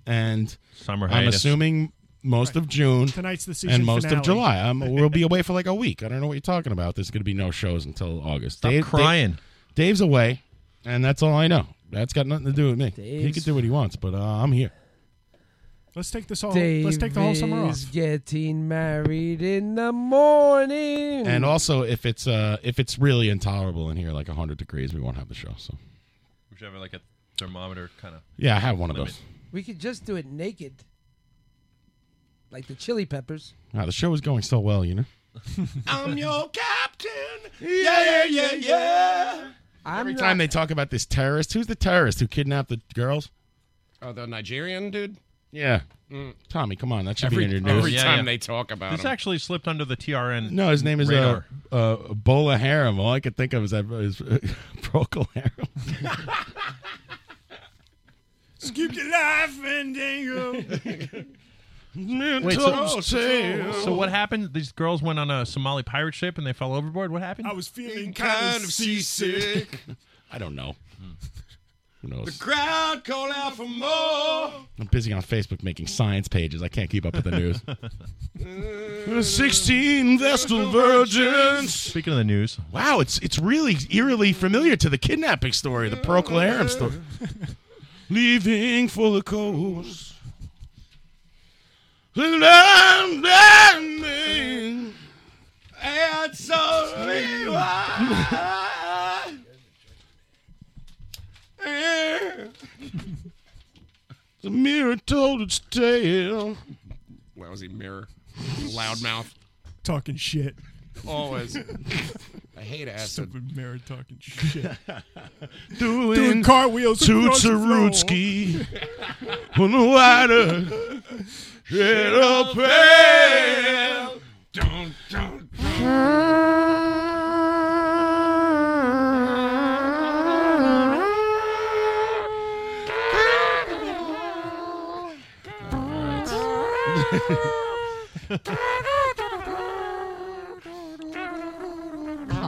and
Summer
I'm
hiatus.
assuming most of June.
Tonight's the season
and most
finale.
of July. Um, we'll be away for like a week. I don't know what you're talking about. There's going to be no shows until August.
Stop crying.
Dave's away, and that's all I know. That's got nothing to do with me. He
Dave's-
can do what he wants, but uh, I'm here.
Let's take this whole.
Dave
Oh, let's take the whole summer off.
is getting married in the morning.
And also, if it's uh, if it's really intolerable in here, like 100 degrees, we won't have the show. So
We should have like a thermometer kind of.
yeah, I have one of those.
we could just do it naked, like the Chili Peppers.
Wow, the show is going so well, you know.
I'm your captain. Yeah, yeah, yeah, yeah.
Every time they talk about this terrorist, who's the terrorist who kidnapped the girls?
Oh, the Nigerian dude.
Yeah,
Mm.
Tommy, come on, that should
Every-
be in your news.
every time they talk about
This
him.
actually slipped under the TRN.
No, his name is uh,
radar.
uh, Bola Harem. All I could think of is that is uh, Procol Harum.
Scoop your life, Fandango.
Wait, so, so, so what happened? These girls went on a Somali pirate ship and they fell overboard. What happened?
I was feeling
Kind of seasick.
Oh.
I don't know. Who
The
knows?
crowd call out for more.
I'm busy on Facebook making science pages. I can't keep up with the news.
We're 16 Vestal Virgins.
Speaking of the news,
wow, it's it's really eerily familiar to the kidnapping story, the Procol Harum story.
Leaving for the coast. And I'm landing. And so we are.
The mirror told its tale.
Lousy mirror. Loudmouth.
talking shit.
Always. I hate acid.
Stupid mirror talking shit.
Doing,
Doing cartwheels
to
across the floor.
Tsarutsky on the water. Shit up pale. Dun, dun,
Skip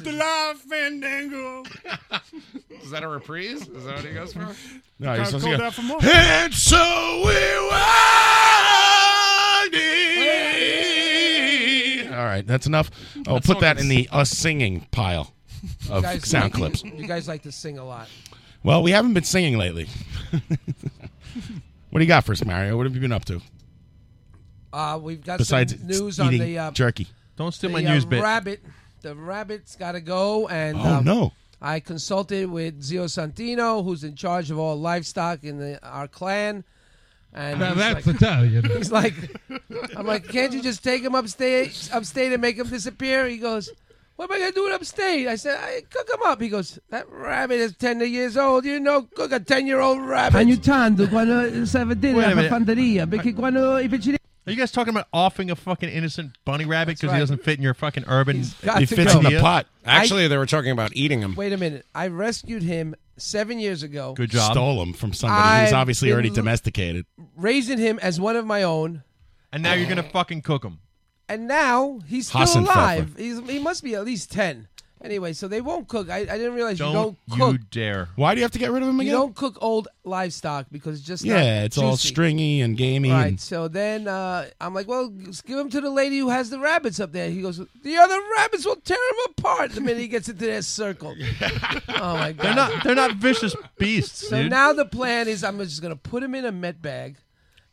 the live Fandango.
Is
that a reprise? Is that what he goes for?
No,
Kinda
he's supposed
called
to
out for
go,
more.
and so we Ah! were. All right, that's enough. I'll
That
put that
song
in
is-
the us singing pile
You
of
guys
sound
like-
clips.
You guys like to sing a lot.
Well, we haven't been singing lately. what do you got for us, Mario? What have you been up to?
Uh, we've got
Besides
some news on
eating
the uh,
jerky.
Don't steal
the,
my news
uh,
bit.
Rabbit, the rabbit's got to go, and
Oh,
um,
no.
I consulted with Zio Santino, who's in charge of all livestock in the, our clan. And
Now
he's
that's
like-
Italian.
He's like, I'm like, can't you just take him upstate, upstate and make him disappear? He goes, what am I gonna do with upstate? I said, I cook him up. He goes, that rabbit is ten years old. You know, cook a ten year old rabbit.
Ogni tanto quando sa vedere
Wait a
la
minute.
fanteria perché quando i vicini
Are you guys talking about offing a fucking innocent bunny rabbit because
right.
he doesn't fit in your fucking urban?
got He to fits go. in the pot.
Actually, they were talking about eating him.
Wait a minute. I rescued him seven years ago.
Good job.
Stole him from somebody who's
I've
obviously
been
already
l-
domesticated.
Raising him as one of my own.
And now you're gonna fucking cook him.
And now he's still
Hassenpfeffer.
alive. He's, he must be at least 10. Anyway, so they won't cook. I, I didn't realize you
Don't
don't
you,
cook.
dare!
Why do you have to get rid of him
You
again?
don't cook old livestock because it's just not
yeah, it's all
juicy.
stringy and gamey.
Right.
and-
So then uh, I'm like, well, just give him to the lady who has the rabbits up there. He goes, the other rabbits will tear him apart the minute he gets into their circle. oh my god.
They're not. They're not vicious beasts,
So
dude.
now the plan is I'm just gonna put him in a met bag,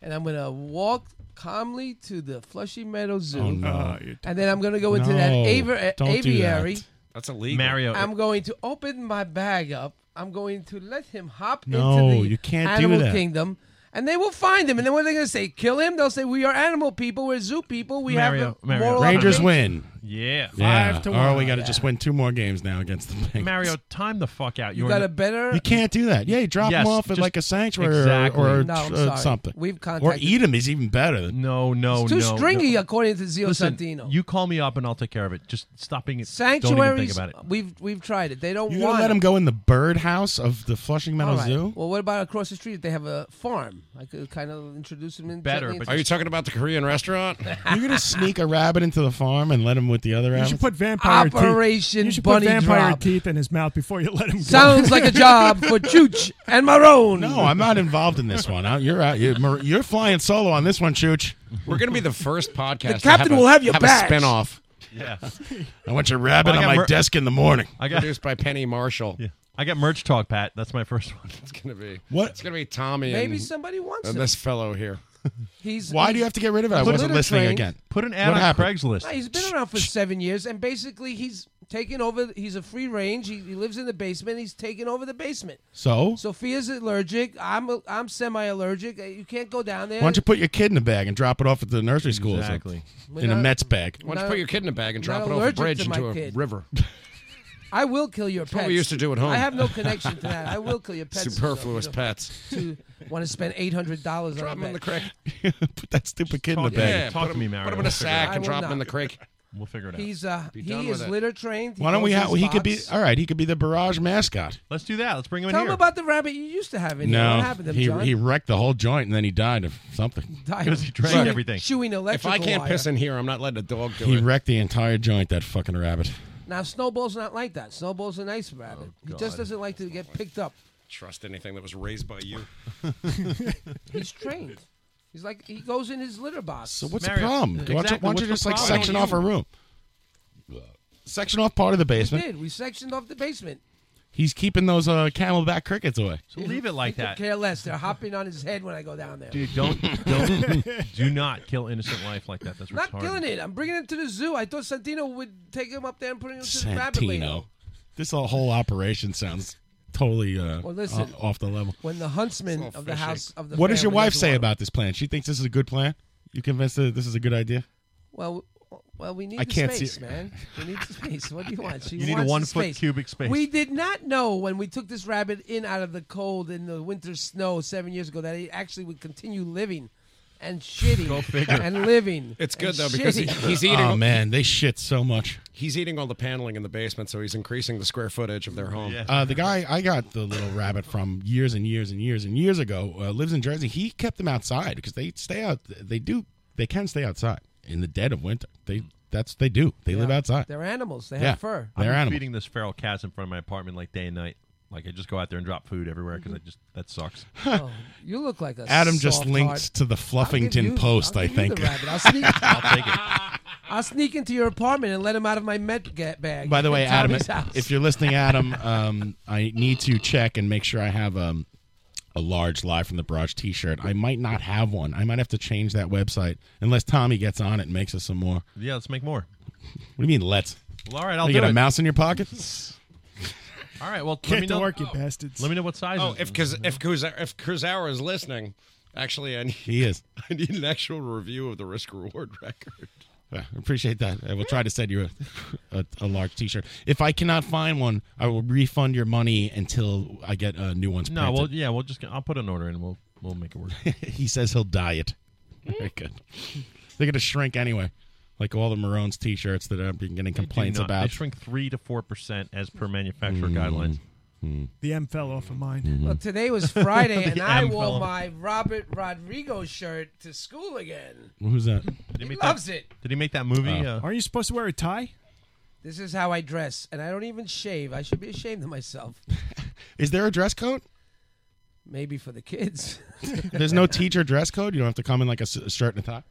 and I'm gonna walk calmly to the Flushy Meadow Zoo,
Oh, no. You're
and then I'm gonna go into that
No,
aver-
don't do
aviary.
that. That's illegal. Mario,
I'm going to open my bag up. I'm going to let him hop
No,
into the
you can't do
animal
that.
kingdom. And they will find him. And then what are they going to say? Kill him? They'll say, We are animal people. We're zoo people. We have a moral
Rangers
obligation."
win.
Yeah.
yeah.
Five to
Or
one.
we got to just
Yeah.
win two more games now against the Bengals.
Mario, time the fuck out.
You
You're
got
in
a
the-
better.
You can't do that. Yeah, you drop
Yes,
them off at
just-
like a sanctuary or-
exactly.
or,
No, I'm
or
sorry.
something.
We've
or
contacted-
eat them is even better.
No, no,
It's too
no,
stringy,
no.
according to Zio
Listen,
Santino.
You call me up and I'll take care of it. Just stopping it. Don't even
Sanctuaries.
think about it.
We've we've tried it. They don't
You're
want.
gonna let them go in the birdhouse of the Flushing
All
Meadow
right.
Zoo?
Well, what about across the street? They have a farm. I could kind of introduce them in
Better,
gently
but
into-
are you talking about the Korean restaurant?
You're gonna sneak a rabbit into the farm and let him with the other
You
rabbits?
should put vampire
Operation
teeth. You should
Bunny
put vampire
Drop.
teeth in his mouth before you let him.
Sounds
go.
like a job for Chooch and Marone.
No, I'm not involved in this one. I- You're out. You're, Mar- you're flying solo on this one, Chooch.
We're gonna be the first podcast.
The
to
captain
have a,
will have your
have
badge.
a spinoff.
Yeah.
I want your rabbit on my desk in the morning.
I got
produced by Penny Marshall.
I got merch talk, Pat. That's my first one.
It's gonna be
What?
It's gonna be Tommy.
Maybe
and-
somebody wants
and
him.
this fellow here.
He's
Why do you have to get rid of it? I
Put-
wasn't
litter
listening
trained.
again.
Put an ad
What
on
happened?
Craigslist.
No, he's been around for seven years, and basically he's taken over. He's a free range. He, he lives in the basement. He's taken over the basement.
So?
Sophia's allergic. I'm a, I'm semi-allergic. Uh, You can't go down there.
Why don't you put your kid in a bag and drop it off at the nursery school? or something?
We're
In a
not-
Mets bag.
Why don't you
Not-
put your kid in a bag and
not
drop it off a
allergic
bridge
to my
into a
kid.
river?
I will kill your pets.
what we used to do at home.
I have no connection to that. I will kill your pets.
Superfluous pets.
Want to spend eight hundred dollars on a
Drop 'em in
pet.
the creek.
put that stupid kid in
talk-
the bag.
yeah, Talk put to him- me, Mario.
Put him in
We'll
a
figure it
sack
out.
and
I
drop
will
him in the
not.
creek.
We'll figure it out.
He's uh,
Be done
he
with
is
it.
litter trained. He
Why don't we
goes
have?
in his
He could be
box.
all right. He could be the barrage mascot.
Let's do that. Let's bring him
Tell
in
him
here.
about the rabbit you used to have in here. What
No,
happened to him,
he
John?
he wrecked the whole joint and then he died of something.
Died
Because he
of
drank
chewing-
everything.
Chewing
If
electrical
I can't
wire.
piss in here, I'm not letting a dog do
He
it.
wrecked the entire joint. That fucking rabbit.
Now Snowball's not like that. Snowball's a nice rabbit. he
Oh, God.
just doesn't like to get picked up.
Trust anything that was raised by you.
He's trained. He's like he goes in his litter box.
So what's the problem? Why don't you,
Exactly,
why don't you
what's the
just like
problem?
section
Why
off a
don't you-
room? Section off part of the
We
basement.
did. We sectioned off the basement.
He's keeping those uh, camelback crickets away.
So leave it
I
like
could
that.
care less. They're hopping on his head when I go down there.
Dude, don't, don't, do not kill innocent life like that. That's
Not
retarded.
killing it. I'm bringing him to the zoo. I thought Santino would take him up there and put him to the rabbit lane.
Santino. This whole operation sounds totally uh,
Well, listen.
o- off the level.
When the huntsman of the house of the
What does your
family
wife
doesn't
say
want him.
about this plan? She thinks this is a good plan. You convinced her that this is a good idea?
Well, well, we need
I
the
can't see
space,
it.
man. We need the space. What do you want? She
You need a
wants the
one-foot
space.
cubic space.
We did not know when we took this rabbit in out of the cold in the winter snow seven years ago that he actually would continue living and shitting and living.
It's good
and
though because he,
shitting.
he's eating.
Oh man, they shit so much.
He's eating all the paneling in the basement, so he's increasing the square footage of their home.
Uh, the guy I got the little rabbit from years and years and years and years ago uh, lives in Jersey. He kept them outside because they stay out. They do. They can stay outside in the dead of winter. They that's they do. They live outside.
They're animals. They
Yeah.
have fur.
They're
I'm
animals.
feeding this feral cats in front of my apartment like day and night. Like I just go out there and drop food everywhere
Mm-hmm.
because I just that sucks.
Oh, you look like a
Adam just
soft
linked
heart.
to the Fluffington
I'll give you-
Post,
I'll
I
give you the
think.
rabbit. I'll sneak,
I'll take it.
I'll sneak into your apartment and let him out of my med get bag.
By the way,
at
Adam,
Tommy's house.
if you're listening, Adam, um, I need to check and make sure I have um, a large live from the barrage T-shirt. I might not have one. I might have to change that website unless Tommy gets on it and makes us some more.
Yeah, let's make more.
What do you mean? Let's.
Well, all right, I'll
you got
do
a
it.
mouse in your pocket.
All right, well,
Get
let me
to
know. oh.
work, you bastards.
Let me know what size.
Oh, if Kaz- if Kuzawa, if Kuzawa is listening, actually, I need,
He is.
I need an actual review of the risk reward record.
Uh, appreciate that. I will try to send you a, a, a large T-shirt. If I cannot find one, I will refund your money until I get uh, new ones.
No,
printed.
well, yeah, we'll just I'll put an order and we'll we'll make it work.
he says he'll dye it.
Hmm.
Very good. They're gonna shrink anyway, like all the Maroons T-shirts that I've been getting complaints
Do not- They
about. Mm-hmm.
shrink three to four percent as per manufacturer guidelines.
The M fell off of mine.
Well, today was Friday, and
The
I
M
wore
fell.
my Robert Rodrigo shirt to school again.
Who's that?
He
make
loves
that,
it.
Did he make that movie?
Oh.
uh,
Aren't you supposed to wear a tie?
This is how I dress, and I don't even shave. I should be ashamed of myself.
Is there a dress code?
Maybe for the kids.
There's no teacher dress code. You don't have to come in like a, s- a shirt and a tie.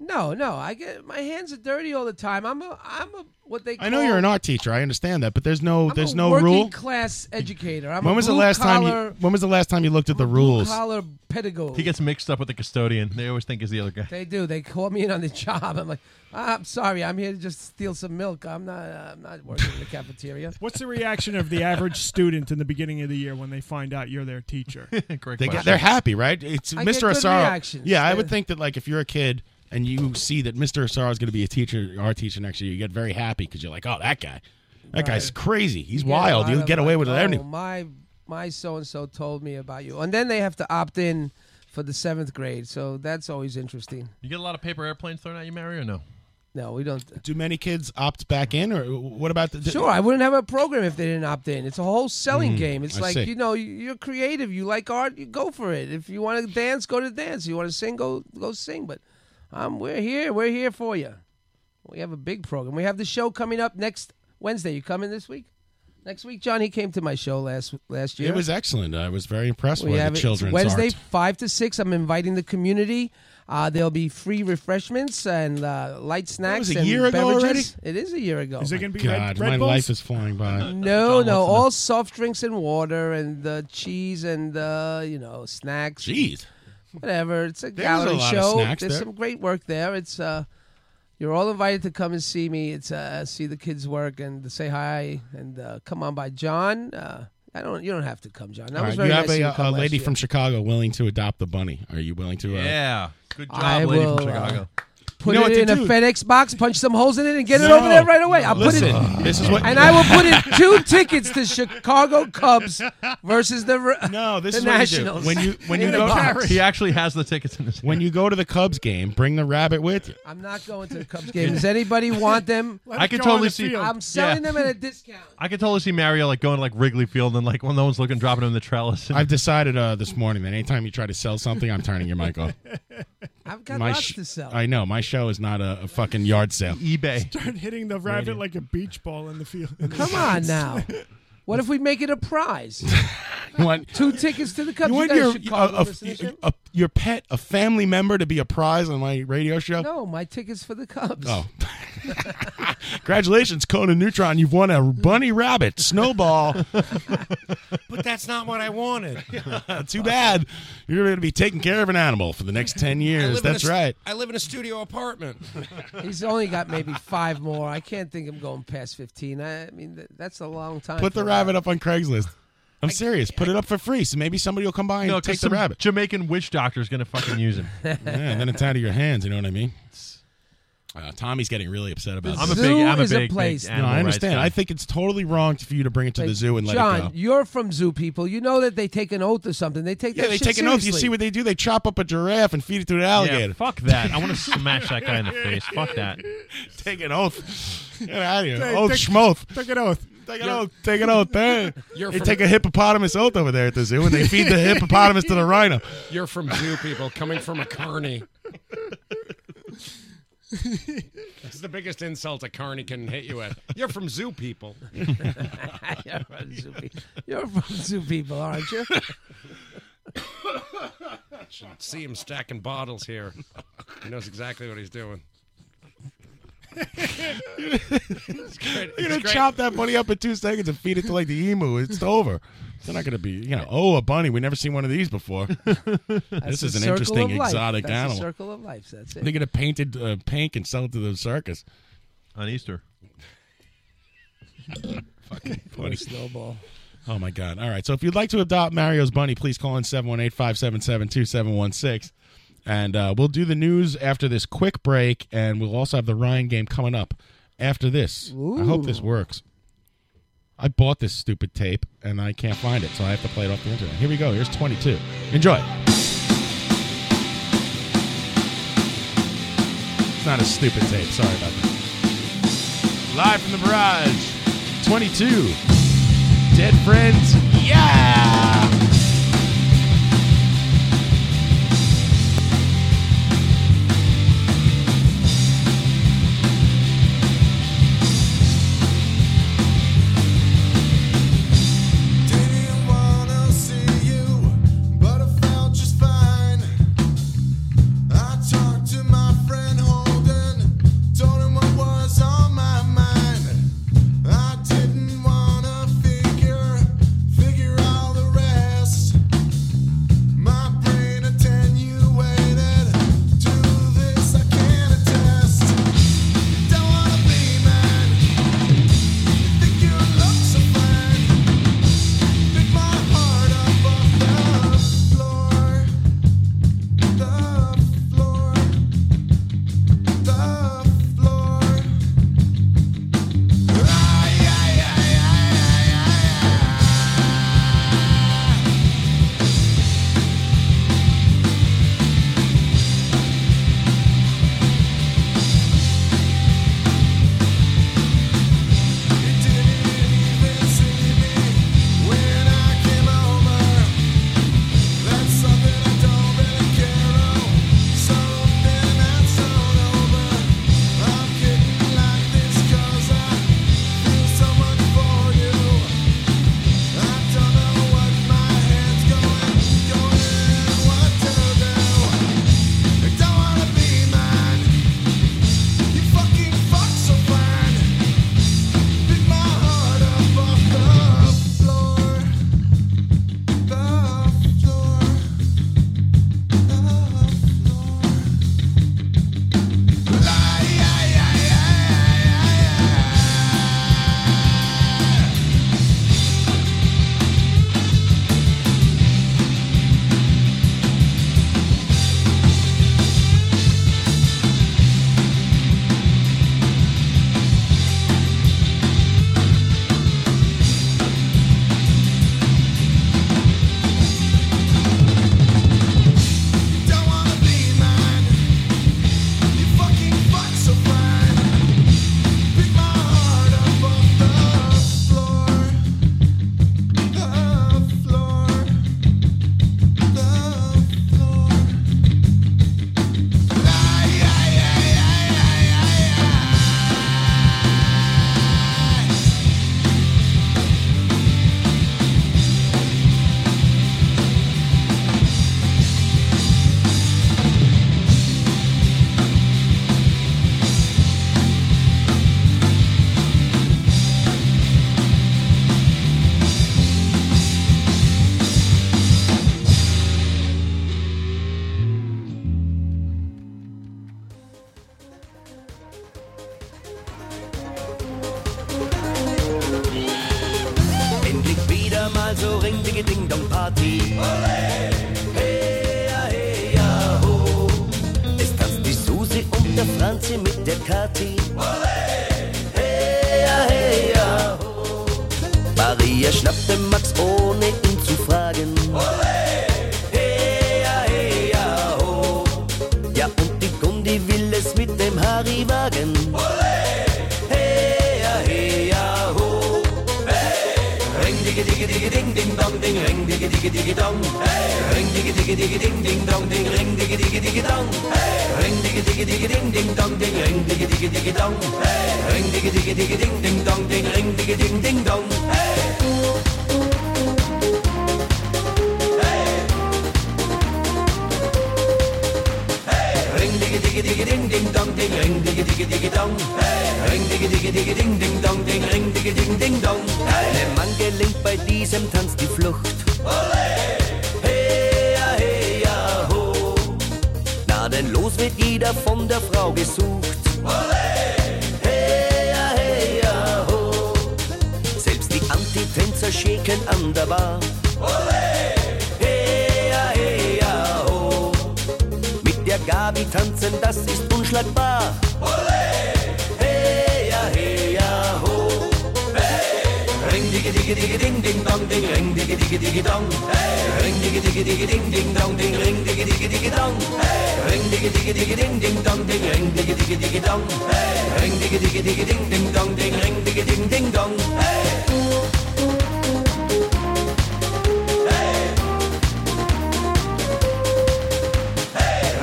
No, no. I get my hands are dirty all the time. I'm a, I'm a what they. Call,
I know you're an art teacher. I understand that, but there's no,
I'm
there's
a
no
working
rule.
class educator. I'm
when
a
was the
blue
last
collar,
time you? When was the last time you looked at the rules?
Collar pedagogue.
He gets mixed up with the custodian. They always think he's the other guy.
They do. They call me in on the job. I'm like, "Ah, I'm sorry. I'm here to just steal some milk. I'm not. Uh, I'm not working in the cafeteria.
What's the reaction of the average student in the beginning of the year when they find out you're their teacher?
They get, they're happy, right? It's
I get
Mr.
good
Asaro.
reactions.
Yeah, I
They're-
would think that like if you're a kid and you see that Mr. Asaro is going to be a teacher, our teacher next year, you get very happy because you're like, oh, that guy, that
Right.
guy's crazy. He's
You get a
wild.
lot
He'll
of
get away
like,
with
oh,
anything.
My my so and so told me about you, and then they have to opt in for the seventh grade. So that's always interesting.
You get a lot of paper airplanes thrown at you, Mary, or no?
No, we don't.
Do many kids opt back in, or what about the?
Sure, I wouldn't have a program if they didn't opt in. It's a whole selling
Mm,
game. It's
I
like
see.
you know, you- you're creative. You like art, you go for it. If you want to dance, go to dance. You want to sing, go go sing. But um, we're here. We're here for you. We have a big program. We have the show coming up next Wednesday. You coming this week? Next week, Johnny came to my show last last year.
It was excellent. I was very impressed
We
with
have it-
the
it's
children's
Wednesday,
art.
five to six. I'm inviting the community. Uh, there'll be free refreshments and uh, light snacks.
was a
and
year ago
beverages.
already?
It is a year ago.
Is it gonna be Red- God, Red my Bulls? life is flying
No,
by. John
no,
wants to
all soft drinks and water and uh, cheese and uh, you know snacks.
Jeez.
whatever. It's a
There's
gallery
a lot of
show.
snacks
There's
there.
some great work there. It's uh, you're all invited to come and see me. It's uh, see the kids work and to say hi and uh, come on by, John. Uh, I don't. You don't have to come, John. That
All
was very
right, you have
nice of you to
a,
come
a
last
lady
year.
from Chicago willing to adopt the bunny. Are you willing to? Uh,
Yeah. Good job,
I
lady
will,
from Chicago.
uh, Put
You know
it in
what to
a
do.
FedEx box, punch some holes in it, and get it
No.
over there right away. I'll put
Listen,
it.
this is what-
and I will put in two tickets to Chicago Cubs versus the no,
this
the
is what you do.
Nationals.
When you when you
in a
go,
box.
actually has the tickets in his. When you go to the Cubs game, bring the rabbit with you.
I'm not going to the Cubs game. Does anybody want them?
Let I it could go on totally the see- field.
I'm selling
Yeah.
them at a discount.
I could totally see Mario like going to, like Wrigley Field and like when no one's looking, dropping him in the trellis.
I've decided uh, this morning that anytime you try to sell something, I'm turning your mic off.
I've got
My
lots
sh-
to sell.
I know my show is not a, a fucking yard sale.
eBay.
Start hitting the rabbit like a beach ball in the field.
Come on now. What if we make it a prize?
You want,
Two tickets to the Cubs.
you want
guys
your
should
a,
call
a-
the listenership.
a- your pet, a family member, to be a prize on my radio show?
No, my tickets for the Cubs.
Oh. Congratulations, Conan Neutron! You've won a bunny rabbit snowball.
But that's not what I wanted.
Too bad you're going to be taking care of an animal for the next ten years.
live in a
That's
s-
right.
I live in a studio apartment.
He's only got maybe five more. I can't think I'm going past 15. I, I mean, th- that's a long time.
Put
for
the
a
rabbit up on Craigslist. I'm serious. Put it up for free, so maybe somebody will come by and
No, 'cause
take the
some
rabbit.
Jamaican witch doctor's gonna fucking use him.
yeah, and then it's out of your hands. You know what I mean? Uh, Tommy's getting really upset about.
The
this.
I'm a big- zoo I'm a is a big- big place-
No,
animal
I
rights
understand.
guy.
I think it's totally wrong for you to bring it to the zoo and let
John,
it go.
you're from zoo people. You know that they take an oath or something. They take
Yeah,
that
they
shit
take an oath. You
seriously.
see what they do? They chop up a giraffe and feed it to an alligator.
fuck that. I want to smash that guy in the face. Fuck that.
Take an oath. Get out of here.
Hey,
oath
take-
schmoth.
Take an oath.
Take an oath. Take an oath there.
You're
They
from-
take a hippopotamus oath over there at the zoo, and they feed the hippopotamus to the rhino.
You're from zoo people coming from a carny. It's the biggest insult a carny can hit you with. You're from zoo people.
You're from zoo people. You're from zoo people, aren't you?
Should see him stacking bottles here. He knows exactly what he's doing. It's great.
You're
It's
gonna
great.
chop that bunny up in two seconds and feed it to like the emu. It's over. They're not gonna be, you know, oh, a bunny. We never seen one of these before.
That's
this
the
is an
circle
interesting
of life.
exotic
That's the
animal.
circle of life. That's it.
They're gonna paint it uh, pink and sell it to the circus
on Easter.
Fucking
Poor
bunny.
snowball.
Oh my God! All right. So if you'd like to adopt Mario's bunny, please call in 718-577-2716. and uh, we'll do the news after this quick break, and we'll also have the Ryan game coming up after this. I hope this works. I bought this stupid tape and I can't find it, so I have to play it off the internet. Here we go. Here's 22. Enjoy. It's not a stupid tape. Sorry about that. Live from the barrage, 22. Dead Friends, yeah!
Didn't wanna see you, but I felt just fine. I talked to my friend Holden, told him what was on my mind. I didn't wanna figure, figure all the rest. My brain attenuated to this I can attest. Don't wanna be man. You think you look so fine. Pick my heart up off the floor, the floor, the floor. Ay, ay, ay, ay, ay, ay. You didn't even see me when I came over. That's something I don't really care about. Something that's all over. I'm getting like this 'cause I feel so much for you. I don't know what my head's going, going, and what to do. I don't wanna be mine. You fucking fuck so fine. Pick my heart up off the floor. Don't wanna be mine. You fucking fuck so fine. Pick my heart up off the floor, the floor, the floor. Ay, ay, ay, ay, ay, ay, ay.
Endlich wieder mal so Ring Ding Ding Dong Party. Hey, ja, hey, ja, ho. Es tanzt die Susi und der Franzi mit der Kathi. Hey, ja, hey, ja, ho. Maria schnappte Max ohne ihn zu fragen. Hey, ja, hey, ja, ho. Ja, und die Gundi will es mit dem Harry wagen. Hey, ja, hey, ja, ho. Ring, digge, digge, digge, ding, ding, dong, ding, ring, digge, digga digga digga dong. Hey. Ring digga digga digga ding ding dong ding ring digga digga digga dong. Hey. Ring digga digga digga ding ding dong ding ring digga digga digga dong. Hey. Ring digga digga digga ding ding dong ding ring digga ding ding dong. Hey. Hey. Ring digga digga digga ding ding dong ding ring digga digga digga dong. Hey. Ring digga digga digga ding ding dong ding ring digga ding ding dong. Einem Mann gelingt bei diesem Tanz die Flucht. Ole! Hea, hea, ho. Na denn los wird jeder von der Frau gesucht. Ole! Hea, hea, ho. Selbst die Antitänzer schäken an der Bar. Ole! Hea, hea, ho. Mit der Gabi tanzen, das ist unschlagbar. Ole! Hey, ja, hey, ja, ho. Hey. Ring, digge, digge, digge, ding, ding, dong, ding, ring, digge, digge, digge, dong. Hey. Ring, digge, digge, digge, ding, ding, dong, ding, ring, digge, digge, digge, dong. Hey. Ring, digge, digge, digge, ding, ding, dong, ding, ring, digge, digge, digge, dong. Hey. Ring, digge, digge, digge, ding, ding, dong, ding, ring, digge, ding, ding, dong. Hey.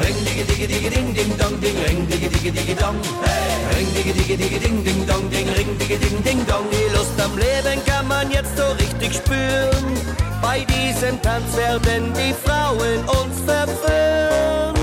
Ring digga digga digga ding ding dong ding ring digga digga digga dong hey. Ring digga digga digga ding ding dong ding ring digga ding ding dong Die Lust am Leben kann man jetzt so richtig spüren Bei diesem Tanz werden die Frauen uns verführen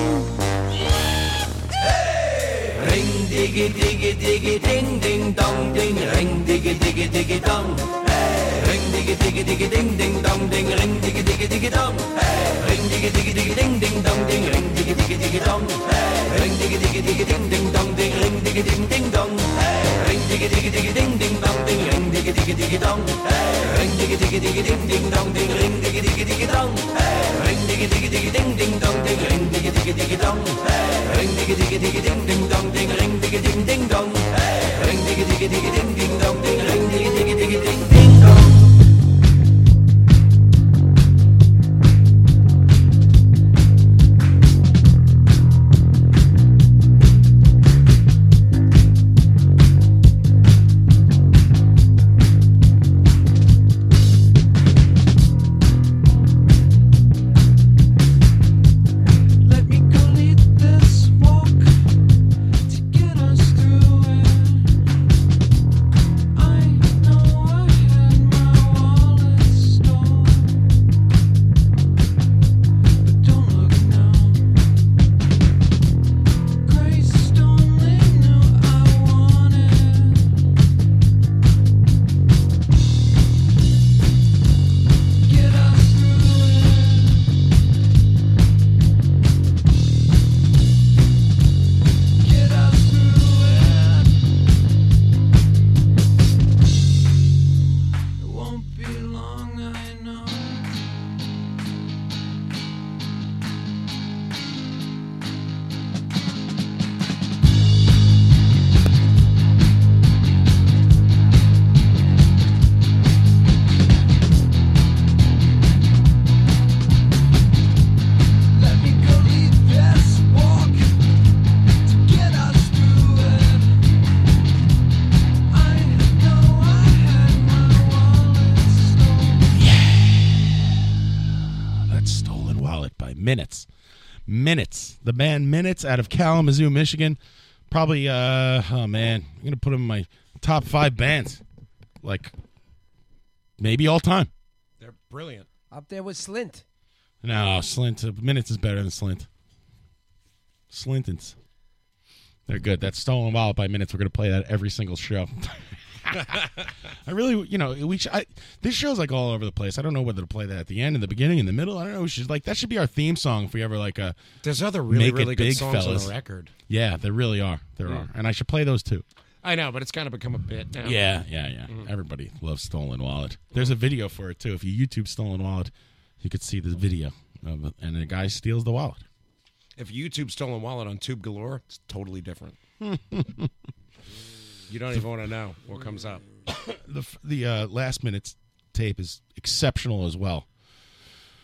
Ring digga digga digga ding ding dong ding ring digga digga digga dong hey. Ring digga digga digga ding ding dong ding ring digga digga digga dong hey. Ring digga digga digga ding ding dong ding ring digga digga digga dong hey. Ring digga digga digga ding ding dong ding ring digga ding ding dong hey. Ring digga digga digga ding ding dong ding ring digga digga digga dong hey. Ring digga digga digga ding ding dong ding ring digga digga digga dong hey. Ring digga digga digga ding ding dong ding ring digga digga digga dong hey. Ring digga digga digga ding ding dong ding ring digga ding ding dong hey. Ring digga digga digga ding ding dong ding ring digga digga digga ding ding dong
Let me go lead this walk to get us through it. I know I had my wallet stolen, but don't look now. Grace only knew I wanted. Get us through it. Get us through it. It won't be long, I know. Let me go lead this walk to get us through it. I know I had my wallet stolen.
That stolen wallet by Minutes. Minutes. The band Minutes out of Kalamazoo, Michigan. Probably, uh, oh man, I'm going to put them in my top five bands. Like, maybe all time.
They're brilliant.
Up there with Slint.
No, Slint. uh, Minutes is better than Slint. Slintons. They're good. That stolen wallet by Minutes. We're going to play that every single show. I really, you know, we sh- I, this show's like all over the place. I don't know whether to play that at the end, in the beginning, in the middle. I don't know. We should like that should be our theme song if we ever like a.
There's other really,
make it
really good
big
songs on the
fellas.
record.
Yeah, there really are. There
Mm.
are, and I should play those too.
I know, but it's kind of become a bit now.
Yeah, Mm-hmm. yeah, yeah. Everybody loves Stolen Wallet. There's a video for it too. If you YouTube Stolen Wallet, you could see the video of it, and a guy steals the wallet.
If YouTube stolen wallet on Tube Galore, it's totally different. you don't even want to know what comes up.
The f- the uh, last minute's tape is exceptional as well.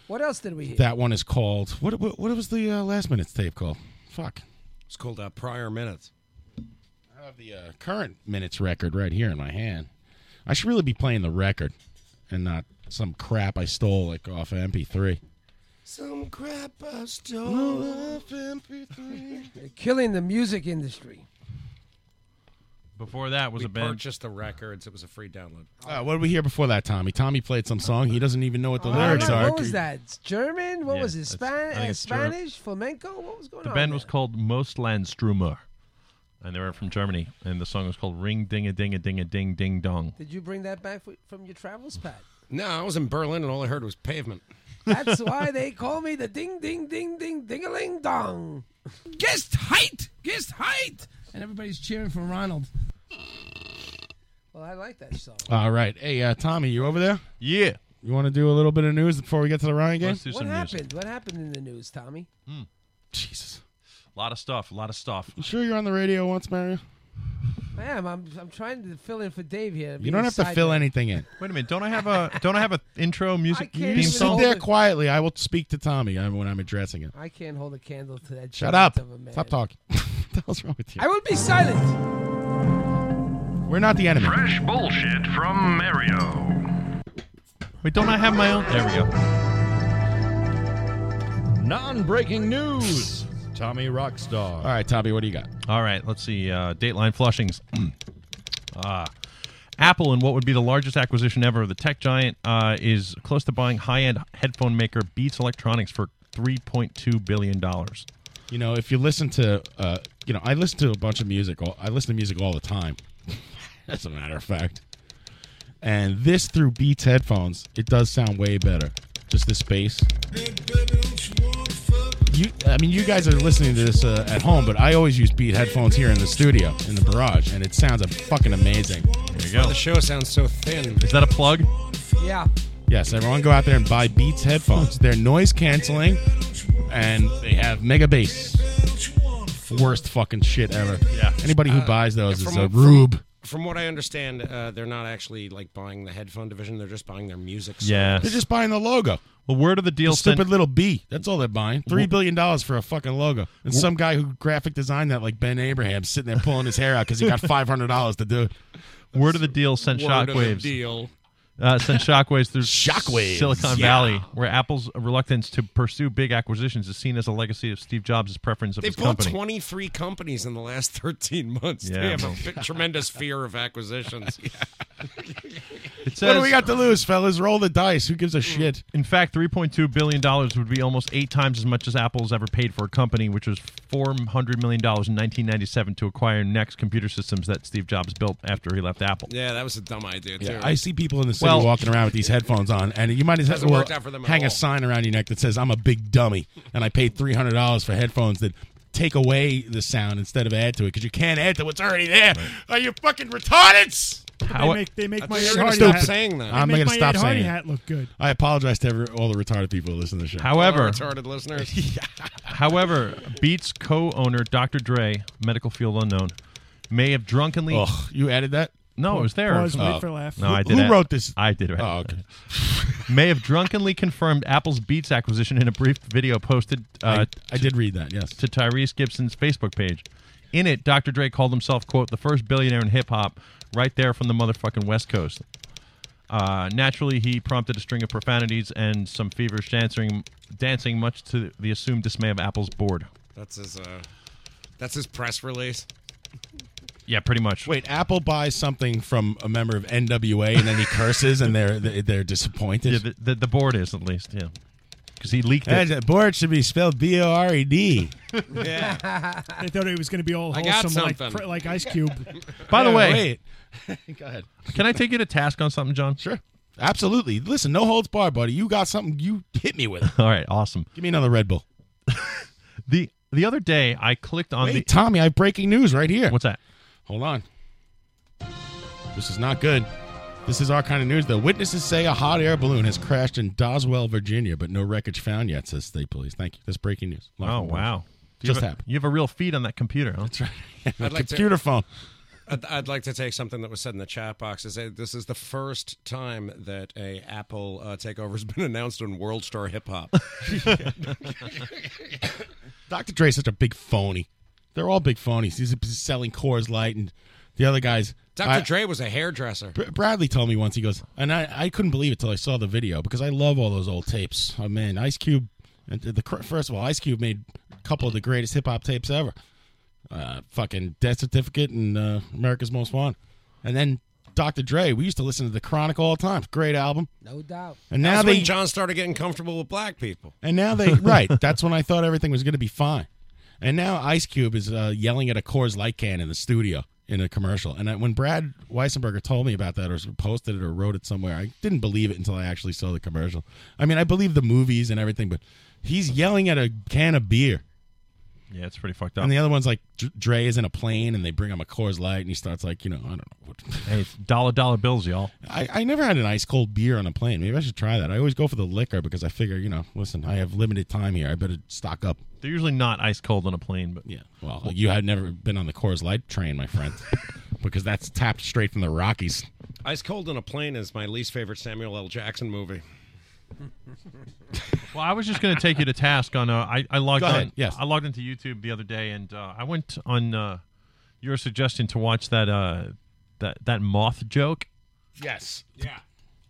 What else did we hear?
That one is called what? What, what was the uh, last minute's tape called? Fuck.
It's called uh, Prior Minutes.
I have the uh, current minutes record right here in my hand. I should really be playing the record. and not some crap I stole like off of MP3.
Some crap I stole off MP3.
They're killing the music industry.
Before that was
we
a band.
Purchased the records. It was a free download.
Uh, what did we hear before that, Tommy? Tommy played some song. He doesn't even know what the
I don't
lyrics
know,
are.
What was that? It's German? What
Yeah,
was it?
it's-
Spanish?
I think it's German.
Spanish? Flamenco? What was going
The
on?
band was called Mostlandströmer, and they were from Germany. And the song was called Ring Ding a Ding a Ding a Ding Ding Dong.
Did you bring that back f- from your travels, Pat?
No, I was in Berlin and all I heard was pavement.
That's why they call me the ding ding ding ding ding a ling dong.
Guest height! Guest height! And everybody's cheering for Ronald.
Well, I like that song.
All right. Hey, uh, Tommy, you over there?
Yeah.
You want to do a little bit of news before we get to the Ryan game?
what happened? What happened in the news, Tommy?
Hmm.
Jesus.
A lot of stuff. A lot of stuff.
You sure you're on the radio once, Mario?
I am. I'm, I'm trying to fill in for Dave here.
You don't have to fill anything in.
Wait a minute. Don't I have a Don't I have a intro music
You
theme
just sit
song?
there quietly. I will speak to Tommy uh, when I'm addressing it.
I can't hold a candle to that.
Shut
giant
up.
Of a man.
Stop talking. what the hell's wrong with you?
I will be silent.
We're not the enemy.
Fresh bullshit from Mario. Wait, don't I have my own? There we go.
Non-breaking news. Tommy Rockstar.
All right, Tommy, what do you got?
All right, let's see. Uh, Dateline Flushings. Ah. Apple, in what would be the largest acquisition ever of the tech giant, uh, is close to buying high end headphone maker Beats Electronics for $3.2 billion.
You know, if you listen to, uh, you know, I listen to a bunch of music. All, I listen to music all the time, as a matter of fact. And this through Beats headphones, it does sound way better. Just the space. You, I mean, you guys are listening to this uh, at home, but I always use Beat headphones here in the studio, in the barrage, and it sounds uh, fucking amazing.
There you
Why
go.
The show sounds so thin.
Is that a plug?
Yeah.
Yes, everyone go out there and buy Beats headphones. They're noise canceling, and they have mega bass. Worst fucking shit ever.
Yeah.
Anybody who
Uh,
buys those
yeah,
is
from-
a rube.
From what I understand, uh, they're not actually like buying the headphone division. They're just buying their music.
Yeah.
They're just buying the logo.
Well, word of the deal
The
sent-
stupid little B. That's all they're buying. Three billion dollars for a fucking logo, and some guy who graphic designed that, like Ben Abraham, sitting there pulling his hair out because he got five hundred dollars to do it.
Word of the deal sent
Word of the
shockwaves.
deal.
Uh, sent shockwaves through
Shockwaves,
Silicon
yeah.
Valley, where Apple's reluctance to pursue big acquisitions is seen as a legacy of Steve Jobs' preference of
They
his
bought
company.
23 companies in the last 13 months.
Yeah,
they have
well.
a bit- tremendous fear of acquisitions.
It
what do we
says- Hmm.
got to lose, fellas? Roll the dice. Who gives a shit?
In fact, three point two billion dollars would be almost eight times as much as Apple's ever paid for a company, which was four hundred million dollars in nineteen ninety seven to acquire Next computer systems that Steve Jobs built after he left Apple.
yeah, that was a dumb idea, too.
Yeah, I see people in the city
Well-
walking around with these headphones on, and you might as
Hasn't
well
worked out for them at
hang a
all.
sign around your neck that says, "I'm a big dummy, and I paid three hundred dollars for headphones that take away the sound instead of add to it because you can't add to what's already there." Are you fucking retarded?
They make, they make my Ed Hardy
Stop
hat. They
I'm
make
going to
my
stop
Ed
saying
Hardy
it.
hat look good.
I apologize to every, all the retarded people who listen to the show.
However,
retarded listeners.
however, Beats co-owner Dr. Dre, medical field unknown, may have drunkenly.
Ugh, you added that?
No, it was there. Oh.
Pause, wait for laugh.
No, I
Who-
did.
who
add-
wrote this?
I did. Right.
Oh, okay.
may have drunkenly confirmed Apple's Beats acquisition in a brief video posted. Uh,
I, did read that. Yes.
To Tyrese Gibson's Facebook page. In it, Dr. Dre called himself "quote the first billionaire in hip hop," right there from the motherfucking West Coast. Uh, naturally, he prompted a string of profanities and some feverish dancing, dancing much to the assumed dismay of Apple's board.
That's his. Uh, that's his press release.
Yeah, pretty much.
Wait, Apple buys something from a member of NWA, and then he curses, and they're they're disappointed.
Yeah, the, the, the board is at least, yeah, because he leaked
Uh,
it.
the board should be spelled B O R E D.
Yeah. they thought it was going to be all
I got
wholesome, like,
something.
pr- like Ice Cube.
By the
Yeah,
way,
wait. Go ahead.
Can I take you to task on something, John?
Sure. Absolutely. Listen, no holds barred, buddy. You got something. You hit me with it.
All right, awesome.
Give me another Red Bull.
the the other day, I clicked on
Hey,
the
Tommy, I have breaking news right here. What's
that?
Hold on. This is not good. This is our kind of news, though. Witnesses say a hot air balloon has crashed in Doswell, Virginia, but no wreckage found yet, says state police. Thank you. That's breaking news. Live
Oh
from
wow!
Boston. Just
you have a-
happened.
You have a real feed on that computer. Huh? That's
right.
I'd like to-
computer phone.
I'd, I'd like to take something that was said in the chat box. Is that this is the first time that a Apple uh, takeover has been announced on World Star Hip Hop.
Dr. Dre's such a big phony. They're all big phonies. He's selling Coors Light and The other guys.
Dr.
I-
Dre was a hairdresser.
Br- Bradley told me once, he goes, and I, I couldn't believe it till I saw the video because I love all those old tapes. Oh, man, Ice Cube, and the, cr- first of all, Ice Cube made a couple of the greatest hip hop tapes ever uh, fucking Death Certificate and uh, America's Most Wanted. And then Dr. Dre, we used to listen to The Chronic all the time. Great album.
No doubt.
And
That
now
was when
they-
John started getting comfortable with black people.
And now they right. That's when I thought everything was going to be fine. And now Ice Cube is uh, yelling at a Coors Light can in the studio in a commercial. And I, when Brad Weisenberger told me about that, or posted it, or wrote it somewhere, I didn't believe it until I actually saw the commercial. I mean, I believe the movies and everything, but he's yelling at a can of beer.
Yeah, it's pretty fucked up.
And the other one's like Dr- Dre is in a plane, and they bring him a Coors Light, and he starts like, you know, I don't know. What,
hey, it's dollar dollar bills, y'all.
I, I never had an ice cold beer on a plane. Maybe I should try that. I always go for the liquor because I figure, you know, listen, I have limited time here. I better stock up.
They're usually not ice cold on a plane, but
yeah. Well, you had never been on the Coors Light train, my friend, because that's tapped straight from the Rockies.
Ice Cold on a Plane is my least favorite Samuel L. Jackson movie.
Well, I was just going to take you to task on. Uh, I I logged
Go ahead,
on.
yes.
I logged into YouTube the other day, and uh, I went on uh, your suggestion to watch that uh, that that moth joke.
Yes. Yeah.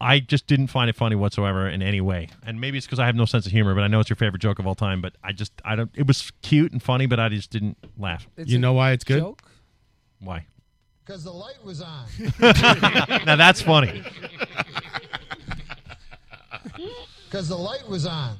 I just didn't find it funny whatsoever in any way, and maybe it's because I have no sense of humor. But I know it's your favorite joke of all time. But I just I don't. It was cute and funny, but I just didn't laugh.
It's You a know why it's good? joke?
Why?
Because the light was on.
now that's funny.
Because the light was on.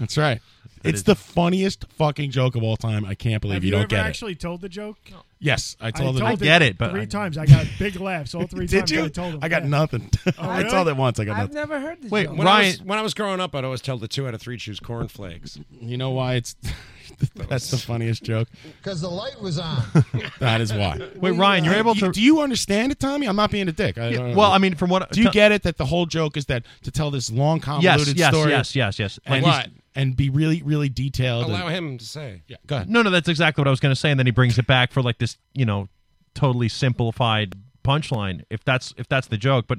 That's right.
That
it's
is-
the funniest fucking joke of all time. I can't believe
Have
you,
you,
don't
ever
get it.
actually told the joke?
Yes, I told,
I
him.
three times I got big laughs all three
Did
times.
you?
I told him.
I got
yeah.
nothing.
Oh,
I
really?
told it once. I got nothing.
never heard this
Wait,
joke.
when I
Ryan-
was, when I was growing up, I'd always tell the two out of three choose cornflakes.
You know why it's that's the funniest joke.
Because the light was on.
That is why.
Wait, Ryan, you're able to.
Do you understand it, Tommy? I'm not being a dick. I don't know.
well, I mean, from what
do you
Tom-
get it that the whole joke is that to tell this long convoluted
yes,
story?
yes, yes, yes. Like
And,
what?
and be really, really detailed.
Allow
and,
him to say.
Yeah, go ahead.
No, no, that's exactly what I was going to say. And then he brings it back for like this, you know, totally simplified punchline. If that's if that's the joke, but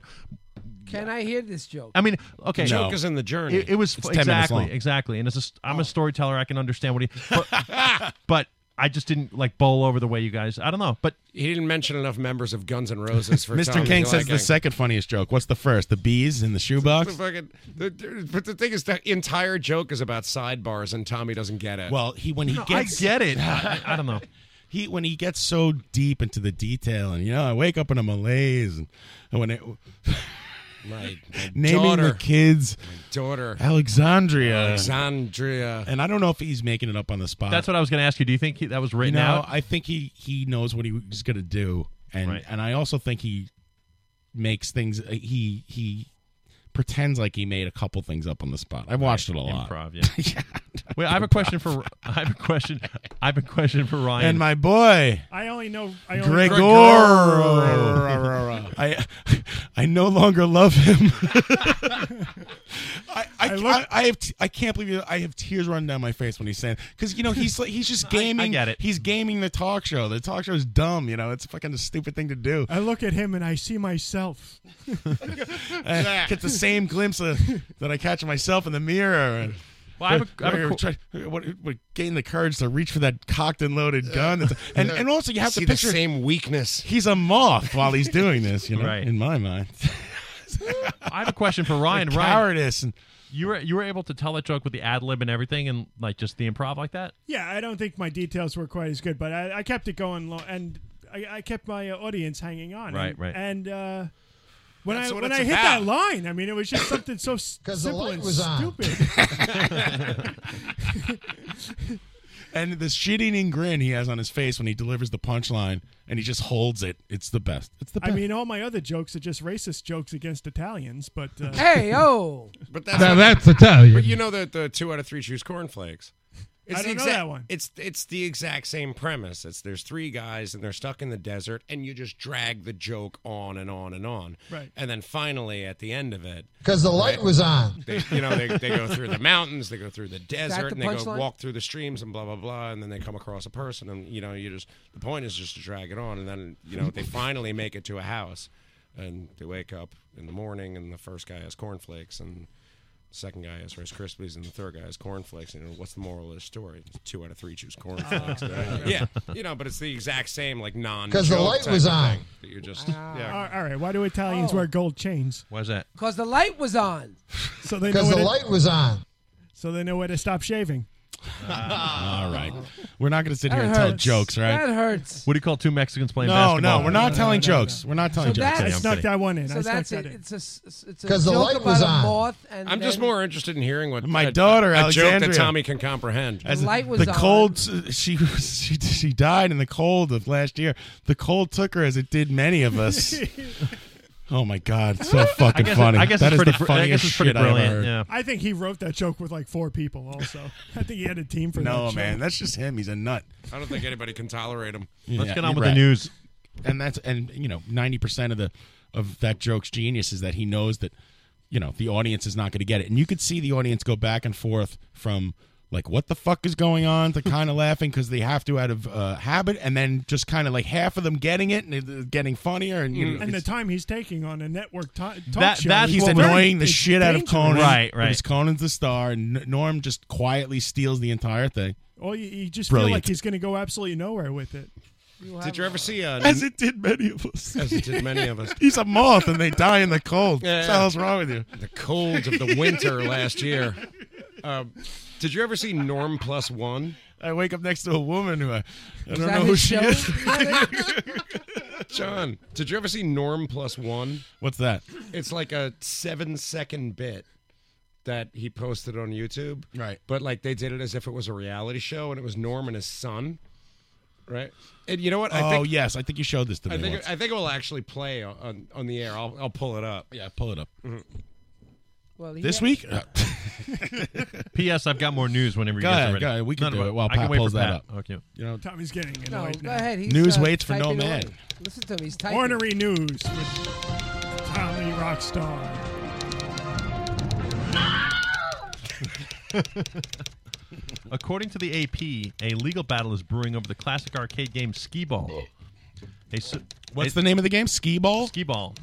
Can I hear this joke?
I mean, okay,
The joke No. is in the journey.
It, it was
It's 10 minutes
exactly,
long. Oh.
exactly. And as a, st- I'm a storyteller, I can understand what he. But, but I just didn't like bowl over the way you guys. I don't know, but
he didn't mention enough members of Guns N' Roses for
Mr.
Tommy
King
to
says
liking.
the second funniest joke. What's the first? The bees in the
The
shoebox.
fucking- the- the- but the thing is, the entire joke is about sidebars, and Tommy doesn't get it.
Well, he when he gets,
don't know.
He when he gets so deep into the detail, and you know, I wake up in a malaise, and and when it
My, my
naming
daughter.
the kids,
daughter.
Alexandria,
Alexandria,
and I don't know if he's making it up on the spot.
that's what I was going to ask you. Do you think he, that was
you
written
know,
out?
I think he he knows what he was going to do, and and I also think he makes things. uh, He he pretends like he made a couple things up on the spot. I've watched it a lot.
Improv, yeah. Wait, I have a question for. I have a question. I have a question for Ryan.
And my boy,
I only know. I only
Gregor.
Gregor.
I I no longer love him. I I, I, I have t- I can't believe it. I have tears running down my face when he's saying because you know he's like, he's just gaming.
get it.
He's gaming the talk show. The talk show is dumb. You know it's fucking a stupid thing to do.
I look at him and I see myself.
Hmm.
I get the same glimpse of, that I catch of myself in the mirror. And,
Well, I have a- I have a
Or- or
qu-
try- what, what- gain the courage to reach for that cocked and loaded gun, It's- and and also you have
See
to
the
picture
same weakness.
He's a moth while he's doing this, you know.
Right.
In my mind,
I have a question for Ryan.
The
Ryan,
cowardice and-
you were you were able to tell that joke with the ad lib and everything, and like just the improv like that.
Yeah, I don't think my details were quite as good, but I, I kept it going lo- and I, I kept my uh, audience hanging on.
Right,
and,
right.
And uh, when
That's
I
what
when
it's
I hit
about.
that line, I mean, it was just something so s-
'Cause the
simple
light
and
was on.
stupid.
and the shit-eating grin he has on his face when he delivers the punchline, and he just holds it. It's the best. It's the
I
best.
mean, all my other jokes are just racist jokes against Italians, but uh,
Hey, oh.
But
that's
that's,
Now
that's Italian.
But you know that the two out of three choose cornflakes.
I
the
don't know
exact-
that one.
It's it's the exact same premise. It's there's three guys and they're stuck in the desert, and you just drag the joke on and on and on.
Right.
And then finally, at the end of it,
'Cause the light
they-
was on.
They, you know, they, they go through the mountains, they go through the desert,
the
and they go
punchline?
walk through the streams and blah blah blah, and then they come across a person, and you know, you just the point is just to drag it on, and then you know they finally make it to a house, and they wake up in the morning, and the first guy has cornflakes, and Second guy is Rice Krispies, and the third guy is cornflakes. And you know, what's the moral of the story? Two out of three choose cornflakes.
Ah.
yeah, you know, but it's the exact same like non.
'Cause the
joke
light
type
was
of
on.
thing that you're just
Ah.
All
yeah.
right, all right, why do Italians wear gold chains?
Why's that?
Oh. Because the light was on.
So they know
'Cause
where
the
to-
light was on.
So they know where to stop shaving.
Ah.
All right.
Oh.
We're not going to sit
That
here and tell
hurts.
jokes, right?
That
hurts.
What do you call two Mexicans playing
No, no,
basketball?
we're not No, telling no, no, jokes. no. We're not telling
So
jokes.
that's-
today. I'm
snuck
kidding.
that one in.
So
I stuck
that's it.
that in.
It's a s- it's a
'Cause the
joke
light
about
was
a
on.
moth and
I'm just
then-
more interested in hearing what
My
a-
daughter,
a joke
Alexandria,
that Tommy can comprehend.
As the cold, she she she died in the cold of last year. The cold took her, as it did many of us. oh my god, it's so
I
fucking
guess it-
funny.
I guess
That
it's
is
pretty
the
fr- I guess
funniest
it's pretty
shit I ever
brilliant,
heard.
yeah.
I think he wrote that joke with like four people. Also, I think he had a team for that.
No
joke.
man, that's just him. He's a nut.
I don't think anybody can tolerate him.
Yeah, you're right. And that's and you know ninety percent of the of that joke's genius is that he knows that you know the audience is not going to get it, and you could see the audience go back and forth from like what the fuck is going on to kind of laughing because they have to out of uh, habit, and then just kind of like half of them getting it and it- getting funnier, and you know,
Mm, and the
it's-
time he's taking on a network to- talk
that,
show.
that's
is
he's
very-
annoying the
it's
shit out of
dangerous.
Conan,
Right, right.
Because Conan's the star, and N- Norm just quietly steals the entire thing.
Or you, you just feel
Brilliant.
like he's going to go absolutely nowhere with it.
Did you ever see
uh,
a
As it did many of us.
As it did many of us.
He's a moth, and they die in the cold.
Yeah,
What the
yeah.
hell's wrong with you?
The cold of the winter last year. Um, did you ever see Norm Plus One?
I wake up next to a woman who I, I
don't
don't know who she is.
John, did you ever see Norm Plus One?
What's that?
It's like a seven second bit that he posted on YouTube.
Right.
But like they did it as if it was a reality show and it was Norm and his son. Right. And you know what?
oh yes, I think you showed this to me.
I think
once.
I think it will actually play on on the air. I'll I'll pull it up. Mm-hmm.
Yeah, pull it up.
Well, he
this
had-
week.
P.S. I've got more news whenever you
Go
guys
ahead,
are ready.
go ahead. We can
No, no,
do
but
it while
I can
Pat
wait for
pulls that
Pat.
up.
Okay.
You know,
Tommy's getting
No,
annoyed
go
now.
ahead. He's,
News
uh,
waits for no
typing away.
man.
Listen to him. He's typing.
Ornery news with Tommy Rockstar.
According to the AP, a legal battle is brewing over the classic arcade game Skee Ball. A su-
What's
a-
the name of the game? Skee ball.
Skee Ball.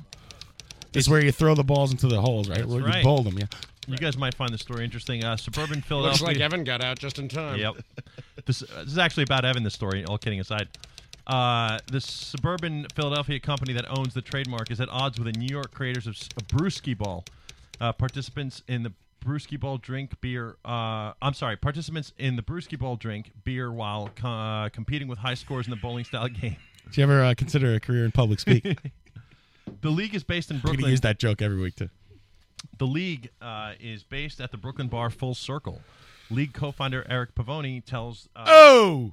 It's where you throw the balls into the holes, right?
That's
Where
right.
you bowl them. Yeah.
You guys might find this story interesting. Uh, suburban
Looks
Philadelphia.
like Evan got out just in time.
Yep. This, uh, this is actually about Evan, this story, all kidding aside. Uh, the suburban Philadelphia company that owns the trademark is at odds with the New York creators of, s- of Brewski Ball. Uh, participants in the Brewski Ball drink beer. Uh, I'm sorry, participants in the Brewski Ball drink beer while co- uh, competing with high scores in the bowling style game.
Did you ever uh, consider a career in public speaking?
The league is based in
I'm
Brooklyn.
gonna use that joke every week too.
The league uh, is based at the Brooklyn bar Full Circle. League co-founder Eric Pavoni tells uh,
Oh!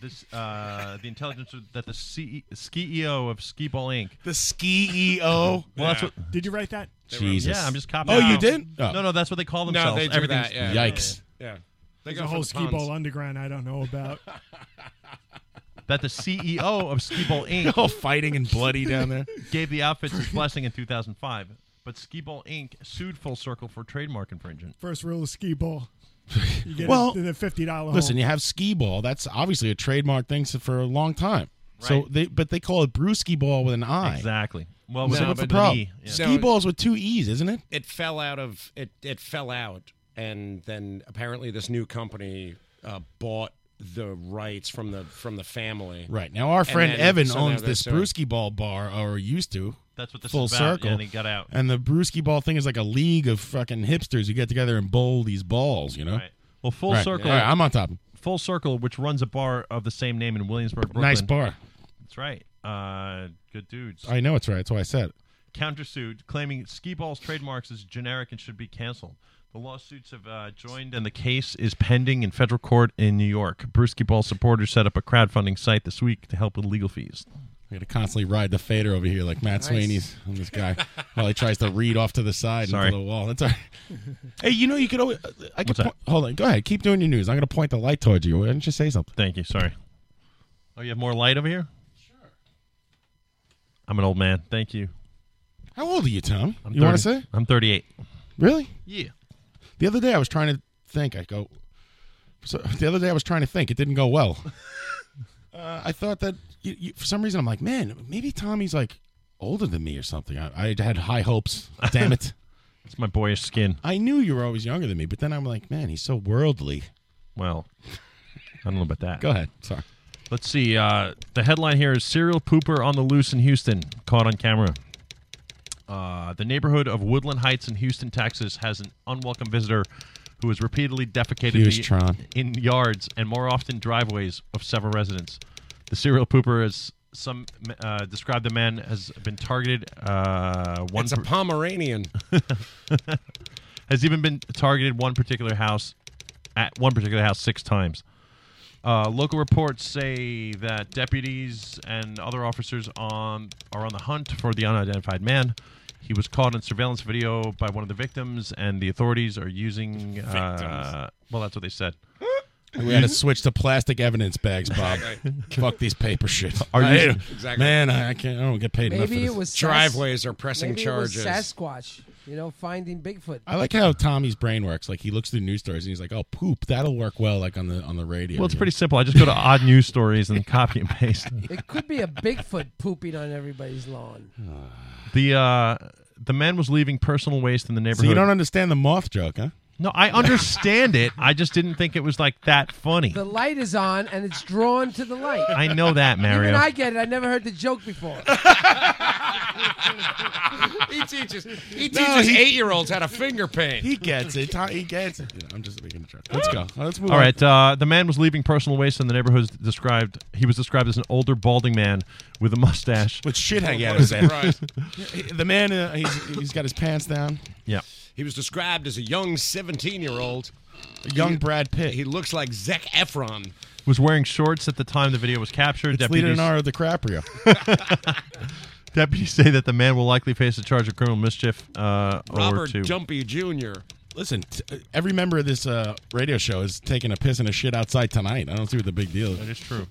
this uh, the intelligence that the C- CEO of Ski Ball Inc.
The ski E EO.
Well, that's what.
Did you write that?
Jesus.
Yeah, I'm just copying.
Oh,
it.
you did? Oh.
No, no, that's what they call
No,
themselves.
they do that,
Everything's-
yeah.
Yikes.
Yeah. They
There's a
go for
whole
the
skee
puns.
ball underground I don't know about.
that the CEO of Ski Ball Inc.
All fighting and bloody down there.
gave the outfits his blessing in 2005, but Ski Ball Inc. sued Full Circle for trademark infringement.
First rule of skee ball. You get
Well,
well, the fifty dollar.
Listen, you have skee ball. That's obviously a trademark thing s- for a long time. So they, but they call it brewski ball with an I.
Exactly. Well,
so
with-
what's the
with an
problem?
E, yeah.
Ski
So-
balls with two E's, isn't it?
it fell out of it it fell out and then apparently this new company uh, bought the rights from the from the family
Right now, our
And
friend
then-
Evan
so now
owns
they're
this
suing.
brewski ball bar, or used to.
That's what this
full
is about, yeah,
circle.
and he got out.
And the brewski ball thing is like a league of fucking hipsters who get together and bowl these balls. You know.
Right. Well, Full
Right.
Circle.
All right, I'm on top.
Full Circle, which runs a bar of the same name in Williamsburg, Brooklyn.
Nice bar.
That's right. Uh, good dudes.
I know it's right. That's why I said it.
Countersued, claiming Ski Ball's trademarks is generic and should be canceled. The lawsuits have uh, joined, and the case is pending in federal court in New York. Brewski Ball supporters set up a crowdfunding site this week to help with legal fees.
I gotta constantly ride the fader over here like Matt
Nice.
Sweeney's on this guy while he tries to read off to the side
Sorry.
into the wall. That's all right. Hey, you know you could always. uh, I could
What's that?
po- hold on. Go ahead. Keep doing your news. I'm gonna point the light towards you. Why don't you say something?
Thank you. Sorry. Oh, you have more light over here? Sure. I'm an old man. Thank you.
How old are you, Tom?
I'm
you want to
30.
say?
I'm 38.
Really?
Yeah.
The other day I was trying to think. I go. So the other day I was trying to think. It didn't go well. uh, I thought that you, you, for some reason I'm like, man, maybe Tommy's like older than me or something. I, I had high hopes. Damn it.
It's my boyish skin.
I knew you were always younger than me, but then I'm like, man, he's so worldly.
Well, I don't know about that.
Go ahead. Sorry.
Let's see. Uh, the headline here is Serial Pooper on the Loose in Houston, caught on camera. Uh, the neighborhood of Woodland Heights in Houston, Texas, has an unwelcome visitor who has repeatedly defecated
Houstron.
the- in yards and more often driveways of several residents. The serial pooper is. Some uh, described the man as been targeted. Uh, one
It's a Pomeranian.
has even been targeted one particular house at one particular house six times. Uh, local reports say that deputies and other officers on are on the hunt for the unidentified man. He was caught on surveillance video by one of the victims, and the authorities are using. Uh, well, that's what they said.
We had to switch to plastic evidence bags, Bob. Fuck these paper shit.
Are you-
I hate 'em.
Exactly.
Man, I, I can't. I don't get paid enough. for
Maybe
this.
it was Sas- maybe It was Sasquatch, you know, finding Bigfoot.
I like how Tommy's brain works. Like he looks through news stories and he's like, "Oh, poop, that'll work well." Like on the on the radio.
Well, it's pretty simple. I just go to odd news stories and copy and paste.
It could be a Bigfoot pooping on everybody's lawn.
The uh, the man was leaving personal waste in the neighborhood.
So you don't understand the moth joke, huh?
No, I understand it. I just didn't think it was like that funny.
The light is on and it's drawn to the light.
I know that, Mario.
Even I get it. I never heard the joke before.
he teaches. He teaches
No, he-
eight-year-olds how to finger paint.
He gets it. He gets it. I'm just making a joke. Let's go. Let's move
All
on.
right. Uh, the man was leaving personal waste in the neighborhood. Described. He was described as an older balding man with a mustache.
With shit hanging out of his ass. the man, uh, he's, he's got his pants down.
yeah.
He was described as a young 17-year-old.
Young Brad Pitt.
He looks like Zach Efron.
Was wearing shorts at the time the video was captured.
It's Leonardo DiCaprio.
deputies say that the man will likely face a charge of criminal mischief. Uh, or
Robert
two.
Jumpy Jr.
Listen, t- every member of this uh, radio show is taking a piss and a shit outside tonight. I don't see what the big deal is.
That is true.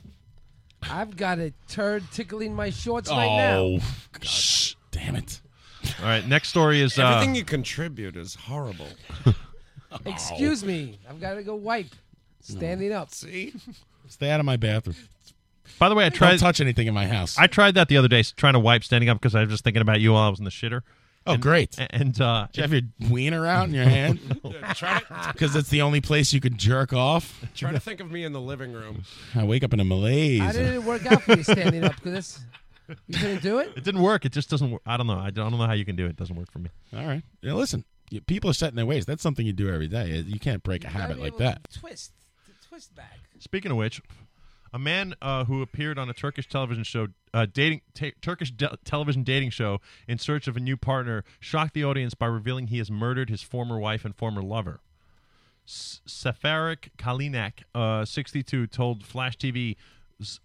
I've got a turd tickling my shorts right
Oh,
now.
God. damn it!
All right. Next story is uh,
Everything you contribute is horrible.
Excuse me. I've got to go wipe.
Oh.
Standing up.
See?
Stay out of my bathroom.
By the way, I tried-
Don't touch anything in my house.
I tried that the other day, s- trying to wipe standing up because I was just thinking about you while I was in the shitter.
Oh, great!
And uh,
Did you have your wiener out in your hand? Because it's the only place you could jerk off.
Try to think of me in the living room.
I wake up in a malaise.
How did it work out for you standing up? Because you couldn't do it.
It didn't work. It just doesn't work. I don't know. I don't I don't know how you can do it. It doesn't work for me.
All right. Now listen, you- people are set in their ways. That's something you do every day. You can't break a habit like that.
Twist, twist back.
Speaking of which, a man uh, who appeared on a Turkish television show, uh, dating ta Turkish de- television dating show, in search of a new partner, shocked the audience by revealing he has murdered his former wife and former lover. S- Seferik Kalinak, uh, 62, told Flash TV's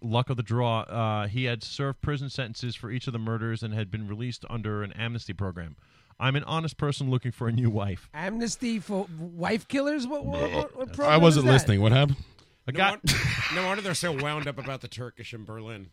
Luck of the Draw uh, he had served prison sentences for each of the murders and had been released under an amnesty program. I'm an honest person looking for a new wife.
Amnesty for wife killers? What, what, what, what program
I wasn't
is that?
listening. What happened?
A
no, wonder, no wonder they're so wound up about the Turkish in Berlin.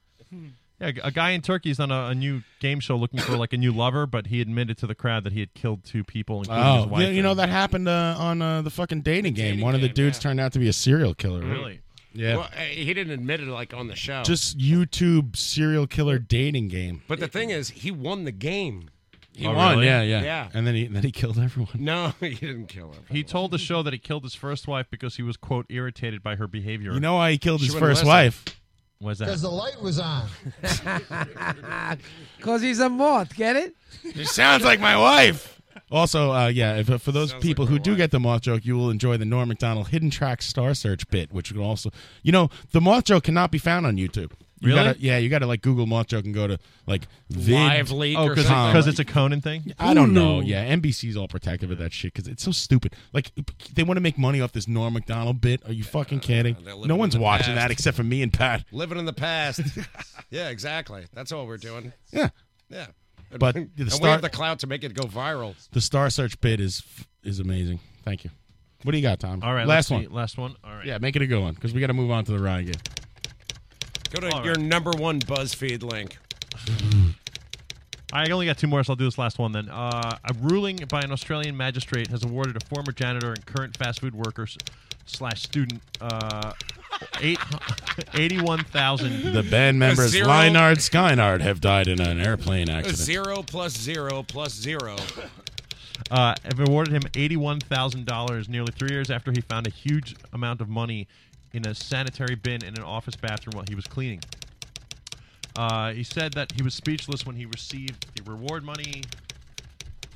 Yeah, a guy in Turkey is on a, a new game show looking for like a new lover, but he admitted to the crowd that he had killed two people, including his
Oh,
wife.
you, you know that happened uh, on uh, the fucking dating game. One of the dudes turned out to be a serial killer.
Really?
Yeah.
Well, uh, he didn't admit it like on the show.
Just YouTube serial killer dating game.
But the thing is, he won the game.
He won. Yeah, yeah,
Yeah.
And then he then he killed everyone.
No, he didn't kill him.
He told the show that he killed his first wife because he was quote irritated by her behavior.
You know why he killed
She
his
wouldn't
first
listen.
wife?
Was that?
Because the light was on.
Because he's a moth, get it?
It sounds like my wife. Also, uh, yeah, if, for those people who do get the moth joke, you will enjoy the Norm Macdonald hidden track star search bit, which will also, you know, the moth joke cannot be found on YouTube. You
Really?
Gotta, yeah, you got to like Google moth joke and go to like vid.
Live leak Oh, or 'cause-
com.
'cause it's a Conan thing?
I don't know.
Ooh.
Yeah, NBC's all protective of that shit because it's so stupid. Like they want to make money off this Norm Macdonald bit. Are you fucking kidding?
living
No
in
one's
the
watching
past.
that except for me and Pat.
Living in the past. yeah, exactly. That's all we're doing.
Yeah.
Yeah.
But the
and we
start-
have the clout to make it go viral.
The star search bit is is amazing. Thank you. What do you got, Tom?
All right, let's
last one.
see. Last one. All right.
Yeah, make it a good one because we got to move on to the Ryan game.
Go to your number one BuzzFeed link.
I only got two more, so I'll do this last one then. Uh, a ruling by an Australian magistrate has awarded a former janitor and current fast food worker s- slash student uh, eight, 81,000.
The band members
zero-
Leinard Skynard have died in an airplane accident.
Zero plus zero plus zero
uh, have awarded him $81,000 nearly three years after he found a huge amount of money in a sanitary bin in an office bathroom while he was cleaning. Uh, he said that he was speechless when he received the reward money.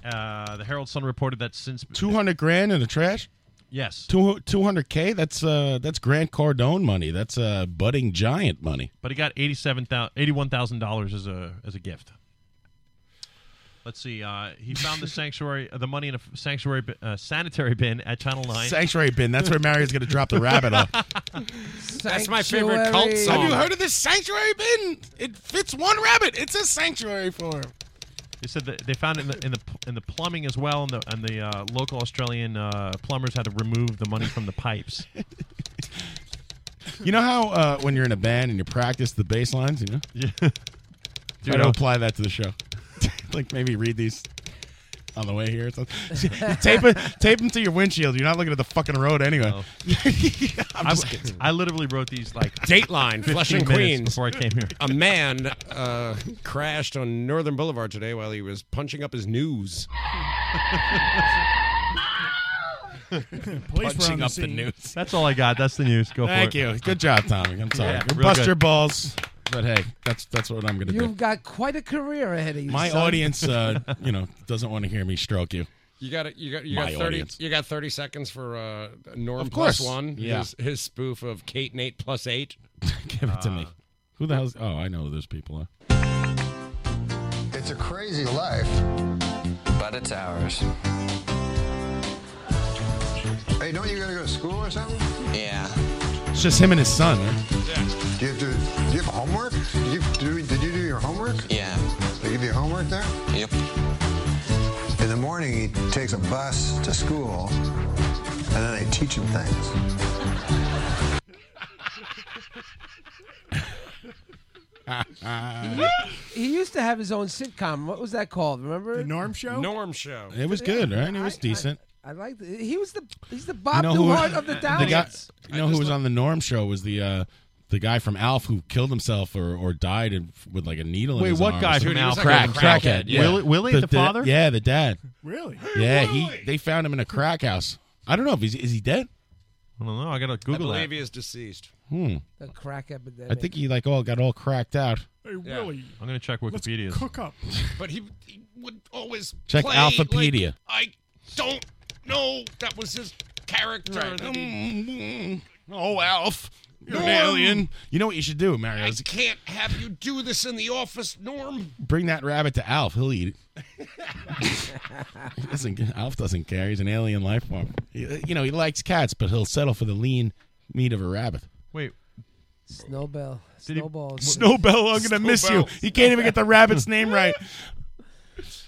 Uh, the Herald Sun reported that since
Two hundred grand in the trash.
Yes.
Two two hundred k. That's uh that's Grant Cardone money. That's uh budding giant money.
But he got eighty-seven thousand, eighty-one thousand dollars as a as a gift. Let's see. Uh, he found the sanctuary, uh, the money in a f- sanctuary, bi- uh, sanitary bin at Channel Nine.
Sanctuary bin. That's where Mario's gonna drop the rabbit off.
That's my favorite cult
Sanctuary.
song.
Have you heard of this sanctuary bin? It fits one rabbit. It's a sanctuary for him.
They said that they found it in the in the, pl- in the plumbing as well, and the and the uh, local Australian uh, plumbers had to remove the money from the pipes.
You know how uh, when you're in a band and you practice the bass lines, you know?
Yeah.
Dude, I'll apply that to the show. like maybe read these on the way here. Or something. You tape it, tape them to your windshield. You're not looking at the fucking road anyway. I'm
I
just
w-
kidding.
I literally wrote these like
Dateline,
15
Flushing,
minutes
Queens.
before I came here.
A man uh, crashed on Northern Boulevard today while he was punching up his news.
Police were on the scene.
That's all I got. That's the news. Go
Thank
for it.
you. Good job, Tommy. I'm sorry.
Yeah,
We'll
real
bust
good.
your balls, but hey, that's that's what I'm gonna
You've
do.
got quite a career ahead of you.
My
son.
audience, uh, you know, doesn't want to hear me stroke you.
You got you got you
My
got thirty.
audience.
You got thirty seconds for uh, Norm
Of
plus
course.
one.
Yeah.
His, his spoof of Kate and Eight plus eight.
Give it
Uh,
to me.
Ah.
Who the hell's? Oh, I know who those people are.
It's a crazy life, but it's ours. Hey, don't you gotta go to school or something? Yeah.
It's just him and his son. Right?
Do you have to? Do you have homework? Did you do? Did you do your homework? Yeah. They give you homework there. Yep. In the morning, he takes a bus to school, and then they teach him things.
He, he used to have his own sitcom. What was that called? Remember the
Norm Show?
Norm Show.
It was good, right? It was decent.
I liked it. He was the he's the Bob
know who-
Newhart of the
The guy,
Dallas.
you know who was on the Norm show was the uh, the guy from Alf who killed himself or, or died in, with like a needle in
Wait,
his
what
arm.
guy
Or
from
something.
Alf?
Crack,
Crack-
crackhead.
crackhead,
Yeah.
Willie- Willie, the father?
yeah, the dad.
Really?
Yeah, he they found him in a crack house. I don't know if he's is he dead.
I don't know. I gotta
I
Google
believe
that.
he is deceased.
Hmm.
The crack epidemic.
I think he like all got all cracked out.
Hey, Willie,
I'm gonna check
let's
Wikipedia.
cook up.
But he, he would always
Check
play,
Alphapedia.
Like, I don't know. That was his character. Mm,
Right.
that he-
Oh, Alf, you're an
Norm,
alien. You know what you should do, Mario?
I
is
can't have you do this in the office, Norm.
Bring that rabbit to Alf. He'll eat it. He doesn't, Alf doesn't care. He's an alien life form. He- uh, you know, he likes cats, but he'll settle for the lean meat of a rabbit.
Wait.
Snowbell.
Did he-
Snowballs.
Snowbell, Oh, I'm gonna miss you. You can't even get the rabbit's name right.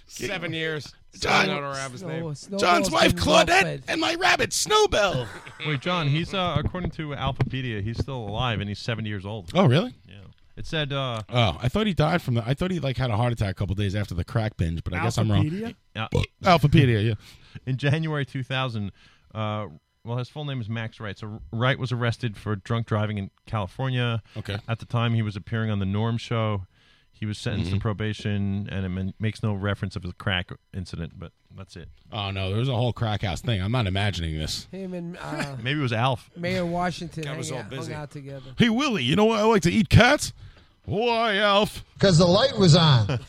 Seven years.
John-
Still not our rabbit's name.
John's wife Claudette and my rabbit Snowbell.
Wait, John. He's uh, according to Alphapedia, he's still alive and he's 70 years old.
Oh, really?
Yeah. It said. Uh,
Oh, I thought he died from the. I thought he like had a heart attack a couple days after the crack binge, but I guess I'm wrong.
Alphapedia? Yeah.
Alphapedia, yeah.
in January 2000. Uh, well, his full name is Max Wright. So Wright was arrested for drunk driving in California.
Okay.
At the time, he was appearing on the Norm Show. He was sentenced
Mm-hmm.
to probation, and it man- makes no reference of the crack incident. But that's it.
Oh no, there was a whole crack house thing. I'm not imagining this.
Him and uh,
Maybe it was Alf.
Mayor Washington
That
hang
was all
out, hung
busy.
out together.
Hey Willie, you know why I like to eat cats? Why, Alf?
Because the light was on.
That's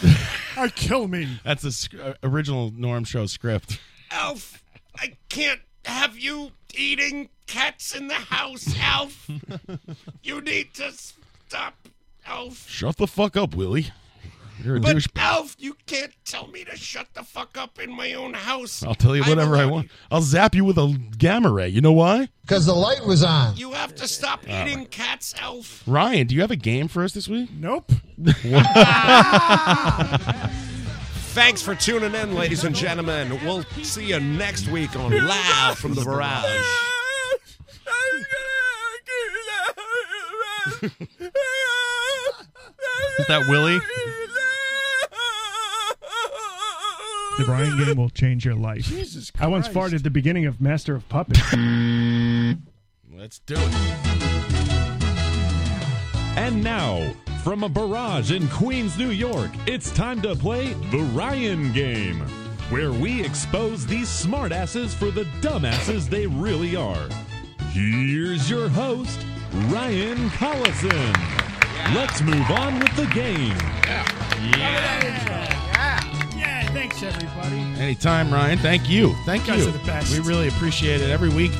the.
I kill me.
That's the sc- uh, original Norm Show script.
Alf, I can't have you eating cats in the house, Alf. you need to stop, Alf.
Shut the fuck up, Willie. You're a
But
douche.
Alf, you can't tell me to shut the fuck up in my own house.
I'll tell you whatever I, want. I'll zap you with a gamma ray. You know why?
Because the light was on.
You have to stop eating cats, Alf.
Ryan, do you have a game for us this week?
Nope.
Thanks for tuning in, ladies and gentlemen. We'll see you next week on Live from the Barrage.
Is that Willie?
The Brian game will change your life.
Jesus
I once
Christ.
farted at the beginning of Master of Puppets.
Let's do it.
And now, from a barrage in Queens, New York, it's time to play the Ryan game. where we expose these smartasses for the dumbasses they really are. Here's your host, Ryan Collison. Let's move on with the game.
Yeah. Yeah. Thanks, everybody.
Anytime, Ryan. Thank you. Thank
You
you.
guys are the best.
We really appreciate it. Every week,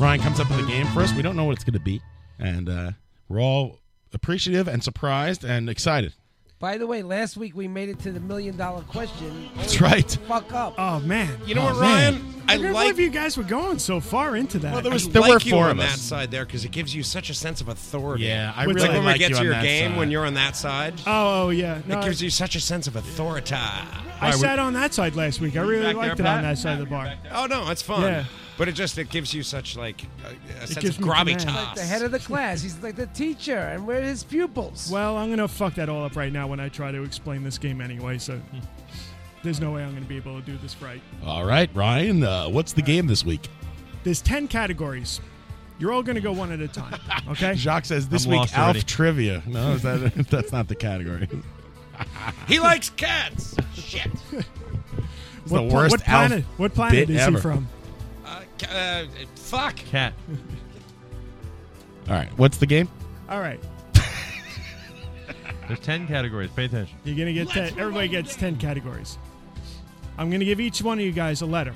Ryan comes up with a game for us. We don't know what it's going to be, and uh, we're all appreciative and surprised and excited.
By the way, last week we made it to the million dollar question.
That's right.
Fuck up.
Oh man.
You know what, Ryan? I
I, can't
like-
believe you guys were going so far into that.
Well, there was like you on that side there because it gives you such a sense of authority.
Yeah, I
It's
really
like when
like
we get
you
to
on
your
that
game
side.
when you're on that side.
Oh, oh, yeah. No,
it
I-
gives you such a sense of authority.
I sat on that side last week. I
You
really
back
liked
there,
it
Pat?
on that side of the bar.
Oh no, it's fun.
Yeah.
But it just it gives you such like a, a sense
gives
of
me command.
gravitas.
Like the head of the class. He's like the teacher, and we're his pupils.
Well, I'm gonna fuck that all up right now when I try to explain this game anyway. So there's no way I'm gonna be able to do this right.
All right, Ryan. Uh, what's the game this week?
There's ten categories. You're all gonna go one at a time. Okay.
Jacques says this week Alf trivia. No, is that, that's not the category.
he likes cats. Shit.
It's the worst
what
Alf
planet? What planet
bit
is
ever.
he from?
Uh, ca- uh, fuck.
Cat.
All right, what's the game?
All right.
There's 10 categories. Pay attention.
You're gonna get ten. Everybody gets ten categories. I'm gonna give each one of you guys a letter.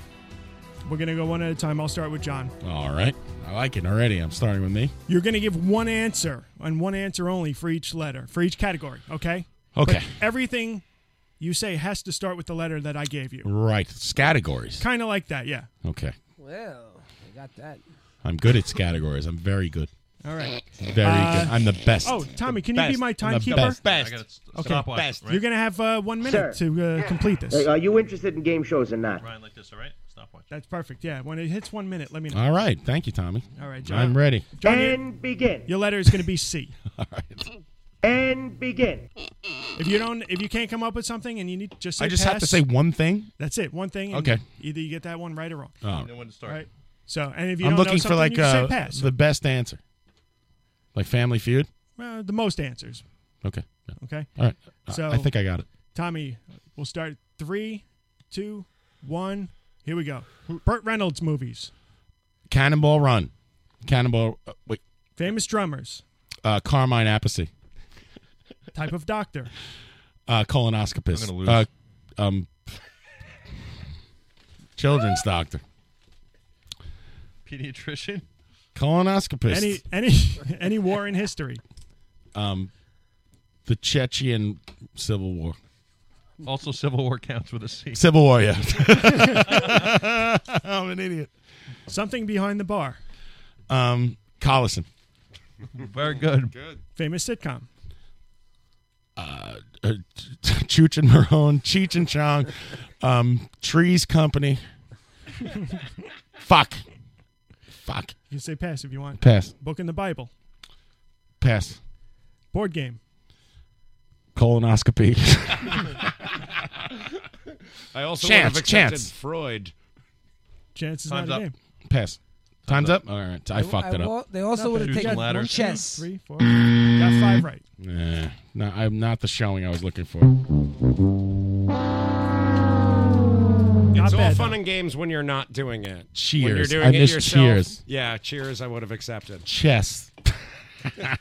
We're gonna go one at a time. I'll start with John.
All right, I like it already. I'm starting with me.
You're gonna give one answer and one answer only for each letter, for each category. Okay.
Okay.
But everything you say has to start with the letter that I gave you.
Right, it's categories.
Kind of like that, yeah.
Okay,
Well, I got that.
I'm good at categories. I'm very good.
All right.
Very
Uh,
good. I'm the best.
Oh, Tommy, can you
Best.
be my
I'm the
timekeeper?
Best.
Best.
Okay.
stopwatch, Best. right?
You're gonna have uh, one minute
Sir.
to uh, complete this.
Hey, are you interested in game shows or not?
Ryan, like this, all right? Stopwatch.
That's perfect. Yeah. When it hits one minute, let me know.
All right, thank you, Tommy.
All right, John.
I'm ready.
John,
And begin.
Your letter is going to be C.
All right.
And begin.
If you don't, if you can't come up with something and you need just say
I just have to
pass,
say one thing.
That's it. One thing. and
Okay.
Either you get that one right or wrong.
Oh. You
know when to start.
Right. So, and if you
I'm
don't know
looking for
something,
like
you just
uh,
say pass.
the best answer, like Family Feud.
Well, Uh, the most answers.
Okay. Yeah.
Okay.
All right. I-
So
I think I got it.
Tommy, we'll start three, two, one. Here we go. Burt Reynolds movies,
Cannonball Run, Cannonball. Uh, wait,
famous drummers,
uh, Carmine Appice,
type of doctor,
uh, colonoscopist.
I'm gonna lose.
Uh, um, children's doctor,
Pediatrician.
colonoscopist.
any any any war in history,
um, the Chechen Civil War.
Also, Civil War counts with a C.
Civil War, yeah. I'm an idiot.
something behind the bar,
Um, Collison,
Very good. Good.
famous sitcom,
uh, uh, Cheech and Marone, Cheech and Chong, um, Trees Company. Fuck. Fuck.
You can say pass if you want.
Pass.
Book in the Bible,
Pass.
board game,
Colonoscopy.
I also
Chance,
would have accepted
chance.
Freud.
Chance is
Time's
not a
up.
game.
Pass. Times up. All right. I fucked
I
it up.
wa- they also would have
Choose
taken
some
one
letters.
chess.
Three, four. Got five right.
Nah, no, I'm not the showing I was looking for.
It's
Not
all
bad.
fun and games when you're not doing it. When you're
Cheers.
doing
I
it
missed
yourself.
cheers.
Yeah, cheers. I would have accepted.
Chess.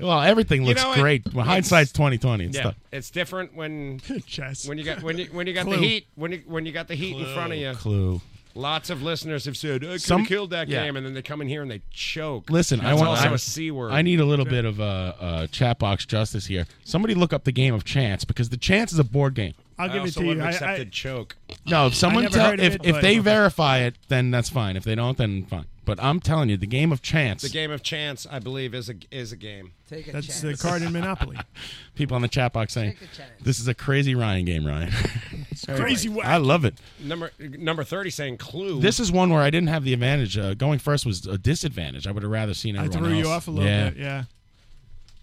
well, everything
You
looks
know, it-
great. Well,
it's-
hindsight's twenty twenty and
yeah,
stuff.
it's different when
chess.
when you got when you when you got the
Clue.
heat when you when you got the heat in front of you.
Clue.
Lots of listeners have said, "I could
Some-
have killed that
yeah.
game," and then they come in here and they choke.
Listen,
That's
I want
also
I,
a c word.
I need a little bit of uh, uh, chat box justice here. Somebody look up the game of chance because the chance is a board game.
I'll give it
also
to
would
you.
have
I,
accepted
I,
choke.
No, if
I
someone
never
tell
heard of
if,
it,
if
but-
they verify it, then that's fine. If they don't, then fine. But I'm telling you, the game of chance.
The game of chance, I believe, is a is a game.
Take a
That's the card in Monopoly.
People on the chat box saying, "This is a crazy Ryan game, Ryan." it's
crazy whack.
I love it.
Number number thirty saying clue.
This is one where I didn't have the advantage. Uh, going first was a disadvantage. I would have rather seen
I
everyone
threw you
else.
off a little
yeah.
bit. Yeah.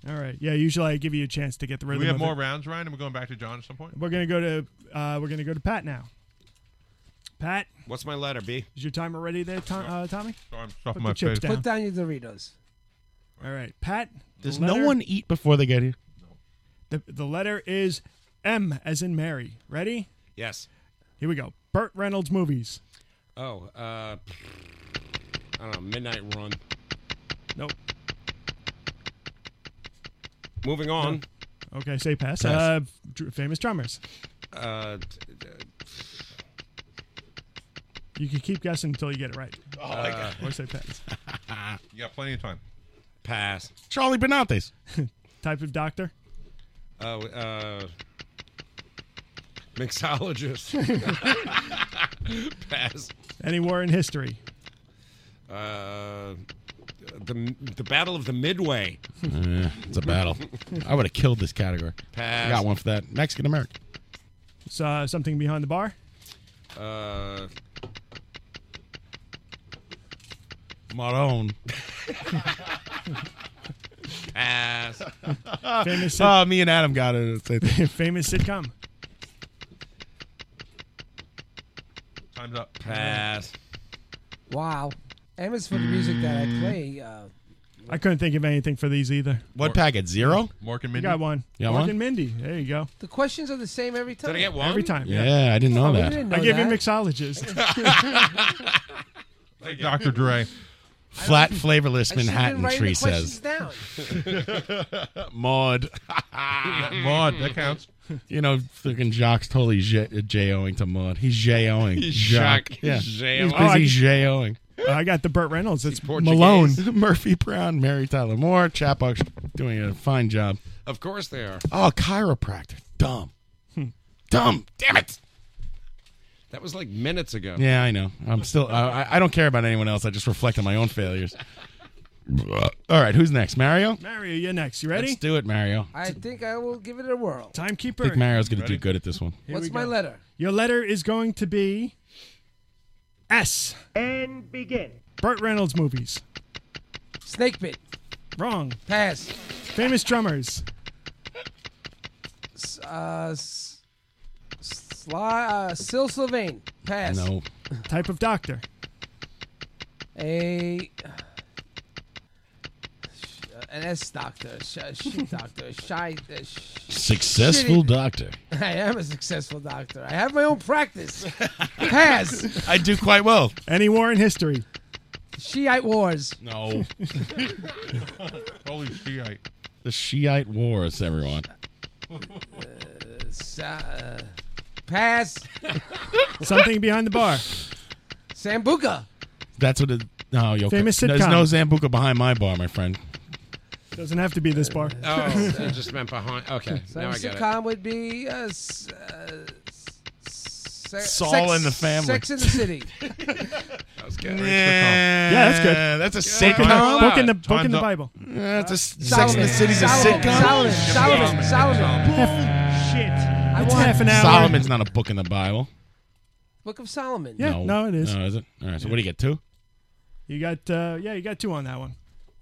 All right. Yeah. Usually I give you a chance to get the
Do
rhythm.
we have
of
more
it.
rounds, Ryan, and we're going back to John at some point?
We're gonna go to uh, we're gonna go to Pat now. Pat,
What's my letter B?
is your timer ready there, Tom, uh, Tommy?
Sorry, I'm
Put
stuffing
the
my
chips
face.
down.
Put down your Doritos.
All right, Pat. the
Does no
letter-
one eat before they get here?
The, the letter is M as in Mary. Ready?
Yes.
Here we go. Burt Reynolds movies.
Oh, uh, I don't know. Midnight Run.
Nope.
Moving on.
Okay, say pass.
Pass.
Uh, dr- famous drummers.
Uh, t- t-
You can keep guessing until you get it right. Uh,
Oh, my God.
Or say pass.
You got plenty of time.
pass.
Charlie Benantes.
Type of doctor.
Oh, uh, mixologist. pass.
Any war in history.
Uh, the the Battle of the Midway.
Eh, it's a battle. I would have killed this category.
Pass.
I got one for that. Mexican American.
So, uh, something behind the bar.
Uh,
Marone.
pass.
Famous sit-
Oh, me and Adam got it.
famous sitcom.
Time's up.
Pass.
Wow. M is for the music that I
Mm.
play. Uh,
I couldn't think of anything for these either.
What packet? Zero?
Mork
You got one.
You got
Mork
one?
and Mindy. There you go.
the questions are the same every time.
Did I get one?
Every time.
Yeah, I didn't know that.
I give you mixologist.
Like Dr. Dre.
Flat flavorless Manhattan tree says. Uh, Maud. Ah,
Maud, that counts.
You know, freaking Jock's totally j- uh, J-O-ing to Maud. He's J-O-ing.
He's
Jock.
Jock.
Yeah.
He's J-O-ing.
He's
Oh, I
busy
just-
J-O-ing.
I got the Burt Reynolds. It's
Malone,
Malone.
Murphy Brown, Mary Tyler Moore, Chapbox doing a fine job.
Of course they are.
Oh, chiropractor. Dumb. Dumb. Damn it.
That was like minutes ago.
Yeah, I know. I'm still. I, I- I don't care about anyone else. I just reflect on my own failures. All right, who's next? Mario.
Mario, you're next. You ready?
Let's do it, Mario.
I think I will give it a whirl.
Timekeeper.
I think Mario's going to do good at this one.
Here
What's
we
my
go.
letter?
Your letter is going to be S.
And begin.
Burt Reynolds movies.
Snakebit.
Wrong.
Pass.
Famous drummers.
S- Uh, s- Sly, uh, Sil Sylvain. Pass.
No.
Type of doctor.
A. uh, An S doctor, sh- uh, shit doctor, shy. Uh, sh-
Successful
shitty-
doctor.
I am a successful doctor. I have my own practice. Pass.
I do quite well.
Any war in history.
Shiite wars.
No.
Holy Shiite.
The Shiite Wars, everyone.
S- uh, pass.
Something behind the bar.
Sambuca.
That's what it. No, you okay.
Famous
There's
sitcom.
no Zambuca behind my bar, my friend.
Doesn't have to be this bar.
Oh, I just meant behind. Okay,
So
now I get it.
sitcom would be uh, s- uh, s- se-
Saul
sex,
and the Family.
Sex in the City.
That was good.
Yeah, that's good.
That's a
Book in the-
sitcom.
Book in the, book in the Bible.
That's a
Solomon.
Sex in the City's a
Solomon.
sitcom.
Solomon.
Solomon. Solomon.
Shit.
I
It's
want
half an hour.
Solomon's not a book in the Bible.
Book of Solomon.
Yeah, no, it is.
No, is it? All right. So what do you get? Two?
You got uh, yeah, you got two on that one.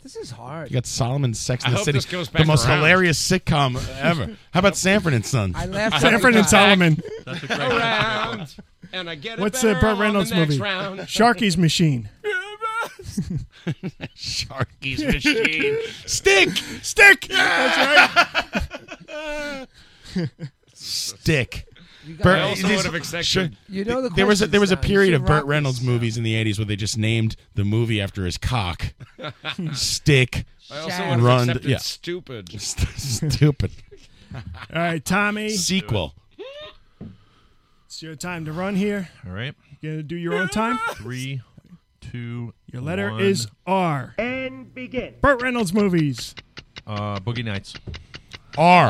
This is hard.
You got Solomon's Sex in
I
the
hope
City,
this goes
the
back
most
around.
hilarious sitcom ever. How about Sanford and Son?
I laughed
Sanford and Solomon.
That's a
Around, and I get it
What's the
barrel on
Burt Reynolds
the next
movie?
Round.
Sharky's Machine.
Sharky's machine. Stick, stick. That's right. Stick.
You
I also
this-
would have expected-
You know the
there was a, there was a
questions now.
period
You
of
should
Burt
rock
Reynolds movies in the '80s where they just named the movie after his cock. Stick.
I also
Shag.
would have
Run-
accepted
yeah.
stupid.
Stupid.
All right, Tommy.
Sequel.
It's your time to run here.
All right.
You gonna do your own time?
Three, two,
Your letter
one.
is R.
And begin.
Burt Reynolds movies.
Uh, Boogie Nights.
R.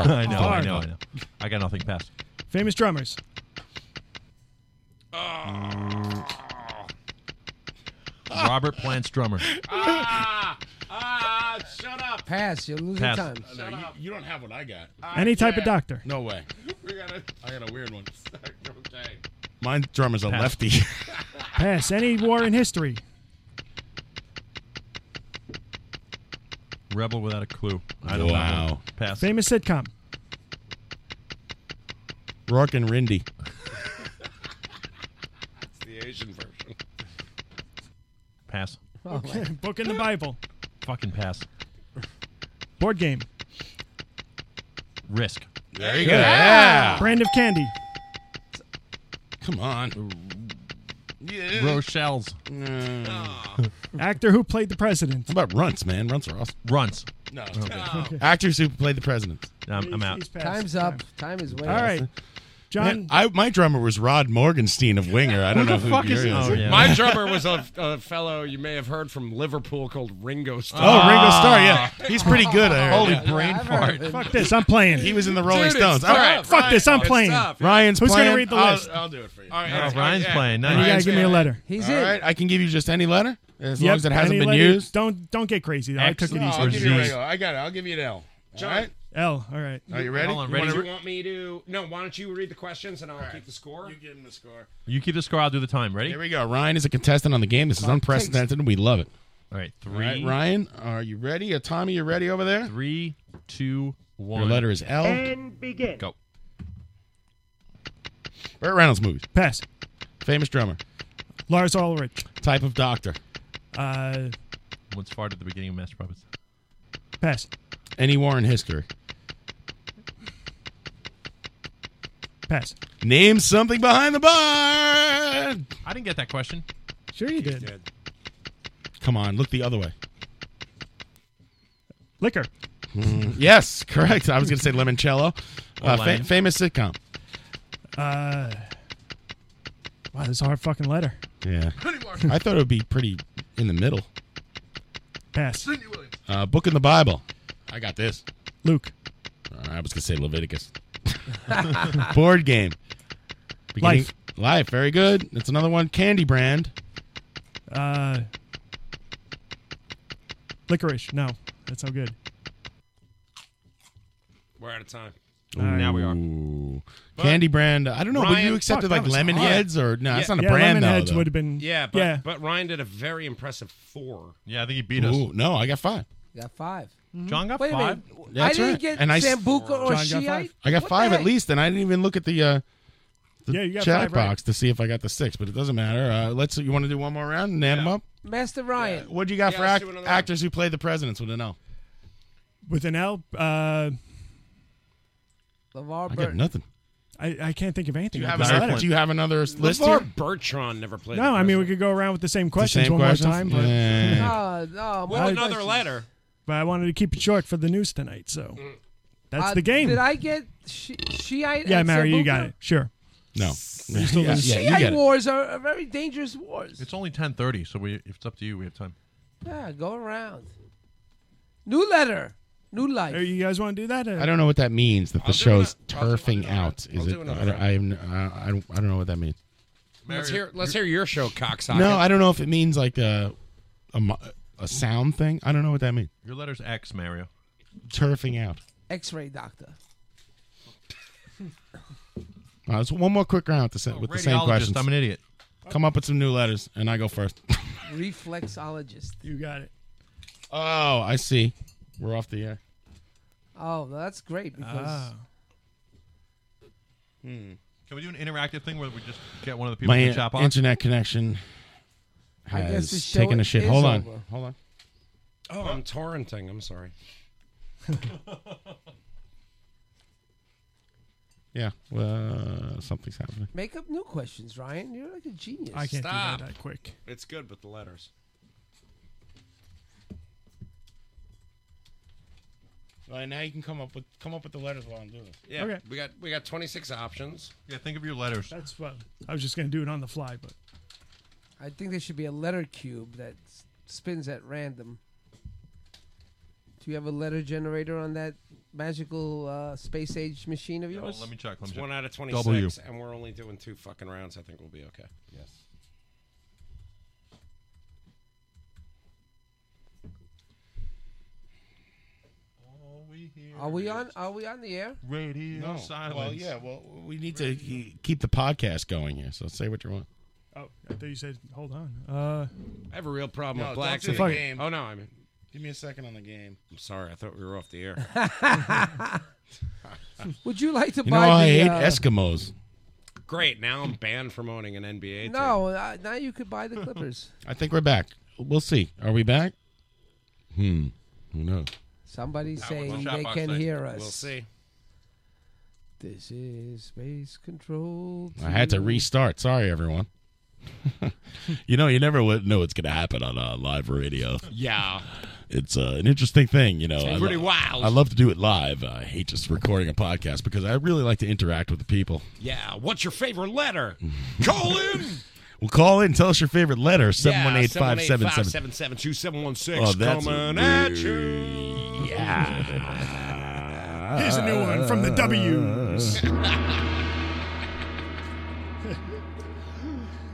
I know, I
R.
know, I know. I got nothing past.
Famous drummers.
Robert Plant's drummer.
ah, ah, shut up.
Pass. You're losing
Pass.
time.
No, you, you don't have what I got.
Any type of doctor.
No way.
We got a,
I got a weird one.
okay.
My drummer's a
Pass.
lefty.
Pass. Any war in history.
Rebel without a clue. I don't know.
Wow.
Pass.
Famous sitcom.
Rourke and Rindy.
It's the Asian version.
Pass.
Oh
Book in the Bible.
Fucking pass.
Board game.
Risk.
There you
Good.
go. Yeah.
Brand of candy.
Come on. Yeah.
Rochelle's.
Actor who played the president.
How about runts, man? Runts are awesome.
Runts.
No.
Okay.
Okay.
Actors who played the president.
I'm, I'm out.
He's passed. Time's up. Time is way
All
up.
right.
Man,
John,
I, my drummer was Rod Morgenstein of Winger. I don't
Who
know
the
who
fuck
yours
is
is.
this? Oh, yeah.
My drummer was a, a fellow you may have heard from Liverpool called Ringo Starr.
Oh, Ringo Starr, yeah. He's pretty good, I heard, Holy yeah. brain
I've
fart.
heard.
fuck this. I'm playing.
He was in the Rolling
Dude, it's
Stones. All
tough.
right,
Fuck this. I'm
It's
playing.
tough.
Ryan's
Who's
playing.
gonna read the
I'll-
list?
I'll, do it for you.
All right,
Oh, Ryan's playing. Nice.
All
You
right,
gotta give me a
letter.
He's
All
in.
right, I can give you just any letter as
Yep,
long as it hasn't
any
been
letter-
used.
Don't don't get crazy. Though. I took it
Excellent.
easy.
I'll give you a regular. I got it. I'll give you an L. All right.
L. All right.
Are you ready?
You
You wanna
wanna-
re-
you want me to? No, why don't you read the questions and I'll keep the score? You
give him the score.
You keep the score. I'll do the time. Ready?
Here we go. Ryan is a contestant on the game. This is unprecedented. We love it.
All right. Three.
All right, Ryan, are you ready? Uh, Tommy, you ready over there?
Three, two, one.
Your letter is L.
And begin.
Go.
Burt Reynolds movies.
Pass.
Famous drummer.
Lars Ulrich.
Type of doctor.
Uh,
What's far to the beginning of Master Puppets?
pass.
Any war in history.
Pass.
Name something behind the bar.
I didn't get that question.
Sure you did.
Come on, look the other way.
Liquor.
Mm, yes, correct. I was going to say limoncello.
Or
Uh, fa-
lemon.
famous sitcom.
Uh, wow, this is a hard fucking letter.
Yeah. I thought it would be pretty in the middle.
Pass.
Uh, book in the Bible. I got this.
Luke.
Uh, I was going to say Leviticus. Board game.
Life.
Life. Very good. That's another one. Candy brand.
Uh, licorice. No, that's all good.
We're out of time.
Now we are. Candy brand. I don't know. would
Ryan-
you accept it
Fuck,
like
that was
lemon
hard.
heads or no? That's
Yeah.
not a
Yeah,
brand
lemon
though,
heads
though.
would have been-
Yeah, but
Yeah.
but Ryan did a very impressive four.
Yeah, I think he beat us.
Ooh, no, I got five.
Got five.
Mm-hmm.
John got
Wait
five.
A minute.
That's
I didn't
right.
get
And I s-
Sambuca or
John got
Shiite.
five. I got
What the
five at
heck?
least, and I didn't even look at the uh, the
Yeah, you got
chat
five right.
box to see if I got the six, but it doesn't matter. Uh, let's. You want to do one more round and add them up?
Master Ryan.
What do you got for act- actors who played the presidents with an L?
With an L. Uh,
LeVar
I got
Burton.
nothing.
I, I can't think of anything.
Do you
with
have
this
another?
letter.
Do you have another s- list
LeVar
here?
Bertrand never played.
No, I mean we could go around with the same questions
same
one
questions?
more time. But,
Ah,
Yeah.
No, no.
Well,
more
another
questions.
letter.
but I wanted to keep it short for the news tonight, so that's
Uh,
the game.
Did I get Shi- Shiite?
yeah,
and
Mary, you got
Sambuca?
it. Sure.
No.
still
yeah,
lose.
yeah, you
Shiite
get it.
wars are, are very dangerous wars.
It's only ten thirty, so we. If it's up to you, we have time.
Yeah, go around. New letter. New life.
Are you guys want to do that? or-
I don't know what that means. That the
I'll do
show's
ano- I'll do
turfing out. Is
I'll
it?
do
I
another
don't, I, have n- uh, I, I don't. I don't know what that means.
Let's hear let's hear your show, cocksocket.
No, I don't know if it means like a a, mo- a sound thing. I don't know what that means.
Your letter's X, Mario.
Turfing out.
X-ray doctor.
Uh, so one more quick round with the, sa- with the same
radiologist,
questions.
I'm an idiot.
Come up with some new letters, and I go first.
Reflexologist.
You got it.
oh, I see. We're off the air.
Oh, no, that's great because
Ah. Can we do an interactive thing where we just get one of the people
Hmm. My
to chop off?
internet connection
I guess the
has
show
taken a shit.
is
Hold on.
over.
Hold on.
Oh, I'm torrenting. I'm sorry.
Yeah. Uh, something's happening.
make up new questions, Ryan. You're like a genius.
I can't do that
Stop.
that quick.
It's good with the letters.
All right, now you can come up with come up with the letters while I'm doing this.
Yeah,
Okay.
we got we got 26 options.
Yeah, think of your letters.
That's what I was just gonna do it on the fly, but
I think there should be a letter cube that s- spins at random. Do you have a letter generator on that magical uh, space age machine of yours?
let me check. Let
It's
me check.
one out of 26,
W.
and we're only doing two fucking rounds. I think we'll be okay. Yes.
Are we on? Are we on the air?
Radio silence.
Well, yeah. Well, we need to ke- keep the podcast going here. So say what you want.
oh, I thought you said hold on. Uh,
I have a real problem
No,
with
don't
black.
do the
Fuck it.
game.
Oh no, I mean,
Give me a second on the game.
I'm sorry. I thought we were off the air.
Would you like to
You know,
buy?
I
the,
hate
uh,
Eskimos.
Great. Now I'm banned from owning an NBA. team.
No, uh, now you could buy the Clippers.
I think we're back. We'll see. Are we back? Hmm. Who knows?
Somebody's saying
what's
they
Shopbox
can
say?
hear us.
We'll see.
This is space control.
I had to restart. Sorry, everyone. you know, you never would know what's going to happen on uh, live radio.
Yeah.
It's uh, an interesting thing, you know.
It's
I
pretty wild.
I love to do it live. I hate just recording a podcast because I really like to interact with the people.
Yeah. What's your favorite letter? Colon.
Well, call in. Tell us your favorite letter.
Seven one eight
718
five seven seven
577.
seven seven two seven one six.
Oh, that's
coming at
weird.
you.
Yeah.
Here's a new one from the W's.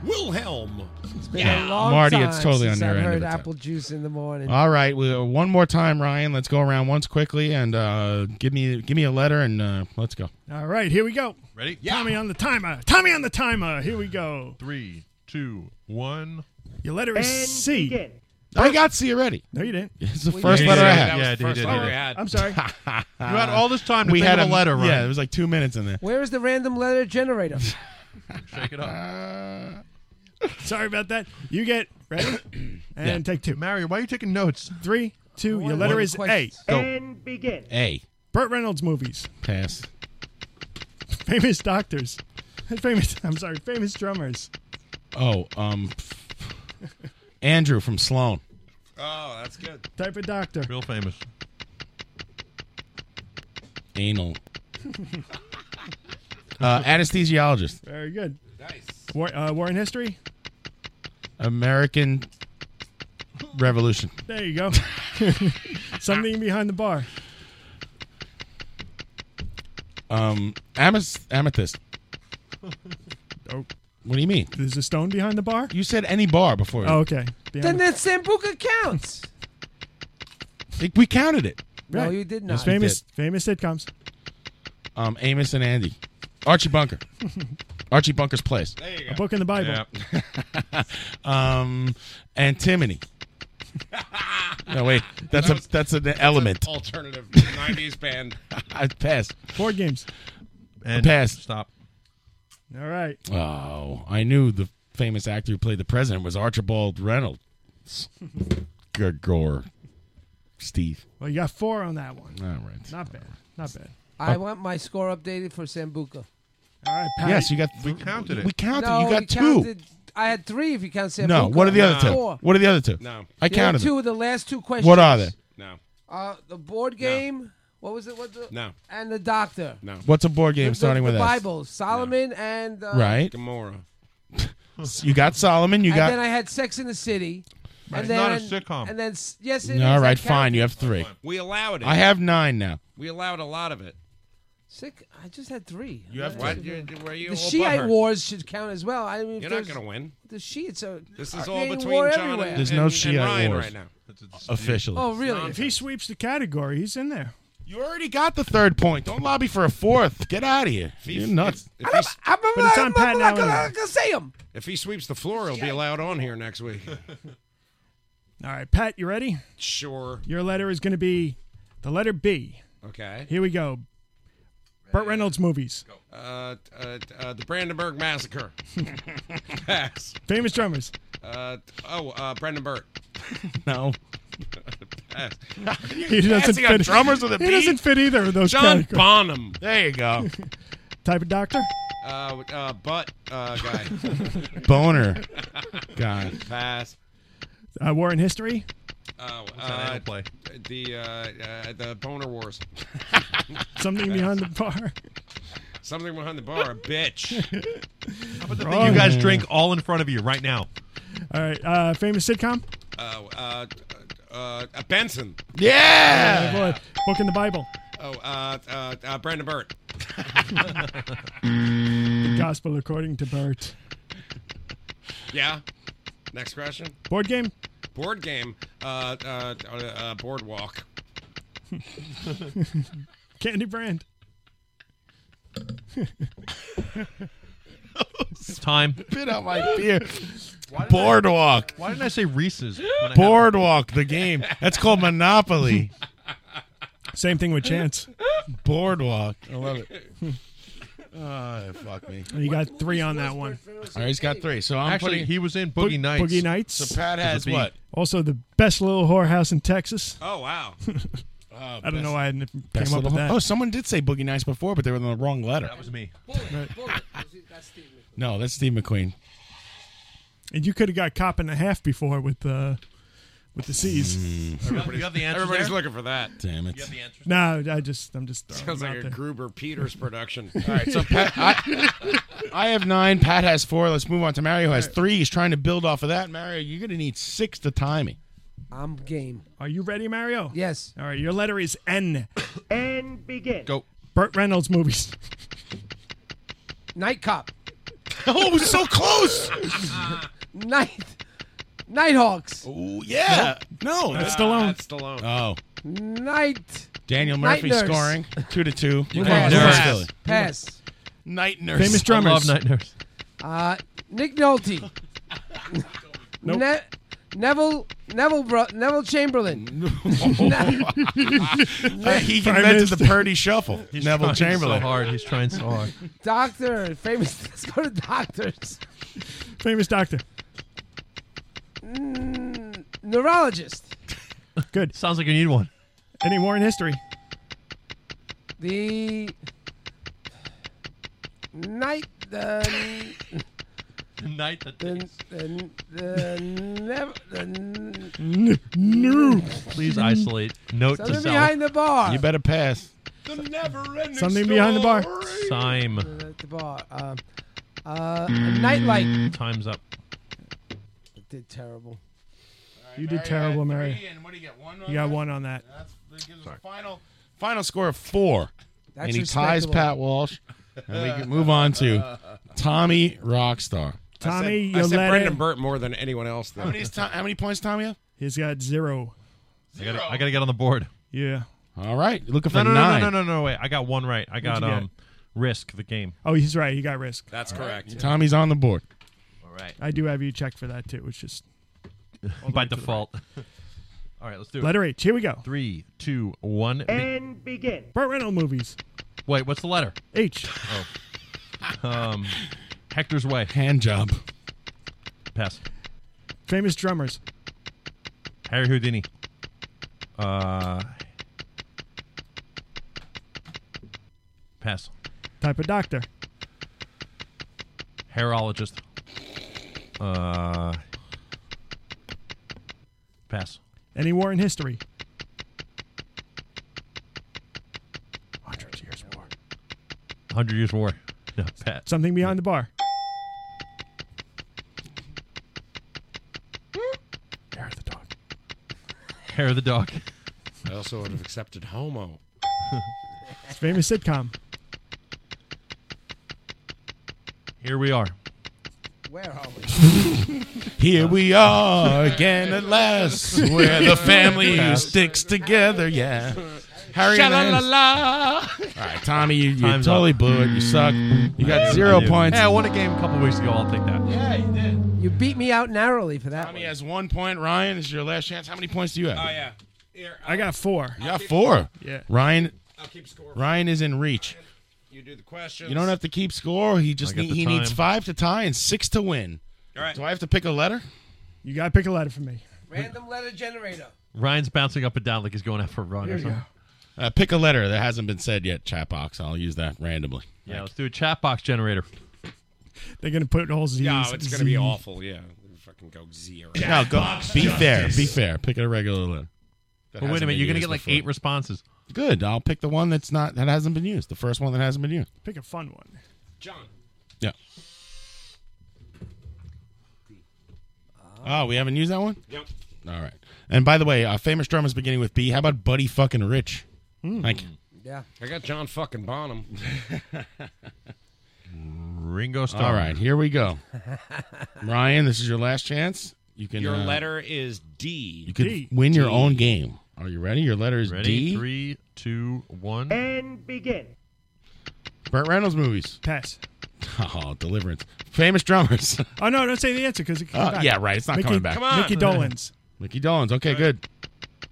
Wilhelm.
It's been
Yeah.
a long
Marty,
time
it's totally on
since
your
I've
end of
heard
the time.
apple juice in the morning.
All right, well, one more time, Ryan. Let's go around once quickly and uh, give me give me a letter and uh, let's go.
All right, here we go.
Ready?
Tommy on the timer. Tommy on the timer. Here we go.
Three, two, one.
Your letter is
And
C.
I got C already.
No, you didn't.
It's the first letter I had.
I'm sorry.
You had all this time to
Uh, we
think
had
of a letter, Ryan.
Yeah, there was like two minutes in there.
Where is the random letter generator?
Shake it up.
Sorry about that. You get ready and
Yeah.
take two.
Mario, why are you taking notes?
Three, two.
One
Your letter
more
is A.
question. Go.
And begin.
A.
Burt Reynolds movies.
Pass.
Famous doctors. Famous. I'm sorry. Famous drummers.
Oh, um, Andrew from Sloan.
Oh, that's good.
Type of doctor.
Real famous.
Anal. Uh, anesthesiologist.
Very good. Nice. War, uh, war in history.
American Revolution.
There you go. Something behind the bar.
Um, ameth- amethyst.
Oh.
What do you mean?
There's a stone behind the bar?
You said any bar before.
Oh, okay.
Then that Sambuca counts.
Like, we counted it.
No, you did not.
It's famous, famous sitcoms.
Um, Amos and Andy. Archie Bunker. Archie Bunker's place.
A book in the Bible.
um, Antimony. no, wait. That's a that's an element.
Alternative 90s band.
I passed.
Board games.
And pass.
Stop.
All right.
Oh, I knew the famous actor who played the president was Archibald Reynolds. Good gore. Steve.
Well, you got four on that one.
All right.
Not bad. Not bad.
I want my score updated for Sambuca.
All right,
Patty. Yes, you got We th- counted it. we counted.
No,
You got
we
two.
counted- I had three. If you count Sambuca,
No, what are the
I
other
had
two?
Four.
What are the other two? No. I
There are
counted them.
two. The last two questions.
What are they?
No.
Uh, the board game. What was it? What the?
No.
And the doctor.
No.
What's a board game
The- the-
starting
the
with S?
Bible, Solomon, and uh,
Right.
Gamora.
You got Solomon. You
and
got.
then I had Sex in the City.
Right.
And
It's not a
then,
sitcom.
And then s- yes, it is.
All
I
right,
counted.
fine. You have three.
We allowed it.
I have nine now.
We allowed a lot of it.
Sick. I just had three.
You have
What?
two. You- you- were you
the
all
Shiite
butthurt?
wars should count as well. I mean, if
You're not
there's-
gonna win.
The Shiites are.
This
are
is all
creating
between
war
John and-
everywhere.
There's no Shiite wars officially.
Oh, really?
If he sweeps the category, he's in there.
You already got the third point. Don't lobby for a fourth. Get out of here. You're nuts.
But it's on Pat now. anyway.
gonna say him.
If he sweeps the floor, he'll be allowed on here next week.
All right, Pat, you ready?
sure.
Your letter is going to be the letter B.
Okay.
Here we go. Burt Reynolds movies.
Uh, uh, uh, the Brandenburg Massacre. Pass.
Famous drummers.
Uh, oh, uh, Brendan Burt.
No.
Pass.
He doesn't fit. he doesn't fit either of those
John
categories.
Bonham. There
you go.
Type of doctor?
Uh, uh, butt uh, guy.
Boner guy.
Pass.
Uh, war in history?
Oh,
that
uh,
animal play?
the uh, uh, the boner wars.
Something behind the bar.
Something behind the bar, a bitch. How
about
the
thing you guys drink all in front of you right now?
All right. Uh, famous sitcom?
Uh, uh, uh, uh, Benson.
Uh, boy. Book in the Bible.
Oh, uh, uh, uh, Brandon Burt.
The Gospel according to Bert.
yeah. Next question.
Board game?
Board game. Uh, uh, uh, uh boardwalk.
Candy brand.
It's time.
Spit out my beer. Boardwalk.
why didn't I say Reese's? when I had-
Boardwalk, the game. That's called Monopoly.
Same thing with chance.
Boardwalk. I love it.
Ah,
Oh, fuck me.
You got three on that one.
All right, he's got three. So I'm
Actually,
putting.
he was in Boogie
Boog-
Nights.
Boogie Nights.
So Pat has what?
Also, the best little whorehouse in Texas.
Oh wow.
Oh,
I don't know why I n- came
best
up
little
with
home-
that.
Oh, someone did say Boogie Nights before, but they were in the wrong letter.
That was me.
No, that's Steve McQueen.
And you could have got cop and a half before with uh, with the
Mm.
C's.
Everybody's-
You have the answer
Everybody's
there?
looking for that.
Damn it.
You have the
No, I just I'm just throwing
Sounds
them
like
out
a
there.
Gruber Peters production.
All right, so Pat, I, I have nine. Pat has four. Let's move on to Mario, who has three. He's trying to build off of that. Mario, you're going to need six to tie me.
I'm game. Are you ready, Mario? Yes. All right, your letter is N.
And begin.
Go.
Burt Reynolds movies.
Night Cop.
oh, it was so close.
Night. Nighthawks.
Oh yeah. No,
That's
Stallone.
That's Stallone.
Oh,
Night.
Daniel
Night
Murphy
Nurse.
scoring two to two.
You
Come
pass.
on, North
Pass.
Philly.
Pass.
Night
Nurse. Famous I drummers. love Night Nurse.
Uh, Nick Nolte.
Nope.
Ne- Neville Neville Bro- Neville Chamberlain. Ne-
he invented the Purdy Shuffle.
He's
Neville
trying
Chamberlain.
so hard. He's trying so hard.
Doctor. Famous. Let's go to doctors.
Famous doctor.
Mm, neurologist.
Good.
Sounds like you need one.
Any more in history?
The night. The
night. The
the the, the never. The, n-
no.
Please isolate. Note to
Something
self.
behind the bar.
You better pass.
The Uh,
never-ending
Something behind the bar.
Time.
The, the bar. Um, uh, a
Mm.
nightlight.
Time's up.
Did terrible.
You did terrible, Mary.
and what do you get? One.
You got one on that.
Final, final score of four.
That's
and he ties
respectable.
Pat Walsh. And we can move on to Tommy Rockstar.
Tommy,
I
your
said, I said
letter-
Brendan Burt more than anyone else. Though.
How many, is Tom, how many points, Tommy? Have?
He's got zero.
I gotta, I gotta get on the board.
Yeah.
All right. Looking
no,
for
no,
nine.
No, no, no, no, no, wait. I got one right. I got
you get?
um, Risk, the game.
Oh, he's right. He got risk.
That's correct.
Tommy's on the board.
All right.
I do have you checked for that too. It's just
By default. All right, let's do it.
letter H. Here we go.
Three, two, one.
And begin.
Burt Reynolds movies.
Wait, what's the letter?
H.
Oh. Um, Hector's Way.
Hand job.
Pass.
Famous drummers.
Harry Houdini. Uh, pass.
Type of doctor.
Hairologist. Uh, pass.
Any war in history.
Hundred Years War. No, pass.
Something behind the bar.
Hair of the dog.
I also would have accepted homo.
It's a famous sitcom.
Here we are.
Where are we?
Here we are again at last. We're the family who
Pass.
sticks together. Yeah. Harry and
Sha-la-la-la.
Ann- All right, Tommy, you, you
Time's
totally
up.
blew it. You suck. You got zero points.
Hey, I won a game a couple weeks ago. I'll take that.
Yeah, you did.
You beat me out narrowly for that.
Tommy has one point. Ryan, this is your last chance. How many points do you have? Oh,
yeah.
I got four.
You got four.
Yeah.
Ryan.
I'll keep score.
Ryan is in reach.
You do the questions.
You don't have to keep score. He
I
just
got
need,
the
he needs
time.
five to tie and six to win.
All right.
Do I have to pick a letter?
You gotta pick a letter for me.
Random letter generator.
Ryan's bouncing up and down like he's going out for a run
Here
or
we
something.
Uh, pick a letter that hasn't been said yet. Chat box. I'll use that randomly.
Yeah, let's do a chat box generator.
They're gonna put all Z's.
No, it's gonna be
Z.
awful. Yeah, fucking go zero.
No, go. Be fair. Be fair. Pick a regular letter. That
But wait a minute,
hasn't been
you're gonna
used
get like
before.
eight responses.
Good. I'll pick the one that's not that hasn't been used. The first one that hasn't been used.
Pick a fun one.
John.
Yeah. Oh, we haven't used that one.
Yep.
All right. And by the way, uh, famous drummers beginning with B. How about Buddy fucking Rich?
Hmm.
Mm.
Like
Yeah.
I got John fucking Bonham.
Ringo Starr.
All right, here we go. Ryan, this is your last chance. You can
Your
uh,
letter is D.
You can win your own game. Are you ready? Your letter is
Ready?
D.
Three, two, one.
And begin.
Burt Reynolds movies.
Pass.
Oh, Deliverance. Famous drummers.
Oh no, don't say the answer because it comes
Oh,
back.
yeah, right. It's not
Mickey,
coming back.
Mickey Dolans.
Mickey Dolans. Okay, good.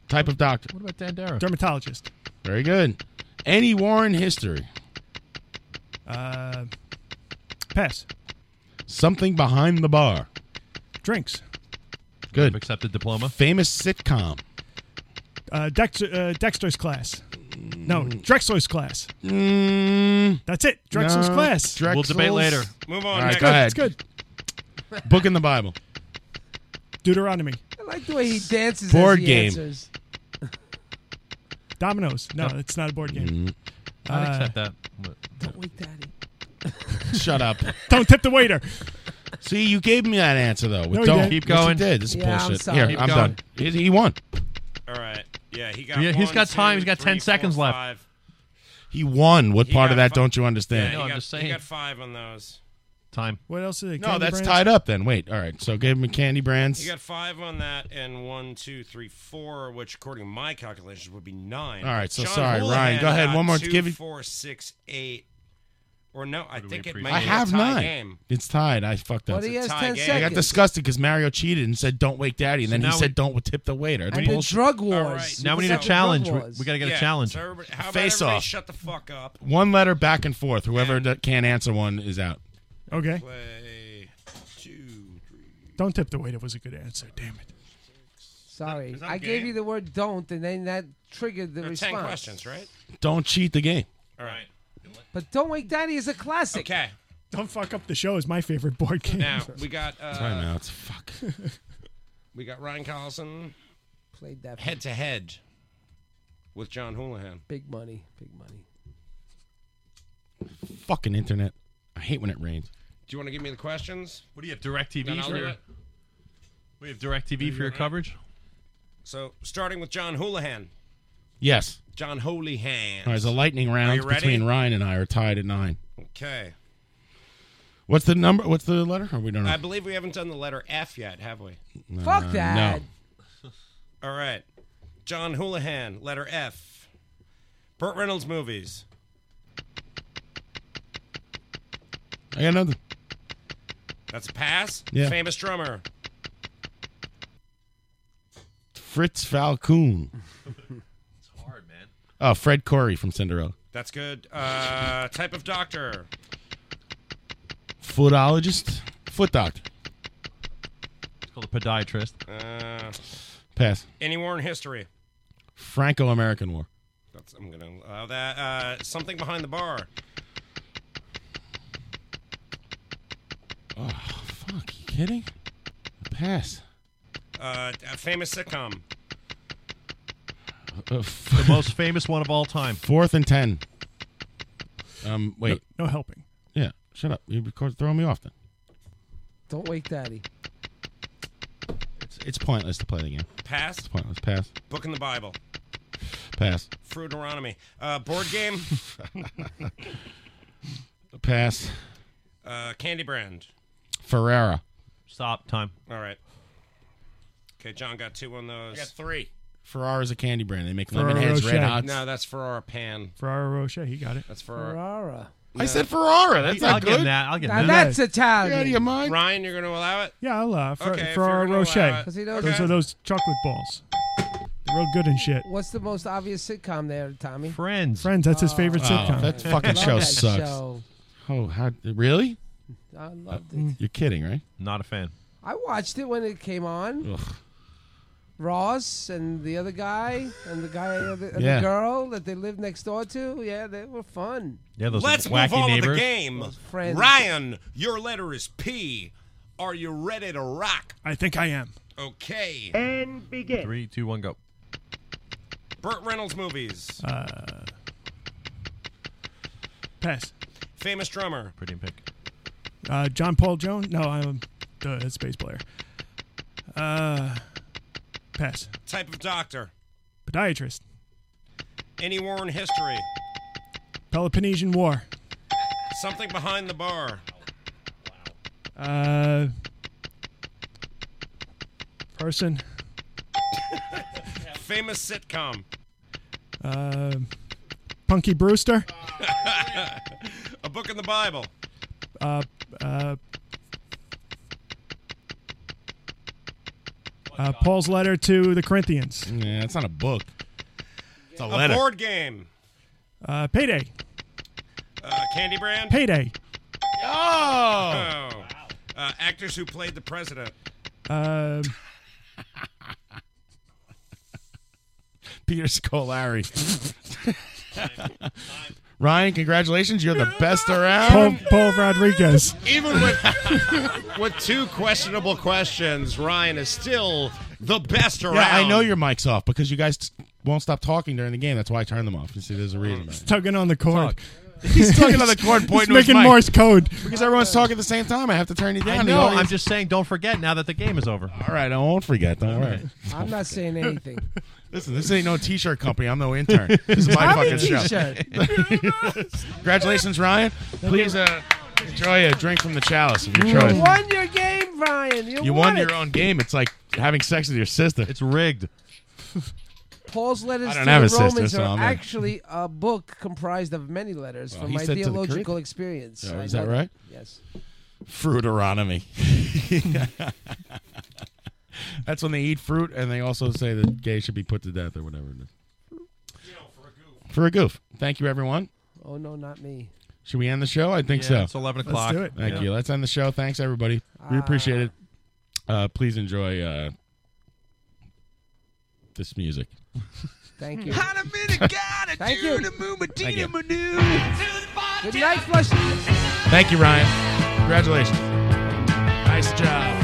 Type of doctor.
What about Dandara?
Dermatologist.
Very good. Any war in history.
Uh, pass.
Something behind the bar.
Drinks.
Good.
Accepted diploma.
Famous sitcom.
uh, Dex- uh, Dexter's class. No,
Mm.
Drexler's class. That's it. Drexler's
No,
class.
We'll debate later.
Move
on,
All right,
next.
go ahead.
It's good. Book in the Bible.
Deuteronomy.
I like the way he dances. as
Board
he
game.
Answers.
Dominoes. No, it's not a board game.
Mm.
I'd
Uh,
accept that.
Don't wait, Daddy.
Shut up.
Don't tip the waiter.
See, you gave me that answer though.
No,
With
you
don't
didn't.
Keep
Yes, you
going.
did. This is
Yeah, I'm
bullshit.
sorry.
Here,
Keep
I'm
going.
done. He, he won.
All right. Yeah, he got.
Yeah, he's
one,
got time.
two,
He's got 10
three,
seconds
four,
left.
five.
He won. What
He
part of
got
that
fi-
don't you
Yeah,
understand?
he got, He got five on those.
Time.
What else is it?
No,
Candy
that's
brands?
tied up then. Wait. All right. So give him candy brands.
He got five on that, and one, two, three, four, which according to my calculations would be nine.
All right, so
John
sorry,
Houlihan
Ryan, go ahead,
got
one more,
Two,
give it-
four, six, eight. Or no, I think it may
I
be
have
a tie
nine.
game.
It's tied. I fucked up.
But he It's a has tie 10 game.
I got
seconds.
disgusted because Mario cheated and said, "Don't wake daddy," and
So
then he
now
said,
we-
"Don't tip the waiter." It's
And the
bullshit.
drug wars. All right, now we need a
Drug
challenge. We-
wars.
we gotta get a
Yeah,
challenge.
So everybody, how about
Face
everybody
off.
Shut the fuck up.
One letter back and forth. Whoever d- can't answer one is out.
Okay.
Play two.
Don't tip the waiter was a good answer. Damn it.
Sorry, I gave you the word "don't," and then that triggered the
There are
response.
ten questions, right?
Don't cheat the game.
All right.
But "Don't Wake Daddy" is a classic.
Okay.
Don't fuck up the show is my favorite board game.
Now we got uh,
Timeouts. Fuck.
We got Ryan Collison
played that
head to head with John Houlihan.
Big money, big money.
Fucking internet. I hate when it rains.
Do you want to give me the questions?
What do you have? Direct TV
Then I'll
for
do
your-
it.
We have DirecTV for your coverage.
So starting with John Houlihan.
Yes.
John Houlihan.
All right. The lightning round
you ready?
between Ryan and I are tied at nine.
Okay.
What's the number? What's the letter? Or we don't know.
I believe we haven't done the letter F yet, have we?
No, Fuck no. that.
All right. John Houlihan, letter F. Burt Reynolds movies.
I got another.
That's a pass.
Yeah.
Famous drummer.
Fritz Falcoon.
It's hard, man.
Oh, Fred Corey from Cinderella.
That's good. Uh, type of doctor.
Footologist. Foot doctor.
It's called a podiatrist.
Uh,
Pass.
Any war in history.
Franco-American War.
That's, I'm gonna allow that. Uh, something behind the bar.
Oh, fuck. You kidding? Pass.
Uh, a famous sitcom.
Uh, f-
The most famous one of all time.
Fourth and ten. Um, wait.
No helping.
Yeah, shut up. You record throwing me off then.
Don't wake daddy.
It's, it's pointless to play the game.
Pass.
It's pointless. Pass.
Book in the Bible.
Pass.
Fruiteronomy. Uh, board game.
Pass.
uh, candy brand.
Ferrera.
Stop. Time.
All right. Okay, John got two on those. I got
three. Ferrara is a candy brand. They make
Ferrero
lemon heads, red
Rocher.
hots.
No, that's Ferrara Pan.
Ferrara Rocher, he got it.
That's Ferrara.
I said Ferrara. That's
I'll
not
give
good.
him that. I'll give Now him that. that's Italian.
You out of your mind?
Ryan, you're going to allow it?
Yeah, I'll uh, Fer-
Okay, if you're
Ferrero
gonna allow
Rocher.
it. 'Cause he knows-
Those
Okay.
are those chocolate balls. They're real good and shit.
What's the most obvious sitcom there, Tommy?
Friends.
Friends, that's his favorite
Oh,
sitcom.
that fucking
Love
show
that
sucks.
show.
Oh, how really? Uh, mm.
I loved it.
You're kidding, right?
Not a fan.
I watched it when it came on.
Ugh.
Ross and the other guy and the guy and the, and
Yeah.
the girl that they lived next door to. Yeah, they were fun.
Yeah, those
Let's
wacky
move on with
neighbors.
the game.
Those friends.
Ryan, your letter is P. Are you ready to rock?
I think I am.
Okay.
And begin.
Three, two, one, go.
Burt Reynolds movies.
Uh, pass.
Famous drummer.
Pretty pick.
Uh, John Paul Jones? No, I'm the head space player. Uh, pass.
Type of doctor.
Podiatrist.
Any war in history.
Peloponnesian War.
Something behind the bar.
Uh, person.
Famous sitcom.
Uh, Punky Brewster.
A book in the Bible.
Uh, uh, uh, Paul's letter to the Corinthians.
Yeah, it's not a book. It's a
A board game.
Uh, payday.
Uh, candy brand.
Payday.
Oh.
Oh.
Uh, actors who played the
Uh,
president.
Um
Peter Scolari. Ryan, congratulations. You're the best around.
Paul Rodriguez.
Even with with two questionable questions, Ryan is still the best around.
Yeah, I know your mic's off because you guys t- won't stop talking during the game. That's why I turned them off. You see, there's a reason. about it.
Tugging on the cord.
He's tugging on the cord,
He's
pointing to his
making
mic.
Morse code.
Because everyone's talking at the same time. I have to turn you down.
I
The
know. I'm
audience-
just saying, don't forget now that the game is over.
All right, I won't forget. Don't worry.
I'm not saying anything.
Listen, this ain't no t-shirt company. I'm no intern. This is my
I'm a
fucking show. Congratulations, Ryan. Please uh, enjoy a drink from the chalice of your choice.
You won your game, Brian. You,
You won
it.
your own game. It's like having sex with your sister. It's rigged.
Paul's letters
I don't
to
have
the
a sister,
Romans
so
are
I'm in.
actually a book comprised of many letters
Well,
from
he
my
said to the
theological
Corinthians.
experience.
Oh,
I
is that
know-
right?
Yes.
Fruiteronomy. That's when they eat fruit, and they also say that gay should be put to death or whatever. it is. For a goof. Thank you, everyone.
Oh no, not me.
Should we end the show? I think
Yeah,
so.
it's 11 Let's o'clock. do it.
Thank
Yeah.
you. Let's end the show. Thanks, everybody. We appreciate it. Uh, please enjoy uh, this music.
Thank you.
Thank
you.
Thank you.
Good night, Flushing.
Thank you, Ryan. Congratulations. Nice job.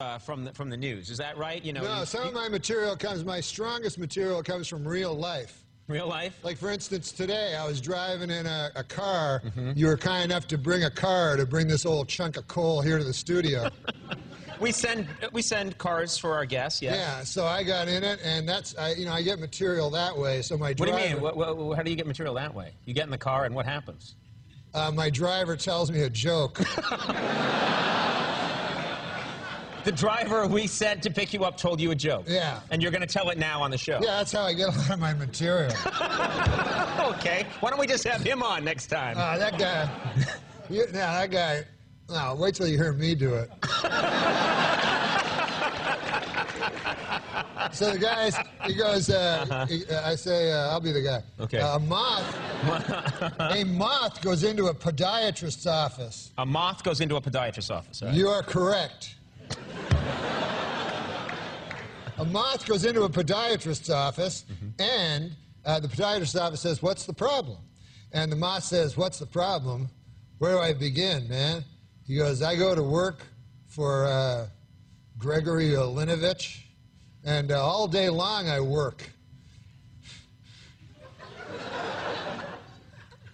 uh, from the, from the news. Is that right? You know,
No,
you-
some of my material comes, my strongest material comes from real life.
real life.
Like, for instance, today I was driving in a, a car. You were kind enough to bring a car to bring this old chunk of coal here to the studio.
We send we send cars for our guests. Yes.
Yeah, so I got in it, and that's, I, you know, I get material that way. So my
What do
driver,
you mean? What, what, what- how do you get material that way? You get in the car, and what happens?
Uh, my driver tells me a joke.
The driver we sent to pick you up told you a joke.
Yeah.
And you're going to tell it now on the show.
yeah, that's how I get a lot of my material.
okay. Why don't we just have him on next time?
Ah, that guy. You, no, that guy. No, wait till you hear me do it. so the guys, he goes. Uh, he- uh, I say, uh, I'll be the guy.
Uh-huh. Okay.
Uh, a moth. a moth goes into a podiatrist's office.
A moth goes into a podiatrist's office. all right?
You are correct. a moth goes into a podiatrist's office, and uh, the podiatrist's office says, What's the problem? And the moth says, What's the problem? Where do I begin, man? He goes, I go to work for uh, Gregory Olinovich, and uh, all day long I work.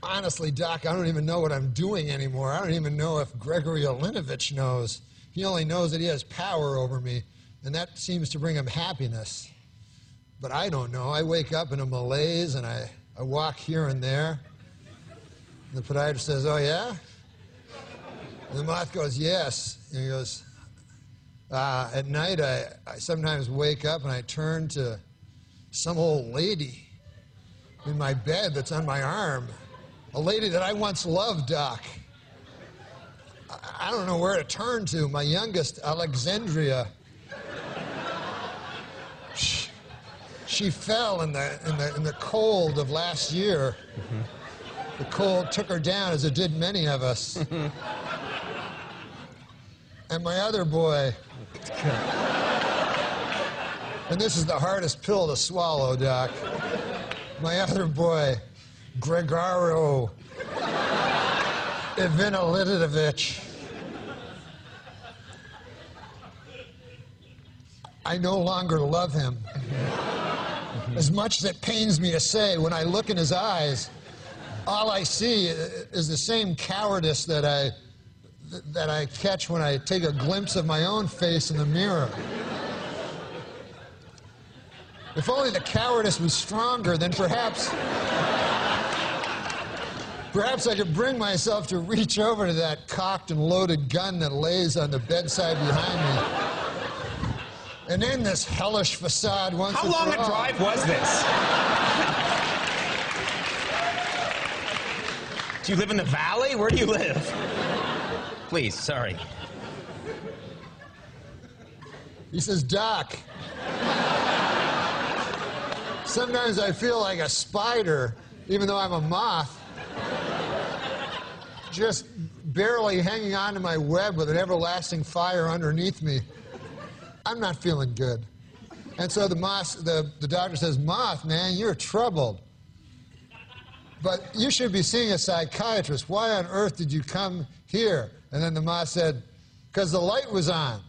Honestly, Doc, I don't even know what I'm doing anymore. I don't even know if Gregory Olinovich knows. He only knows that he has power over me, and that seems to bring him happiness. But I don't know. I wake up in a malaise and I, I walk here and there. And the podiatrist says, Oh, yeah? And the moth goes, Yes. And he goes, uh, At night, I, I sometimes wake up and I turn to some old lady in my bed that's on my arm a lady that I once loved, Doc. I, I don't know where to turn to. My youngest, Alexandria. She, she fell in the, in, the, in the cold of last year. The cold took her down, as it did many of us. and my other boy. And this is the hardest pill to swallow, Doc. My other boy, Gregaro Ivanilidovich. I no longer love him. As much as it pains me to say, when I look in his eyes, all I see i- is the same cowardice that I th- that I catch when I take a glimpse of my own face in the mirror. If only the cowardice was stronger, then perhaps perhaps I could bring myself to reach over to that cocked and loaded gun that lays on the bedside behind me. And end this hellish facade once
How
and
long
for
a
all.
drive was this? Do you live in the valley? Where do you live? Please, sorry.
He says, Doc, sometimes I feel like a spider, even though I'm a moth, just barely hanging on to my web with an everlasting fire underneath me. I'm not feeling good. And so the, moth, the, the doctor says, Moth, man, you're troubled. But you should be seeing a psychiatrist. Why on earth did you come here? And then the moth said, Because the light was on.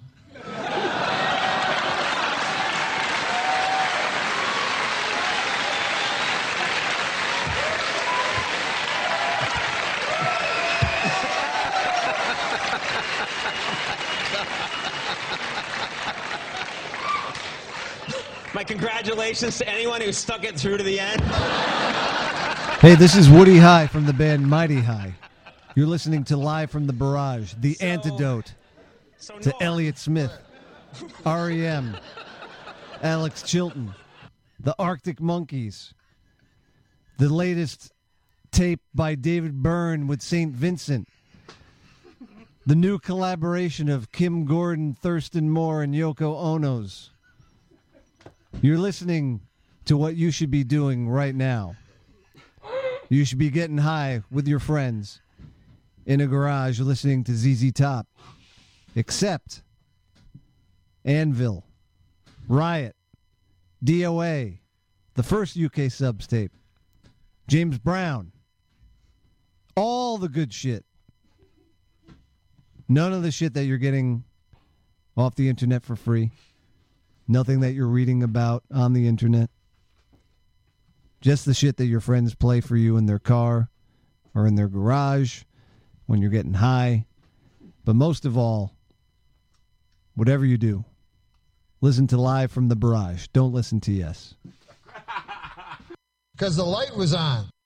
My congratulations to anyone who stuck it through to the end.
Hey, this is Woody High from the band Mighty High. You're listening to Live from the Barrage, the antidote to Elliott Smith, REM, Alex Chilton, the Arctic Monkeys, the latest tape by David Byrne with St. Vincent, the new collaboration of Kim Gordon, Thurston Moore, and Yoko Ono's. You're listening to what you should be doing right now. You should be getting high with your friends in a garage listening to ZZ Top. Except Anvil, Riot, DOA, the first UK subs tape, James Brown, all the good shit. None of the shit that you're getting off the internet for free. Nothing that you're reading about on the internet. Just the shit that your friends play for you in their car or in their garage when you're getting high. But most of all, whatever you do, listen to Live from the Barrage. Don't listen to Yes.
Because the light was on.